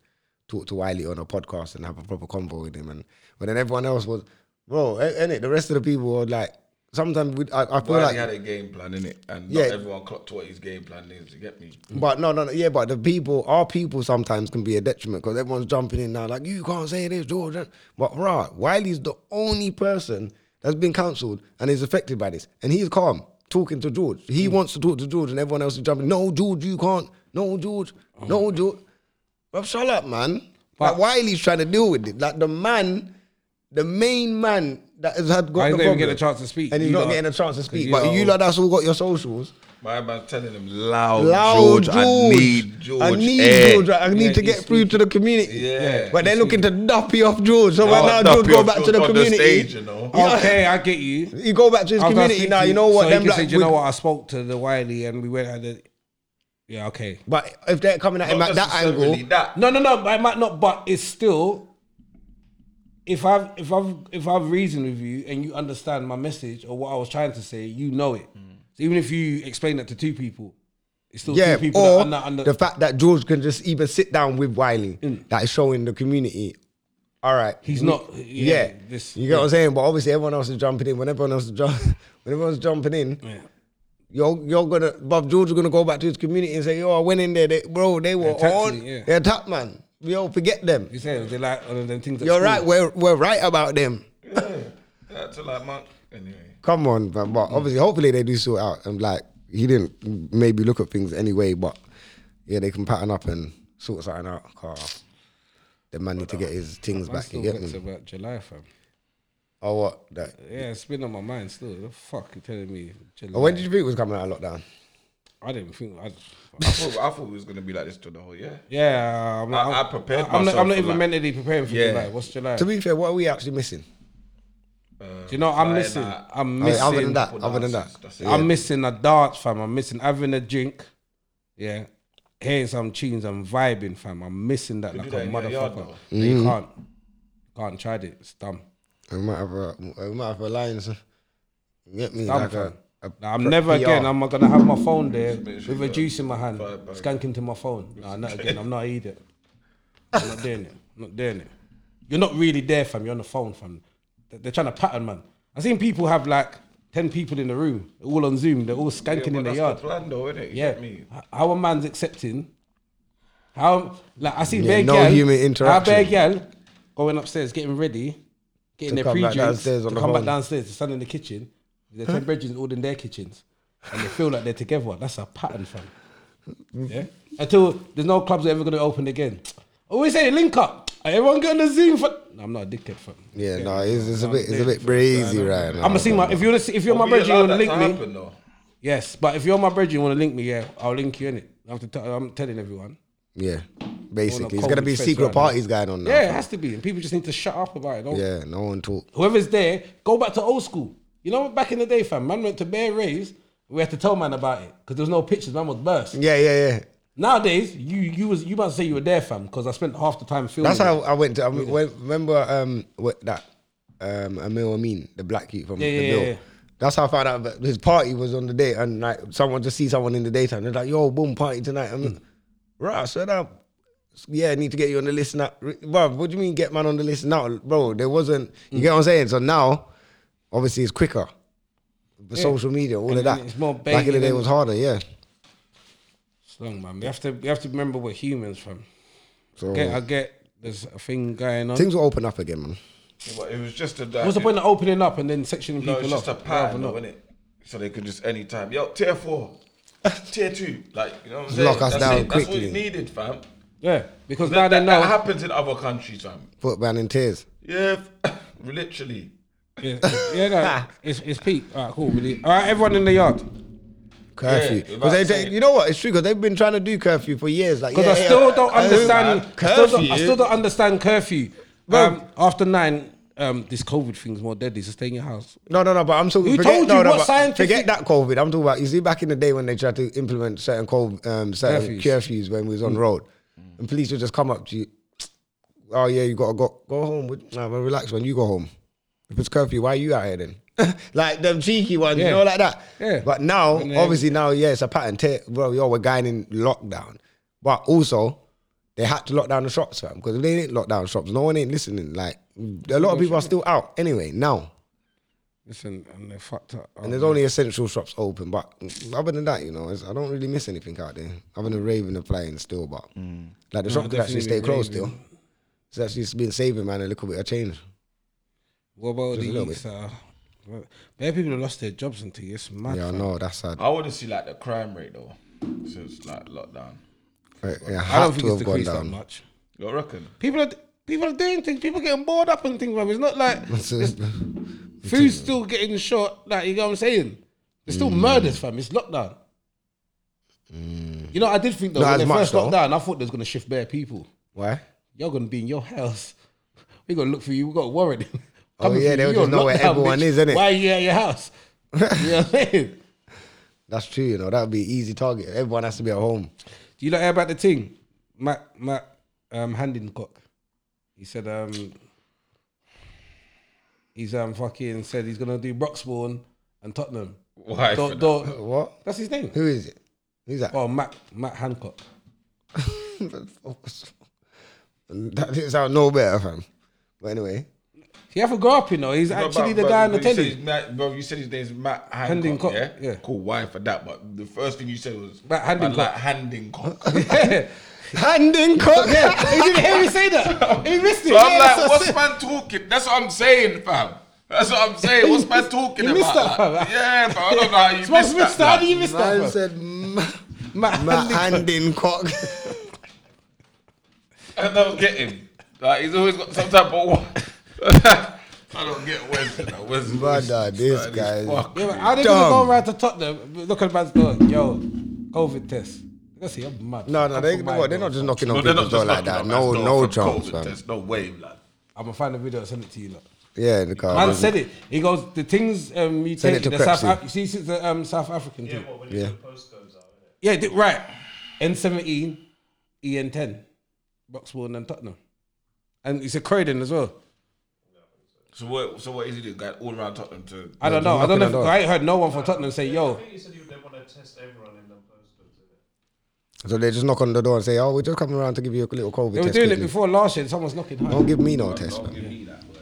[SPEAKER 4] talk to Wiley on a podcast and have a proper convo with him. And but then everyone else was, bro, eh, innit? The rest of the people were like, sometimes we, I, I feel
[SPEAKER 6] Well,
[SPEAKER 4] like
[SPEAKER 6] he had a game plan in it, and
[SPEAKER 4] Yeah.
[SPEAKER 6] not everyone clocked what his game plan is. You get me?
[SPEAKER 4] Mm. But no, no, no, yeah, but the people, our people sometimes can be a detriment because everyone's jumping in now, like, you can't say this, Jordan. But right, Wiley's the only person that's been cancelled and is affected by this. And he's calm talking to George.
[SPEAKER 5] Mm.
[SPEAKER 4] He wants to talk to George, and everyone else is jumping, no, George, you can't. No, George. No, George. Bro, shut up, man. like,
[SPEAKER 5] Oh. But-
[SPEAKER 4] Wiley's trying to deal with it. Like, the man, the main man that has had got
[SPEAKER 5] I
[SPEAKER 4] the
[SPEAKER 5] didn't even
[SPEAKER 4] problem.
[SPEAKER 5] get a chance to speak.
[SPEAKER 4] And he's
[SPEAKER 5] You
[SPEAKER 4] not
[SPEAKER 5] lot-
[SPEAKER 4] getting a chance to speak.
[SPEAKER 5] you
[SPEAKER 4] But
[SPEAKER 5] lot-
[SPEAKER 4] you lot that's all got your socials
[SPEAKER 6] My man's telling him loud,
[SPEAKER 4] loud
[SPEAKER 6] Oh, George, I need George.
[SPEAKER 4] I need
[SPEAKER 6] eh.
[SPEAKER 4] George. I need
[SPEAKER 5] Yeah,
[SPEAKER 4] to
[SPEAKER 5] he's-
[SPEAKER 4] get through to the community.
[SPEAKER 6] Yeah.
[SPEAKER 4] But they're looking to duppy off George. So
[SPEAKER 6] They
[SPEAKER 4] right
[SPEAKER 6] are
[SPEAKER 4] now,
[SPEAKER 6] duppy
[SPEAKER 4] George go
[SPEAKER 6] Oh, off
[SPEAKER 4] back to
[SPEAKER 6] George on
[SPEAKER 4] the
[SPEAKER 6] the
[SPEAKER 4] community.
[SPEAKER 6] stage, you know.
[SPEAKER 4] Yeah.
[SPEAKER 5] Okay, I get you.
[SPEAKER 4] He go back to his
[SPEAKER 5] I was gonna
[SPEAKER 4] community
[SPEAKER 5] speak
[SPEAKER 4] now.
[SPEAKER 5] to
[SPEAKER 4] You know what?
[SPEAKER 5] So
[SPEAKER 4] them
[SPEAKER 5] he can
[SPEAKER 4] black
[SPEAKER 5] say, Do you know
[SPEAKER 4] with-
[SPEAKER 5] what? I spoke to the Wiley and we went at the. Yeah, okay.
[SPEAKER 4] But if they're coming at him
[SPEAKER 6] Not
[SPEAKER 4] at that
[SPEAKER 6] necessarily
[SPEAKER 4] angle,
[SPEAKER 6] That.
[SPEAKER 5] No, no, no. I might not, but it's still. If I've if I've if I've reasoned with you and you understand my message or what I was trying to say, you know
[SPEAKER 6] Hmm.
[SPEAKER 5] it. So even if you explain that to two people, it's still
[SPEAKER 4] yeah,
[SPEAKER 5] two people
[SPEAKER 4] or
[SPEAKER 5] that are under, Mm.
[SPEAKER 4] the fact that George can just even sit down with Wiley, that is showing the community. All right,
[SPEAKER 5] He's
[SPEAKER 4] we-
[SPEAKER 5] not- yeah,
[SPEAKER 4] Yeah,
[SPEAKER 5] this-
[SPEAKER 4] you get what I'm saying. But obviously, everyone else is jumping in. When everyone else is jumping, when everyone's jumping in,
[SPEAKER 5] Yeah.
[SPEAKER 4] You're, you're gonna Bob George is gonna go back to his community and say, "Yo, I went in there, they, bro. They were
[SPEAKER 5] attacked
[SPEAKER 4] on.
[SPEAKER 5] me, yeah.
[SPEAKER 4] They attacked man. Yo, forget them.
[SPEAKER 5] You say they like one of them things. at
[SPEAKER 4] You're
[SPEAKER 5] school.
[SPEAKER 4] right. We're we're right about them.
[SPEAKER 6] That's like man. Anyway,
[SPEAKER 4] Come on, man. But obviously, hopefully they do sort out. And like he didn't maybe look at things anyway, but yeah, they can pattern up and sort something out. Car. The man need to get his things
[SPEAKER 5] I'm
[SPEAKER 4] back. You
[SPEAKER 5] still
[SPEAKER 4] get me?
[SPEAKER 5] vexed about July, fam.
[SPEAKER 4] Oh what? That.
[SPEAKER 5] Yeah, it's been on my mind still. The fuck you telling me? July.
[SPEAKER 4] Oh, when did you think it was coming out of lockdown?
[SPEAKER 5] I didn't think. I,
[SPEAKER 6] I thought, I thought it was gonna be like this to the whole year.
[SPEAKER 5] yeah, I'm,
[SPEAKER 6] I- I prepared
[SPEAKER 5] I'm not,
[SPEAKER 6] myself
[SPEAKER 5] I'm not
[SPEAKER 6] for
[SPEAKER 5] even
[SPEAKER 6] that.
[SPEAKER 5] mentally preparing for
[SPEAKER 6] Yeah.
[SPEAKER 5] July. What's July?
[SPEAKER 4] To be fair, what are we actually missing?
[SPEAKER 5] Do you know I'm
[SPEAKER 6] Friday
[SPEAKER 5] missing?
[SPEAKER 6] night.
[SPEAKER 5] I'm
[SPEAKER 4] Like,
[SPEAKER 5] missing.
[SPEAKER 4] other than that, other than that,
[SPEAKER 6] That's- that's it.
[SPEAKER 4] yeah.
[SPEAKER 5] I'm missing a dance, fam. I'm missing having a drink. Yeah. Hearing some tunes and vibing, fam. I'm missing that like
[SPEAKER 6] do that
[SPEAKER 5] a
[SPEAKER 6] in your
[SPEAKER 5] motherfucker.
[SPEAKER 6] yard,
[SPEAKER 5] No, You can't. Can't try it. It's dumb.
[SPEAKER 4] We might have a we might have a lines. Get me
[SPEAKER 5] Dumb,
[SPEAKER 4] like a,
[SPEAKER 5] fam.
[SPEAKER 4] a
[SPEAKER 5] Nah, I'm
[SPEAKER 4] pr-
[SPEAKER 5] never
[SPEAKER 4] PR.
[SPEAKER 5] again. I'm gonna have my phone there
[SPEAKER 6] make sure
[SPEAKER 5] with
[SPEAKER 6] you
[SPEAKER 5] a
[SPEAKER 6] got
[SPEAKER 5] juice in my hand,
[SPEAKER 6] five bags.
[SPEAKER 5] skanking to my phone. Nah, not again. I'm not either. I'm not doing it. I'm not doing it. You're not really there, fam. You're on the phone, fam. They- They're trying to pattern, man. I've seen people have like ten people in the room, all on Zoom. They're all skanking
[SPEAKER 6] Yeah, but
[SPEAKER 5] in the
[SPEAKER 6] that's
[SPEAKER 5] yard.
[SPEAKER 6] the plan, though, innit? You
[SPEAKER 5] Yeah.
[SPEAKER 6] get me?
[SPEAKER 5] H- How a man's accepting? How like I see
[SPEAKER 4] Yeah,
[SPEAKER 5] bare
[SPEAKER 4] no
[SPEAKER 5] gal-
[SPEAKER 4] human
[SPEAKER 5] I bare
[SPEAKER 4] interaction.
[SPEAKER 5] gal going upstairs, getting ready,
[SPEAKER 4] To
[SPEAKER 5] getting their
[SPEAKER 4] come
[SPEAKER 5] pre
[SPEAKER 4] back
[SPEAKER 5] drinks,
[SPEAKER 4] downstairs
[SPEAKER 5] to
[SPEAKER 4] on the
[SPEAKER 5] come back
[SPEAKER 4] phone.
[SPEAKER 5] downstairs to stand in the kitchen. Their ten brethren all in their kitchens, and they feel like they're together. That's a pattern, fam.
[SPEAKER 4] Mm.
[SPEAKER 5] Yeah. Until there's no clubs ever going to open again. Always say link up. Everyone get on the Zoom. For no, I'm not a dickhead, fam.
[SPEAKER 4] Yeah, no, it's, it's a bit it's a bit breezy right now.
[SPEAKER 5] I'm gonna see my. If you're if you're
[SPEAKER 6] Are
[SPEAKER 5] my
[SPEAKER 6] we
[SPEAKER 5] brethren,
[SPEAKER 6] allowed
[SPEAKER 5] you wanna
[SPEAKER 6] that
[SPEAKER 5] link
[SPEAKER 6] to
[SPEAKER 5] me.
[SPEAKER 6] happen, though?
[SPEAKER 5] Yes, but if you're my bridge, you want to link me, yeah, I'll link you in it. I have to. T- I'm telling everyone.
[SPEAKER 4] yeah,
[SPEAKER 5] All the
[SPEAKER 4] basically, it's gonna
[SPEAKER 5] COVID
[SPEAKER 4] be
[SPEAKER 5] feds
[SPEAKER 4] secret
[SPEAKER 5] right now.
[SPEAKER 4] parties going on now.
[SPEAKER 5] Yeah, it has to be, and people just need to shut up about it. Don't,
[SPEAKER 4] yeah, no one talk.
[SPEAKER 5] Whoever's there, go back to old school. You know, back in the day, fam, man went to bare raves. We had to tell man about it because there was no pictures. Man was burst.
[SPEAKER 4] Yeah, yeah, yeah.
[SPEAKER 5] Nowadays, you you was you must say you were there, fam, because I spent half the time filming.
[SPEAKER 4] That's
[SPEAKER 5] it.
[SPEAKER 4] how I went to. I mean, when- remember um, what that um, Amir Amin, the black youth from
[SPEAKER 5] Yeah,
[SPEAKER 4] the
[SPEAKER 5] yeah,
[SPEAKER 4] bill.
[SPEAKER 5] yeah, yeah.
[SPEAKER 4] That's how I found out. But his party was on the day, and like someone just see someone in the daytime. They're like, "Yo, boom, party tonight." I'm like, right. So that, um, yeah, I need to get you on the list now, bro. What do you mean get man on the list now, bro? There wasn't. You
[SPEAKER 5] Mm.
[SPEAKER 4] get what I'm saying? So now, obviously, it's quicker. The social media, all
[SPEAKER 5] And
[SPEAKER 4] of
[SPEAKER 5] then
[SPEAKER 4] that.
[SPEAKER 5] it's more
[SPEAKER 4] back in the
[SPEAKER 5] banging
[SPEAKER 4] day, it
[SPEAKER 5] and-
[SPEAKER 4] was harder. Yeah.
[SPEAKER 5] It's long, man. We have to we have to remember we're humans, fam.
[SPEAKER 4] So
[SPEAKER 5] Get, I get there's a thing going on.
[SPEAKER 4] things will open up again, man.
[SPEAKER 6] But it was just a.
[SPEAKER 5] What's the point of opening up and then sectioning
[SPEAKER 6] No,
[SPEAKER 5] people
[SPEAKER 6] it's just a
[SPEAKER 5] off?
[SPEAKER 6] pattern,
[SPEAKER 5] Rather
[SPEAKER 6] though,
[SPEAKER 5] not.
[SPEAKER 6] innit? So they could just anytime. Yo, tier four, tier two. Like, you know what I'm saying?
[SPEAKER 4] Lock us
[SPEAKER 6] That's
[SPEAKER 4] down
[SPEAKER 6] it. That's what
[SPEAKER 4] quickly.
[SPEAKER 6] it needed, fam.
[SPEAKER 5] Yeah, because now
[SPEAKER 6] That,
[SPEAKER 5] they
[SPEAKER 6] that, that
[SPEAKER 5] know.
[SPEAKER 6] happens in other countries, fam.
[SPEAKER 4] Foot man in tears.
[SPEAKER 6] Yeah, f- literally.
[SPEAKER 5] Yeah, yeah, no, it's it's peak. All right, cool. Really. All right, everyone in the yard.
[SPEAKER 4] Curfew.
[SPEAKER 6] Yeah,
[SPEAKER 4] 'Cause they-
[SPEAKER 6] that's
[SPEAKER 4] they-
[SPEAKER 6] it.
[SPEAKER 4] you know what? It's true because they've been trying to do curfew for years. Like,
[SPEAKER 5] Because
[SPEAKER 4] yeah,
[SPEAKER 5] I
[SPEAKER 4] yeah,
[SPEAKER 5] still don't
[SPEAKER 4] I- I-
[SPEAKER 5] understand. I still don't, I
[SPEAKER 6] Curfew.
[SPEAKER 5] still don't understand curfew. Um, after nine, um, this COVID thing's more deadly. So stay in your house.
[SPEAKER 4] No, no, no. But I'm talking.
[SPEAKER 5] Who
[SPEAKER 4] forget,
[SPEAKER 5] told
[SPEAKER 4] no,
[SPEAKER 5] you
[SPEAKER 4] no,
[SPEAKER 5] what
[SPEAKER 4] but
[SPEAKER 5] scientific-
[SPEAKER 4] Forget that COVID. I'm talking about. You see, back in the day when they tried to implement certain COVID, um, certain curfews,
[SPEAKER 5] Curfews. Mm.
[SPEAKER 4] when we was on road, and police would just come up to you. Oh yeah, you gotta go go home. With, nah, but relax when you go home. If it's curfew, why are you out here then? like them cheeky ones, you
[SPEAKER 5] Yeah.
[SPEAKER 4] know, like that.
[SPEAKER 5] Yeah.
[SPEAKER 4] But now,
[SPEAKER 5] When they-
[SPEAKER 4] obviously, now yeah, it's a pattern. Te- bro, yo, we're going in lockdown, but also. They had to lock down the shops, fam, because if they didn't lock down shops, no one ain't listening. Like, a lot of people are still out anyway now.
[SPEAKER 5] Listen, and they're fucked up. Um,
[SPEAKER 4] And there's only essential shops open, but other than that, you know, it's, I don't really miss anything out there. Other than raving and flying still, but like the shop could actually
[SPEAKER 5] Mm. definitely
[SPEAKER 4] stay closed still.
[SPEAKER 5] raving.
[SPEAKER 4] It's actually just been saving man a little bit of change.
[SPEAKER 5] What about the
[SPEAKER 4] a little
[SPEAKER 5] youths? Uh, there are people who lost their jobs until it's mad.
[SPEAKER 4] Yeah, I
[SPEAKER 5] fam.
[SPEAKER 4] know that's sad.
[SPEAKER 6] I want to see, like, the crime rate, though, since, like, lockdown.
[SPEAKER 4] It, it
[SPEAKER 5] I
[SPEAKER 4] had
[SPEAKER 5] don't think
[SPEAKER 4] to
[SPEAKER 5] it's
[SPEAKER 4] have gone
[SPEAKER 5] decreased that
[SPEAKER 4] down.
[SPEAKER 5] much.
[SPEAKER 6] You reckon?
[SPEAKER 5] People are people are doing things. People getting bored up and things. Man, it's not like food's still getting short. Like you know what I'm saying? There's
[SPEAKER 4] Mm.
[SPEAKER 5] still murders, fam. It's lockdown. You know, I did think though
[SPEAKER 4] Mm. Not
[SPEAKER 5] when
[SPEAKER 4] as
[SPEAKER 5] they
[SPEAKER 4] much,
[SPEAKER 5] first
[SPEAKER 4] though.
[SPEAKER 5] lockdown, I thought there's gonna shift bare people.
[SPEAKER 4] Why?
[SPEAKER 5] You're gonna be in your house. We gotta look for you. We got a warrant.
[SPEAKER 4] Oh,
[SPEAKER 5] Coming
[SPEAKER 4] yeah,
[SPEAKER 5] for you.
[SPEAKER 4] they'll
[SPEAKER 5] You're
[SPEAKER 4] just know
[SPEAKER 5] on
[SPEAKER 4] where
[SPEAKER 5] lockdown,
[SPEAKER 4] everyone
[SPEAKER 5] bitch.
[SPEAKER 4] is, innit?
[SPEAKER 5] Why are you at your house? you know what I'm saying?
[SPEAKER 4] That's true, you know, that'd be an easy target. Everyone has to be at home.
[SPEAKER 5] Do you not hear about the thing? Matt Matt um Handincock. He said um he's um fucking said he's gonna do Broxbourne and Tottenham.
[SPEAKER 6] Why?
[SPEAKER 5] Do-
[SPEAKER 6] for
[SPEAKER 5] do-
[SPEAKER 4] What?
[SPEAKER 5] that's his name.
[SPEAKER 4] Who is it? Who's that?
[SPEAKER 5] Oh Matt Matt Hancock.
[SPEAKER 4] that didn't sound no better, fam. But anyway,
[SPEAKER 5] He have to grow up, you know. He's
[SPEAKER 6] No,
[SPEAKER 5] actually
[SPEAKER 6] but-
[SPEAKER 5] the
[SPEAKER 6] but-
[SPEAKER 5] guy on the
[SPEAKER 6] but you said
[SPEAKER 5] telly.
[SPEAKER 6] his na- Bro, you said his name's Matt
[SPEAKER 5] Handing
[SPEAKER 6] Hancock,
[SPEAKER 5] Cock,
[SPEAKER 6] yeah?
[SPEAKER 5] yeah.
[SPEAKER 6] Cool, why for that? But the first thing you said was...
[SPEAKER 5] Matt Handing
[SPEAKER 6] Like, Handing Cock. so
[SPEAKER 5] yeah.
[SPEAKER 4] hand in cock.
[SPEAKER 5] He didn't hear me say that. He missed it.
[SPEAKER 6] I'm
[SPEAKER 5] Yeah,
[SPEAKER 6] like, what's man talking? That's what I'm saying, fam. That's what I'm saying. What's man talking
[SPEAKER 5] You
[SPEAKER 6] about?
[SPEAKER 5] missed that,
[SPEAKER 6] Like,
[SPEAKER 5] fam.
[SPEAKER 6] yeah, but I don't know how you
[SPEAKER 5] Smokes
[SPEAKER 6] missed
[SPEAKER 5] missed
[SPEAKER 6] that.
[SPEAKER 5] How
[SPEAKER 6] like.
[SPEAKER 5] do you miss that?
[SPEAKER 4] Man
[SPEAKER 5] bro?
[SPEAKER 4] said, "Mm,
[SPEAKER 5] Matt
[SPEAKER 4] my
[SPEAKER 5] Handincock.
[SPEAKER 4] hand in cock.
[SPEAKER 6] I don't get him. Like he's always got some type of what. I don't get Wesley. Like, Wesley
[SPEAKER 4] Brother,
[SPEAKER 6] Wesley,
[SPEAKER 4] this
[SPEAKER 6] like,
[SPEAKER 4] guy is-
[SPEAKER 6] fuck,
[SPEAKER 5] Yeah, but
[SPEAKER 6] man.
[SPEAKER 5] how they gonna go
[SPEAKER 4] Dumb.
[SPEAKER 5] around to Tottenham? Look at the man's door. Yo, COVID test. Let's see, I'm mad.
[SPEAKER 4] No, no,
[SPEAKER 5] I'm
[SPEAKER 4] they,
[SPEAKER 5] from
[SPEAKER 4] no,
[SPEAKER 5] my
[SPEAKER 4] they're
[SPEAKER 5] door.
[SPEAKER 4] not just knocking
[SPEAKER 6] No,
[SPEAKER 4] on
[SPEAKER 6] they're
[SPEAKER 4] people's
[SPEAKER 6] not
[SPEAKER 4] door
[SPEAKER 6] just
[SPEAKER 4] like
[SPEAKER 6] like
[SPEAKER 4] that. No, no chance,
[SPEAKER 6] COVID
[SPEAKER 4] man.
[SPEAKER 6] test, no way, lad.
[SPEAKER 5] I'm gonna find the video and send it to you. Look.
[SPEAKER 4] Yeah, the car.
[SPEAKER 5] Man
[SPEAKER 4] wasn't-
[SPEAKER 5] said it. He goes, the things um, you
[SPEAKER 4] Oh, Send
[SPEAKER 5] take,
[SPEAKER 4] it to
[SPEAKER 5] the South,
[SPEAKER 4] Crepsy.
[SPEAKER 5] Af- you see, see the um, South African
[SPEAKER 2] Yeah,
[SPEAKER 5] thing.
[SPEAKER 2] what, when
[SPEAKER 4] Yeah.
[SPEAKER 2] you put postcodes out, innit?
[SPEAKER 5] Yeah, di- right. E N17, EN10, Boxwood and Tottenham. And it's a Croydon as well.
[SPEAKER 6] So what? So what is he doing? Guy all around Tottenham to.
[SPEAKER 5] I don't know. I don't
[SPEAKER 4] knocking
[SPEAKER 5] know. If,
[SPEAKER 4] on doors.
[SPEAKER 5] I ain't heard no one from Tottenham say,
[SPEAKER 2] I
[SPEAKER 5] yo,
[SPEAKER 2] think you said you would want to test everyone in them postcodes, innit?
[SPEAKER 4] So they just knock on the door and say, "Oh, we're just coming around to give you a little COVID
[SPEAKER 5] they were
[SPEAKER 4] test."
[SPEAKER 5] doing it
[SPEAKER 4] quickly.
[SPEAKER 5] before last year and someone's knocking high.
[SPEAKER 4] Don't give me no test, man.
[SPEAKER 6] Give me that, boy.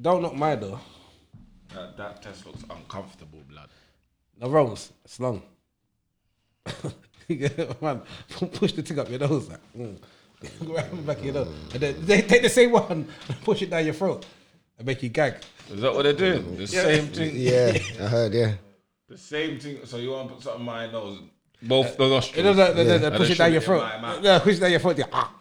[SPEAKER 5] Don't knock my door.
[SPEAKER 6] That, that test looks uncomfortable, blood.
[SPEAKER 5] No rolls. It's long. Man, pu- push the thing up your nose. Like, mm. Grab back your nose. And then they take the same one and push it down your throat and make you gag.
[SPEAKER 6] Is that what they're doing? The same thing.
[SPEAKER 4] Yeah, I heard. Yeah,
[SPEAKER 6] The same thing. So you want to put something in my nose? Uh, Both the
[SPEAKER 5] You know,
[SPEAKER 6] nostrils.
[SPEAKER 5] they, they- they
[SPEAKER 6] And
[SPEAKER 5] push
[SPEAKER 6] they
[SPEAKER 5] it down
[SPEAKER 6] shove
[SPEAKER 5] your
[SPEAKER 6] it in
[SPEAKER 5] throat.
[SPEAKER 6] my mouth.
[SPEAKER 5] No, push it down your throat. yeah, ah.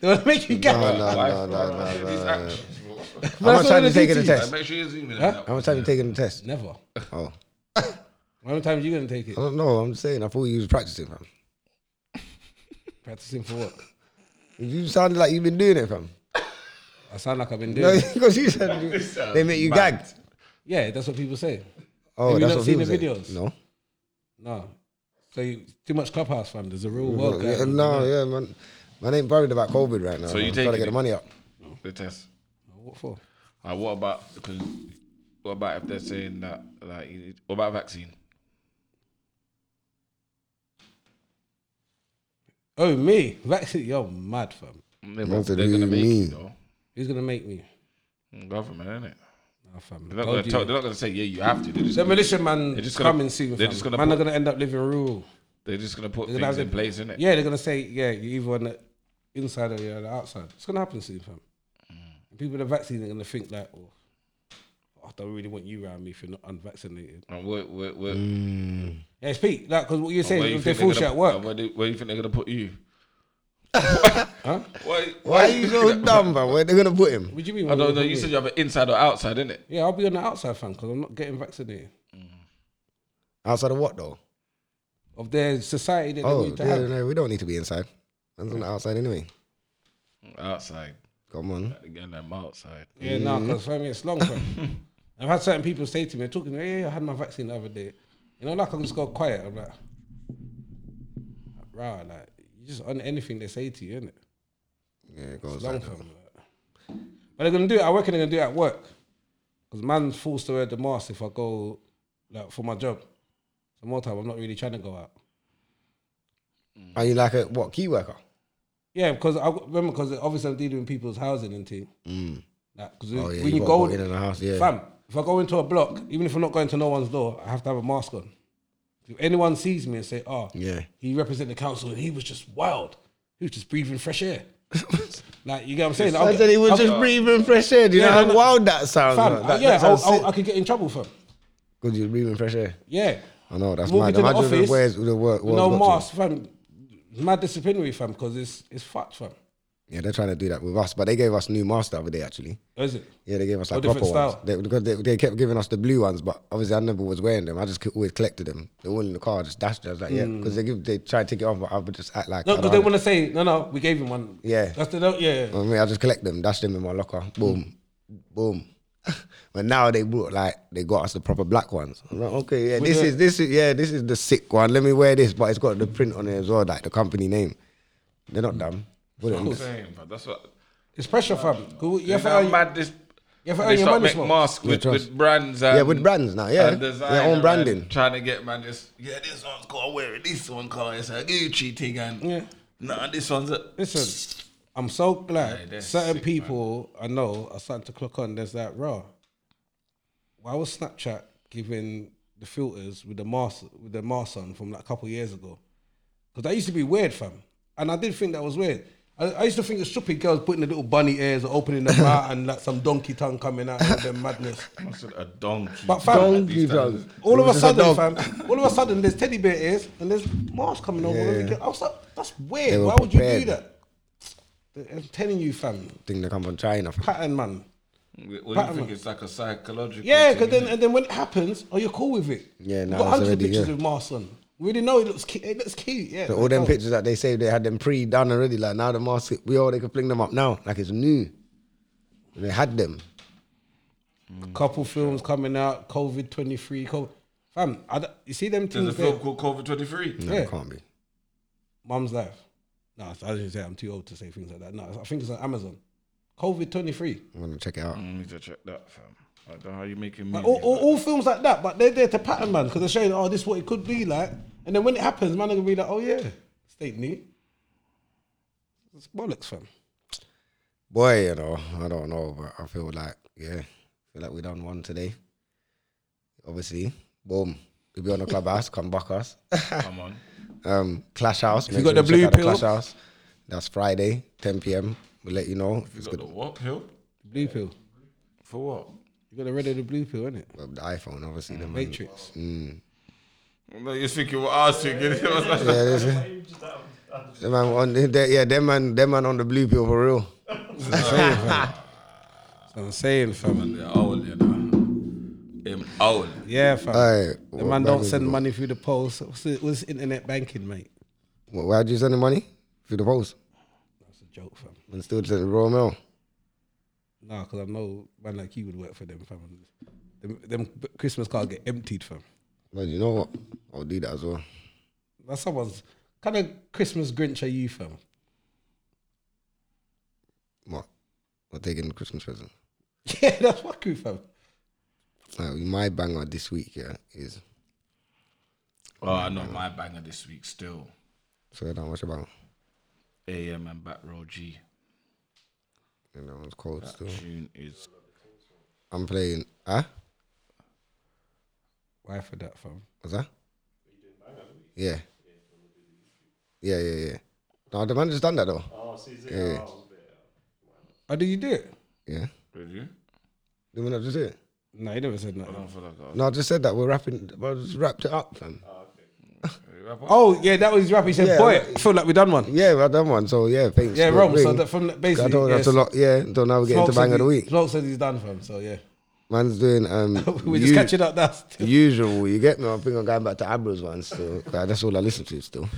[SPEAKER 5] they want to make you
[SPEAKER 4] No,
[SPEAKER 5] gag.
[SPEAKER 4] no.
[SPEAKER 6] Why throw
[SPEAKER 4] no, no,
[SPEAKER 6] out
[SPEAKER 4] no,
[SPEAKER 6] these
[SPEAKER 4] no.
[SPEAKER 6] actions, bro?
[SPEAKER 4] how much
[SPEAKER 5] what
[SPEAKER 4] time
[SPEAKER 5] they
[SPEAKER 4] you taking
[SPEAKER 5] do
[SPEAKER 4] the
[SPEAKER 5] to
[SPEAKER 6] Like,
[SPEAKER 5] you.
[SPEAKER 4] test?
[SPEAKER 6] Make sure you're zooming.
[SPEAKER 5] Huh?
[SPEAKER 4] How much time you taking the test?
[SPEAKER 5] Never.
[SPEAKER 4] Oh,
[SPEAKER 5] How many times are you going to take it?
[SPEAKER 4] I don't know. I'm just saying. I thought you was practicing, fam.
[SPEAKER 5] Practicing for what?
[SPEAKER 4] You sounded like you've been doing it, fam.
[SPEAKER 5] I sound like I've been doing
[SPEAKER 4] No,
[SPEAKER 5] it.
[SPEAKER 4] because you said you-
[SPEAKER 6] This sounds
[SPEAKER 4] they make you
[SPEAKER 6] mad.
[SPEAKER 4] gag.
[SPEAKER 5] Yeah, that's what people say.
[SPEAKER 4] Oh,
[SPEAKER 5] Have you
[SPEAKER 4] that's
[SPEAKER 5] not
[SPEAKER 4] what
[SPEAKER 5] seen
[SPEAKER 4] people
[SPEAKER 5] the
[SPEAKER 4] say.
[SPEAKER 5] videos?
[SPEAKER 4] No.
[SPEAKER 5] No. So you, too much clubhouse fam. There's a real
[SPEAKER 4] Well,
[SPEAKER 5] world.
[SPEAKER 4] yeah,
[SPEAKER 5] going on.
[SPEAKER 4] no, yeah, man. Man ain't worried about COVID right now.
[SPEAKER 6] So you
[SPEAKER 4] man. trying
[SPEAKER 6] taking
[SPEAKER 4] to get the
[SPEAKER 6] it?
[SPEAKER 4] money up.
[SPEAKER 6] The test.
[SPEAKER 5] What for?
[SPEAKER 6] Uh, what about because what about if they're saying that like you need- what about vaccine?
[SPEAKER 5] Oh me, vaccine. You're mad fam.
[SPEAKER 6] They're,
[SPEAKER 4] do
[SPEAKER 6] they're gonna
[SPEAKER 4] you
[SPEAKER 6] make
[SPEAKER 4] mean?
[SPEAKER 6] it though.
[SPEAKER 5] Who's gonna make me?
[SPEAKER 6] Mm, Government, isn't it?
[SPEAKER 5] Nah, fam.
[SPEAKER 6] They're not,
[SPEAKER 5] Told
[SPEAKER 6] gonna
[SPEAKER 5] you.
[SPEAKER 6] tell, they're not gonna say yeah, you have to. They're just,
[SPEAKER 5] The militia man
[SPEAKER 6] They're just
[SPEAKER 5] just
[SPEAKER 6] gonna-
[SPEAKER 5] coming soon.
[SPEAKER 6] they're
[SPEAKER 5] fam.
[SPEAKER 6] just gonna
[SPEAKER 5] man are
[SPEAKER 6] put-
[SPEAKER 5] gonna end up living rural.
[SPEAKER 6] they're just gonna put
[SPEAKER 5] They're
[SPEAKER 6] things
[SPEAKER 5] gonna have
[SPEAKER 6] in
[SPEAKER 5] to-
[SPEAKER 6] place, isn't it?
[SPEAKER 5] Yeah, they're gonna say yeah, you're either on the inside or you're on the outside. It's gonna happen soon, fam.
[SPEAKER 6] Mm.
[SPEAKER 5] People that are vaccinated are gonna think like, oh, I don't really want you around me if you're not unvaccinated.
[SPEAKER 6] And where, where, where,
[SPEAKER 4] Mm.
[SPEAKER 5] Yeah, speak like because what you're saying
[SPEAKER 6] where you
[SPEAKER 5] if they
[SPEAKER 6] think
[SPEAKER 5] full
[SPEAKER 6] gonna-
[SPEAKER 5] shit at work.
[SPEAKER 6] and Where do, where you think they're gonna put you?
[SPEAKER 5] Huh?
[SPEAKER 6] Why?
[SPEAKER 4] Why are you so dumb, man? Where they gonna put him?
[SPEAKER 5] What do you mean?
[SPEAKER 6] I don't know.
[SPEAKER 5] what
[SPEAKER 6] You
[SPEAKER 5] do
[SPEAKER 6] said
[SPEAKER 5] mean?
[SPEAKER 6] you have an inside or outside, isn't it?
[SPEAKER 5] yeah, I'll be on the outside, fam, because I'm not getting vaccinated.
[SPEAKER 4] Outside of what though?
[SPEAKER 5] Of their society that
[SPEAKER 4] Oh,
[SPEAKER 5] they need to
[SPEAKER 4] yeah,
[SPEAKER 5] have.
[SPEAKER 4] no, we don't need to be inside. Man's on the outside anyway.
[SPEAKER 6] Outside.
[SPEAKER 4] Come on.
[SPEAKER 6] Again, I'm outside.
[SPEAKER 5] Yeah, no,
[SPEAKER 4] Mm-hmm.
[SPEAKER 5] because for me, it's long, fam. I've had certain people say to me, talking, hey, I had my vaccine the other day. You know, like I just go quiet. I'm like, rah, like, you just on anything they say to you, innit?
[SPEAKER 4] Yeah, it goes
[SPEAKER 5] It's long,
[SPEAKER 4] like
[SPEAKER 5] fam.
[SPEAKER 4] that.
[SPEAKER 5] like. But they're going to do it, I reckon they're going to do it at work. Because man's forced to wear the mask if I go, like, for my job. So more time, I'm not really trying to go out.
[SPEAKER 4] Are you like a what key worker?
[SPEAKER 5] Yeah, because I remember, because obviously I'm dealing with people's housing and thing. Like, 'cause
[SPEAKER 4] Mm. Oh yeah,
[SPEAKER 5] when
[SPEAKER 4] you,
[SPEAKER 5] you,
[SPEAKER 4] got
[SPEAKER 5] go
[SPEAKER 4] put in and the house, yeah.
[SPEAKER 5] Fam, if I go into a block, even if I'm not going to no one's door, I have to have a mask on. If anyone sees me and say, oh,
[SPEAKER 4] Yeah.
[SPEAKER 5] he represented the council and he was just wild. He was just breathing fresh air. like, you get what I'm saying? I'll
[SPEAKER 4] I
[SPEAKER 5] get-
[SPEAKER 4] said he was
[SPEAKER 5] I'll-
[SPEAKER 4] just breathing fresh air. Do you
[SPEAKER 5] Yeah,
[SPEAKER 4] know
[SPEAKER 5] no,
[SPEAKER 4] how
[SPEAKER 5] no.
[SPEAKER 4] wild that sounds?
[SPEAKER 5] Fam, uh,
[SPEAKER 4] man? That,
[SPEAKER 5] yeah, oh,
[SPEAKER 4] that
[SPEAKER 5] I'll,
[SPEAKER 4] sounds
[SPEAKER 5] I'll-
[SPEAKER 4] sick.
[SPEAKER 5] I could get in trouble, fam.
[SPEAKER 4] Because you're breathing fresh air.
[SPEAKER 5] Yeah.
[SPEAKER 4] I know that's
[SPEAKER 5] Walk
[SPEAKER 4] mad.
[SPEAKER 5] into the
[SPEAKER 4] Imagine the
[SPEAKER 5] office,
[SPEAKER 4] where's the work.
[SPEAKER 5] no mask, fam. Mad disciplinary, fam, because it's, it's fucked, fam.
[SPEAKER 4] Yeah, they're trying to do that with us, but they gave us new masks the other day actually.
[SPEAKER 5] Is it?
[SPEAKER 4] Yeah, they gave us like
[SPEAKER 5] different
[SPEAKER 4] proper ones.
[SPEAKER 5] style.
[SPEAKER 4] They, because they, they kept giving us the blue ones, but obviously I never was wearing them. I just always collected them. They were all in the car, I just dashed. them. I was like, yeah, because they give, they try to take it off, but I would just act like
[SPEAKER 5] Hmm. No,
[SPEAKER 4] I
[SPEAKER 5] because
[SPEAKER 4] don't
[SPEAKER 5] they
[SPEAKER 4] have
[SPEAKER 5] want to say, no, no, we gave him one.
[SPEAKER 4] Yeah.
[SPEAKER 5] That's the, no, yeah.
[SPEAKER 4] I mean, I just collect them, dash them in my locker, boom, boom. but now they brought like they got us the proper black ones. I'm like, okay, yeah, this
[SPEAKER 5] the-
[SPEAKER 4] is this is yeah, this is the sick one. Let me wear this, but it's got the print on it as well, like the company name. They're not dumb. Put it on
[SPEAKER 6] I'm
[SPEAKER 4] the-
[SPEAKER 6] saying, but that's what.
[SPEAKER 5] It's pressure, fam. 'Cause You
[SPEAKER 6] Yeah,
[SPEAKER 5] have to
[SPEAKER 6] how
[SPEAKER 5] earn-
[SPEAKER 6] mad this.
[SPEAKER 5] you have to earn
[SPEAKER 6] they
[SPEAKER 5] your
[SPEAKER 6] start
[SPEAKER 5] money,
[SPEAKER 6] making
[SPEAKER 5] Smoke.
[SPEAKER 6] masks with,
[SPEAKER 4] Yeah,
[SPEAKER 6] with
[SPEAKER 4] trust.
[SPEAKER 6] brands. And,
[SPEAKER 4] Yeah, with brands now, yeah.
[SPEAKER 6] and
[SPEAKER 4] Their own
[SPEAKER 6] designer and
[SPEAKER 4] branding.
[SPEAKER 6] trying to get man just yeah, this one's got to wear it. This one can't. It's a Gucci thing, and
[SPEAKER 5] Yeah.
[SPEAKER 6] nah, this one's a.
[SPEAKER 5] Listen, I'm so glad
[SPEAKER 6] they're
[SPEAKER 5] certain
[SPEAKER 6] sick, man.
[SPEAKER 5] people I know are starting to clock on. There's that raw. Why was Snapchat giving the filters with the mask with the mask on from like a couple years ago? Because that used to be weird, fam. And I did think that was weird. I, I used to think it's stupid girls putting the little bunny ears or opening them out and like some donkey tongue coming out of them madness.
[SPEAKER 6] I said a donkey.
[SPEAKER 5] But fam,
[SPEAKER 4] Donkey drugs.
[SPEAKER 5] all of
[SPEAKER 4] It
[SPEAKER 5] a
[SPEAKER 4] was just
[SPEAKER 5] sudden,
[SPEAKER 4] dog.
[SPEAKER 5] fam, all of a sudden there's teddy bear ears and there's masks coming over. every girl. I was like, that's
[SPEAKER 4] They
[SPEAKER 5] weird.
[SPEAKER 4] were
[SPEAKER 5] Why would you do
[SPEAKER 4] prepared.
[SPEAKER 5] that? I'm telling you, fam,
[SPEAKER 4] Thing they come from China.
[SPEAKER 5] pattern, man.
[SPEAKER 6] What do you
[SPEAKER 5] Batman.
[SPEAKER 6] think? It's like a psychological.
[SPEAKER 5] um, Yeah,
[SPEAKER 6] thing,
[SPEAKER 5] because then
[SPEAKER 6] innit?
[SPEAKER 5] and then when it happens, oh, you're cool with it.
[SPEAKER 4] Yeah,
[SPEAKER 5] We've
[SPEAKER 4] nah,
[SPEAKER 5] got
[SPEAKER 4] it's
[SPEAKER 5] hundreds of
[SPEAKER 4] already-
[SPEAKER 5] pictures
[SPEAKER 4] yeah.
[SPEAKER 5] with masks on. We already know it looks cute. It looks cute. Yeah,
[SPEAKER 4] So all them
[SPEAKER 5] Oh.
[SPEAKER 4] pictures that they say they had them pre-done already. Like now the mask, we all they can fling them up now, like it's new. They had them.
[SPEAKER 5] Couple films coming out. COVID twenty three. COVID. Fam, I don't- you see them
[SPEAKER 6] There's a
[SPEAKER 5] things there.
[SPEAKER 6] film called COVID 23.
[SPEAKER 4] No,
[SPEAKER 5] Yeah.
[SPEAKER 4] it can't be.
[SPEAKER 5] Mum's life. No, I didn't say I'm too old to say things like that. No, I think it's on Amazon. COVID twenty three.
[SPEAKER 4] I'm gonna check it out.
[SPEAKER 6] I need to check that, fam. I don't know how you making me.
[SPEAKER 5] Like, all, all, all films like that, but they're there to pattern man because they're showing, oh, this is what it could be like. And then when it happens, man, are gonna be like, oh yeah, state new. It's bollocks, fam.
[SPEAKER 4] Boy, you know, I don't know, but I feel like yeah, I feel like we done one today. Obviously, boom. We be on the clubhouse, come back us.
[SPEAKER 5] oh.
[SPEAKER 6] Come on.
[SPEAKER 4] Um, Clash House. If
[SPEAKER 5] you got the blue pill.
[SPEAKER 4] Clash House. That's Friday, 10 p.m. We'll let you know. If
[SPEAKER 6] You
[SPEAKER 4] it's
[SPEAKER 6] got
[SPEAKER 4] good.
[SPEAKER 6] the what pill?
[SPEAKER 5] Blue pill.
[SPEAKER 6] For what?
[SPEAKER 5] You got the red of the blue pill, innit?
[SPEAKER 4] Well, the iPhone, obviously.
[SPEAKER 6] Mm,
[SPEAKER 4] The man. Mm.
[SPEAKER 5] Matrix.
[SPEAKER 6] No, you're thinking what I was thinking. It was like-
[SPEAKER 4] Yeah, this is- the man on, the- yeah, them man, them man on the blue pill for real.
[SPEAKER 5] That's what I'm saying, fam.
[SPEAKER 6] They're old, you know. Them old.
[SPEAKER 5] Yeah, fam.
[SPEAKER 4] Alright,
[SPEAKER 5] the
[SPEAKER 4] well,
[SPEAKER 5] man don't
[SPEAKER 4] back-
[SPEAKER 5] send money through the post. What's, it, what's internet banking, mate?
[SPEAKER 4] Wh- Why'd you send the money? Through the post.
[SPEAKER 5] That's a joke, fam.
[SPEAKER 4] And still send the raw mail.
[SPEAKER 5] Nah, because I know man like you would work for them, fam. The Them, them Christmas cards get emptied, fam.
[SPEAKER 4] But you know what? I'll do that as well.
[SPEAKER 5] That's someone's kind of Christmas Grinch are you, fam?
[SPEAKER 4] What? We're taking the Christmas present.
[SPEAKER 5] Yeah, that's fucking fam.
[SPEAKER 4] Uh, my banger this week, yeah, is
[SPEAKER 6] Oh, I know my banger this week still.
[SPEAKER 4] so that much about.
[SPEAKER 6] AM and Back Row G.
[SPEAKER 4] You know, it's cold still.
[SPEAKER 6] Tune is
[SPEAKER 4] I'm playing. Huh?
[SPEAKER 5] Why for that, fam?
[SPEAKER 4] What's that? Yeah. Yeah, yeah, yeah. No, the man just done that though.
[SPEAKER 2] Oh, see, see,
[SPEAKER 4] Yeah.
[SPEAKER 2] oh, yeah.
[SPEAKER 5] How Oh, did you do it?
[SPEAKER 4] Yeah.
[SPEAKER 6] Did you?
[SPEAKER 4] Did we not just do it?
[SPEAKER 5] No, he never said nothing.
[SPEAKER 6] I don't feel like I
[SPEAKER 4] No, I just said that we're wrapping. I just wrapped it up, fam.
[SPEAKER 5] Oh, yeah, that was his rap. He said,
[SPEAKER 4] Yeah,
[SPEAKER 5] boy,
[SPEAKER 4] like-
[SPEAKER 5] I feel like we done one.
[SPEAKER 4] Yeah, we've done one. So yeah, thanks.
[SPEAKER 5] Yeah,
[SPEAKER 4] for
[SPEAKER 5] Rome. So
[SPEAKER 4] ring.
[SPEAKER 5] that from that-
[SPEAKER 4] I
[SPEAKER 5] basically,
[SPEAKER 4] don't.
[SPEAKER 5] yeah,
[SPEAKER 4] That's a lot. Yeah. Don't now we get into
[SPEAKER 5] Smoke
[SPEAKER 4] bang of
[SPEAKER 5] said
[SPEAKER 4] the
[SPEAKER 5] he-
[SPEAKER 4] week.
[SPEAKER 5] Smoke said he's done, fam. So yeah,
[SPEAKER 4] Man's doing um.
[SPEAKER 5] we're just
[SPEAKER 4] u-
[SPEAKER 5] catching up now. still.
[SPEAKER 4] Usual, you get me. I think I'm going back to Abra's one still. 'cause That's all I listen to still.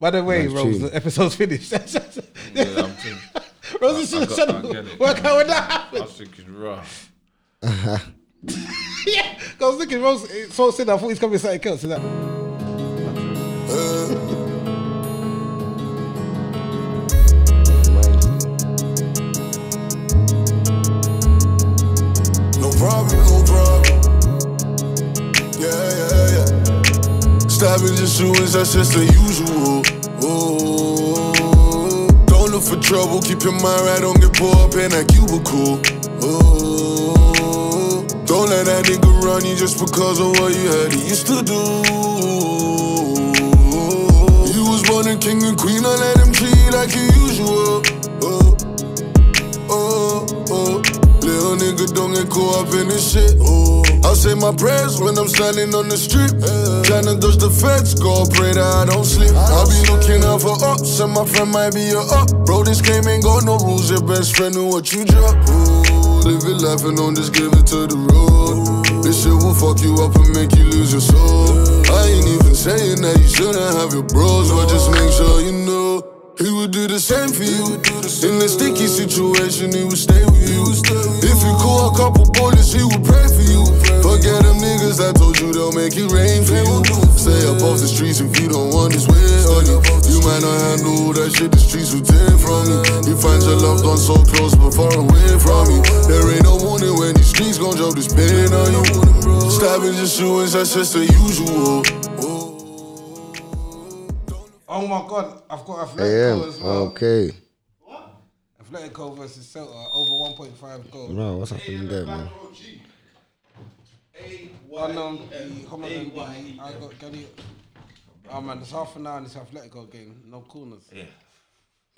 [SPEAKER 5] By the way,
[SPEAKER 4] Nice tune.
[SPEAKER 5] Rose, the episode's finished.
[SPEAKER 6] Yeah, I'm too.
[SPEAKER 5] Rose is still
[SPEAKER 6] I
[SPEAKER 5] trying
[SPEAKER 6] got- I get
[SPEAKER 5] to
[SPEAKER 6] it.
[SPEAKER 5] work out when that
[SPEAKER 6] I
[SPEAKER 5] happened.
[SPEAKER 6] was thinking rough.
[SPEAKER 5] Yeah, 'cause I was looking, Rose, eh, Smoke said, I thought he's coming to something else. Is that?
[SPEAKER 3] No problem, no problem. Yeah, yeah, yeah. Stabbing and shootings, that's just the usual. Oh, don't look for trouble, keep your mind right, don't get pulled up in that cubicle. Oh, don't let that nigga run you just because of what you had he used to do. You was born a king and queen, don't let him treat you like your usual. Oh oh, oh. Little nigga don't get caught up in this shit. Oh. I'll say my prayers when I'm standing on the strip. Tryna dodge the feds, God pray that I don't slip. I'll be looking out for ups, and my friend might be a up. Bro, this game ain't got no rules. Your best friend knew what you drop. Ooh, live it life and don't just give it to the road. This shit will fuck you up and make you lose your soul. I ain't even saying that you shouldn't have your bros, but just make sure you know. He would do the same for you. In a sticky situation, he would stay with you. If you call a couple bullets, he would pray for you. Forget them niggas that told you they'll make it rain for you. Stay up off the streets if you don't want this way on you. You might not handle all that shit the streets will take from you. You find your loved one so close but far away from you. There ain't no warning when these streets gon' drop this pain on you. Stabbing and shootings, that's just the usual.
[SPEAKER 5] Oh my god, I've got
[SPEAKER 4] AM.
[SPEAKER 5] Atletico as well.
[SPEAKER 4] Okay.
[SPEAKER 5] Atletico versus Celta over 1.5 goals.
[SPEAKER 4] Bro, what's happening there, man?
[SPEAKER 5] One on the Homolon B, I got Gary. Oh man, it's half an hour in this Atletico game. No corners.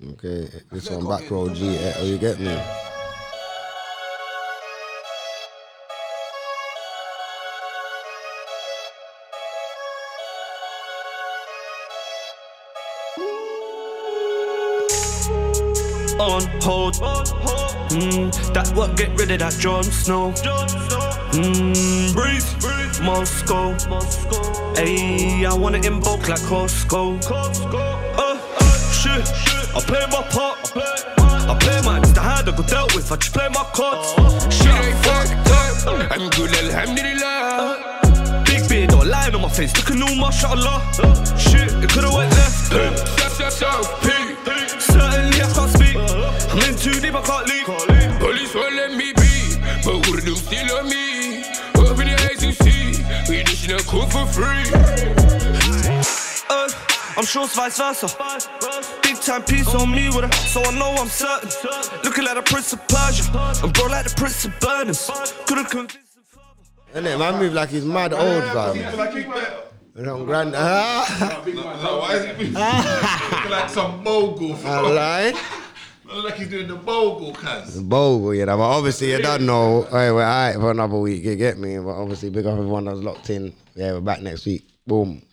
[SPEAKER 4] Okay, this one back row G. eh, Oh, you get me?
[SPEAKER 7] on hold. Mm, that what get rid of that Jon Snow. Mm, breathe, Moscow. Ayy, I want it in bulk like Costco. Uh, uh, shit, I play my part. I play mine, it's the hand I got dealt with. I just play my cards. Shit ain't fucked up. I'm good, alhamdulillah. Big beard or a line on my face, look at all my shot a lot. Shit, it could've went left. Certainly I can't speak. I'm in too deep, I can't leave.
[SPEAKER 8] Police won't let me be, but Urdu still on me. Open your eyes and see, we dish not cool for free.
[SPEAKER 7] Uh, I'm sure it's vice versa. Big time piece on me with her, so I know I'm certain. Looking like the Prince of Persia, and bro like the Prince of Burnham. Couldn't convince.
[SPEAKER 4] And it, man move like he's mad old, fam.
[SPEAKER 6] Like he's better.
[SPEAKER 4] And I'm grand. Ah,
[SPEAKER 6] No, why is he looking like some mogul?
[SPEAKER 4] I
[SPEAKER 6] fam.
[SPEAKER 4] lied.
[SPEAKER 6] Look like he's doing the mogul, cuz.
[SPEAKER 4] Bogle, you know, but obviously you don't know. Hey, we're all right for another week, you get me? But obviously, big up everyone that's locked in. Yeah, we're back next week. Boom.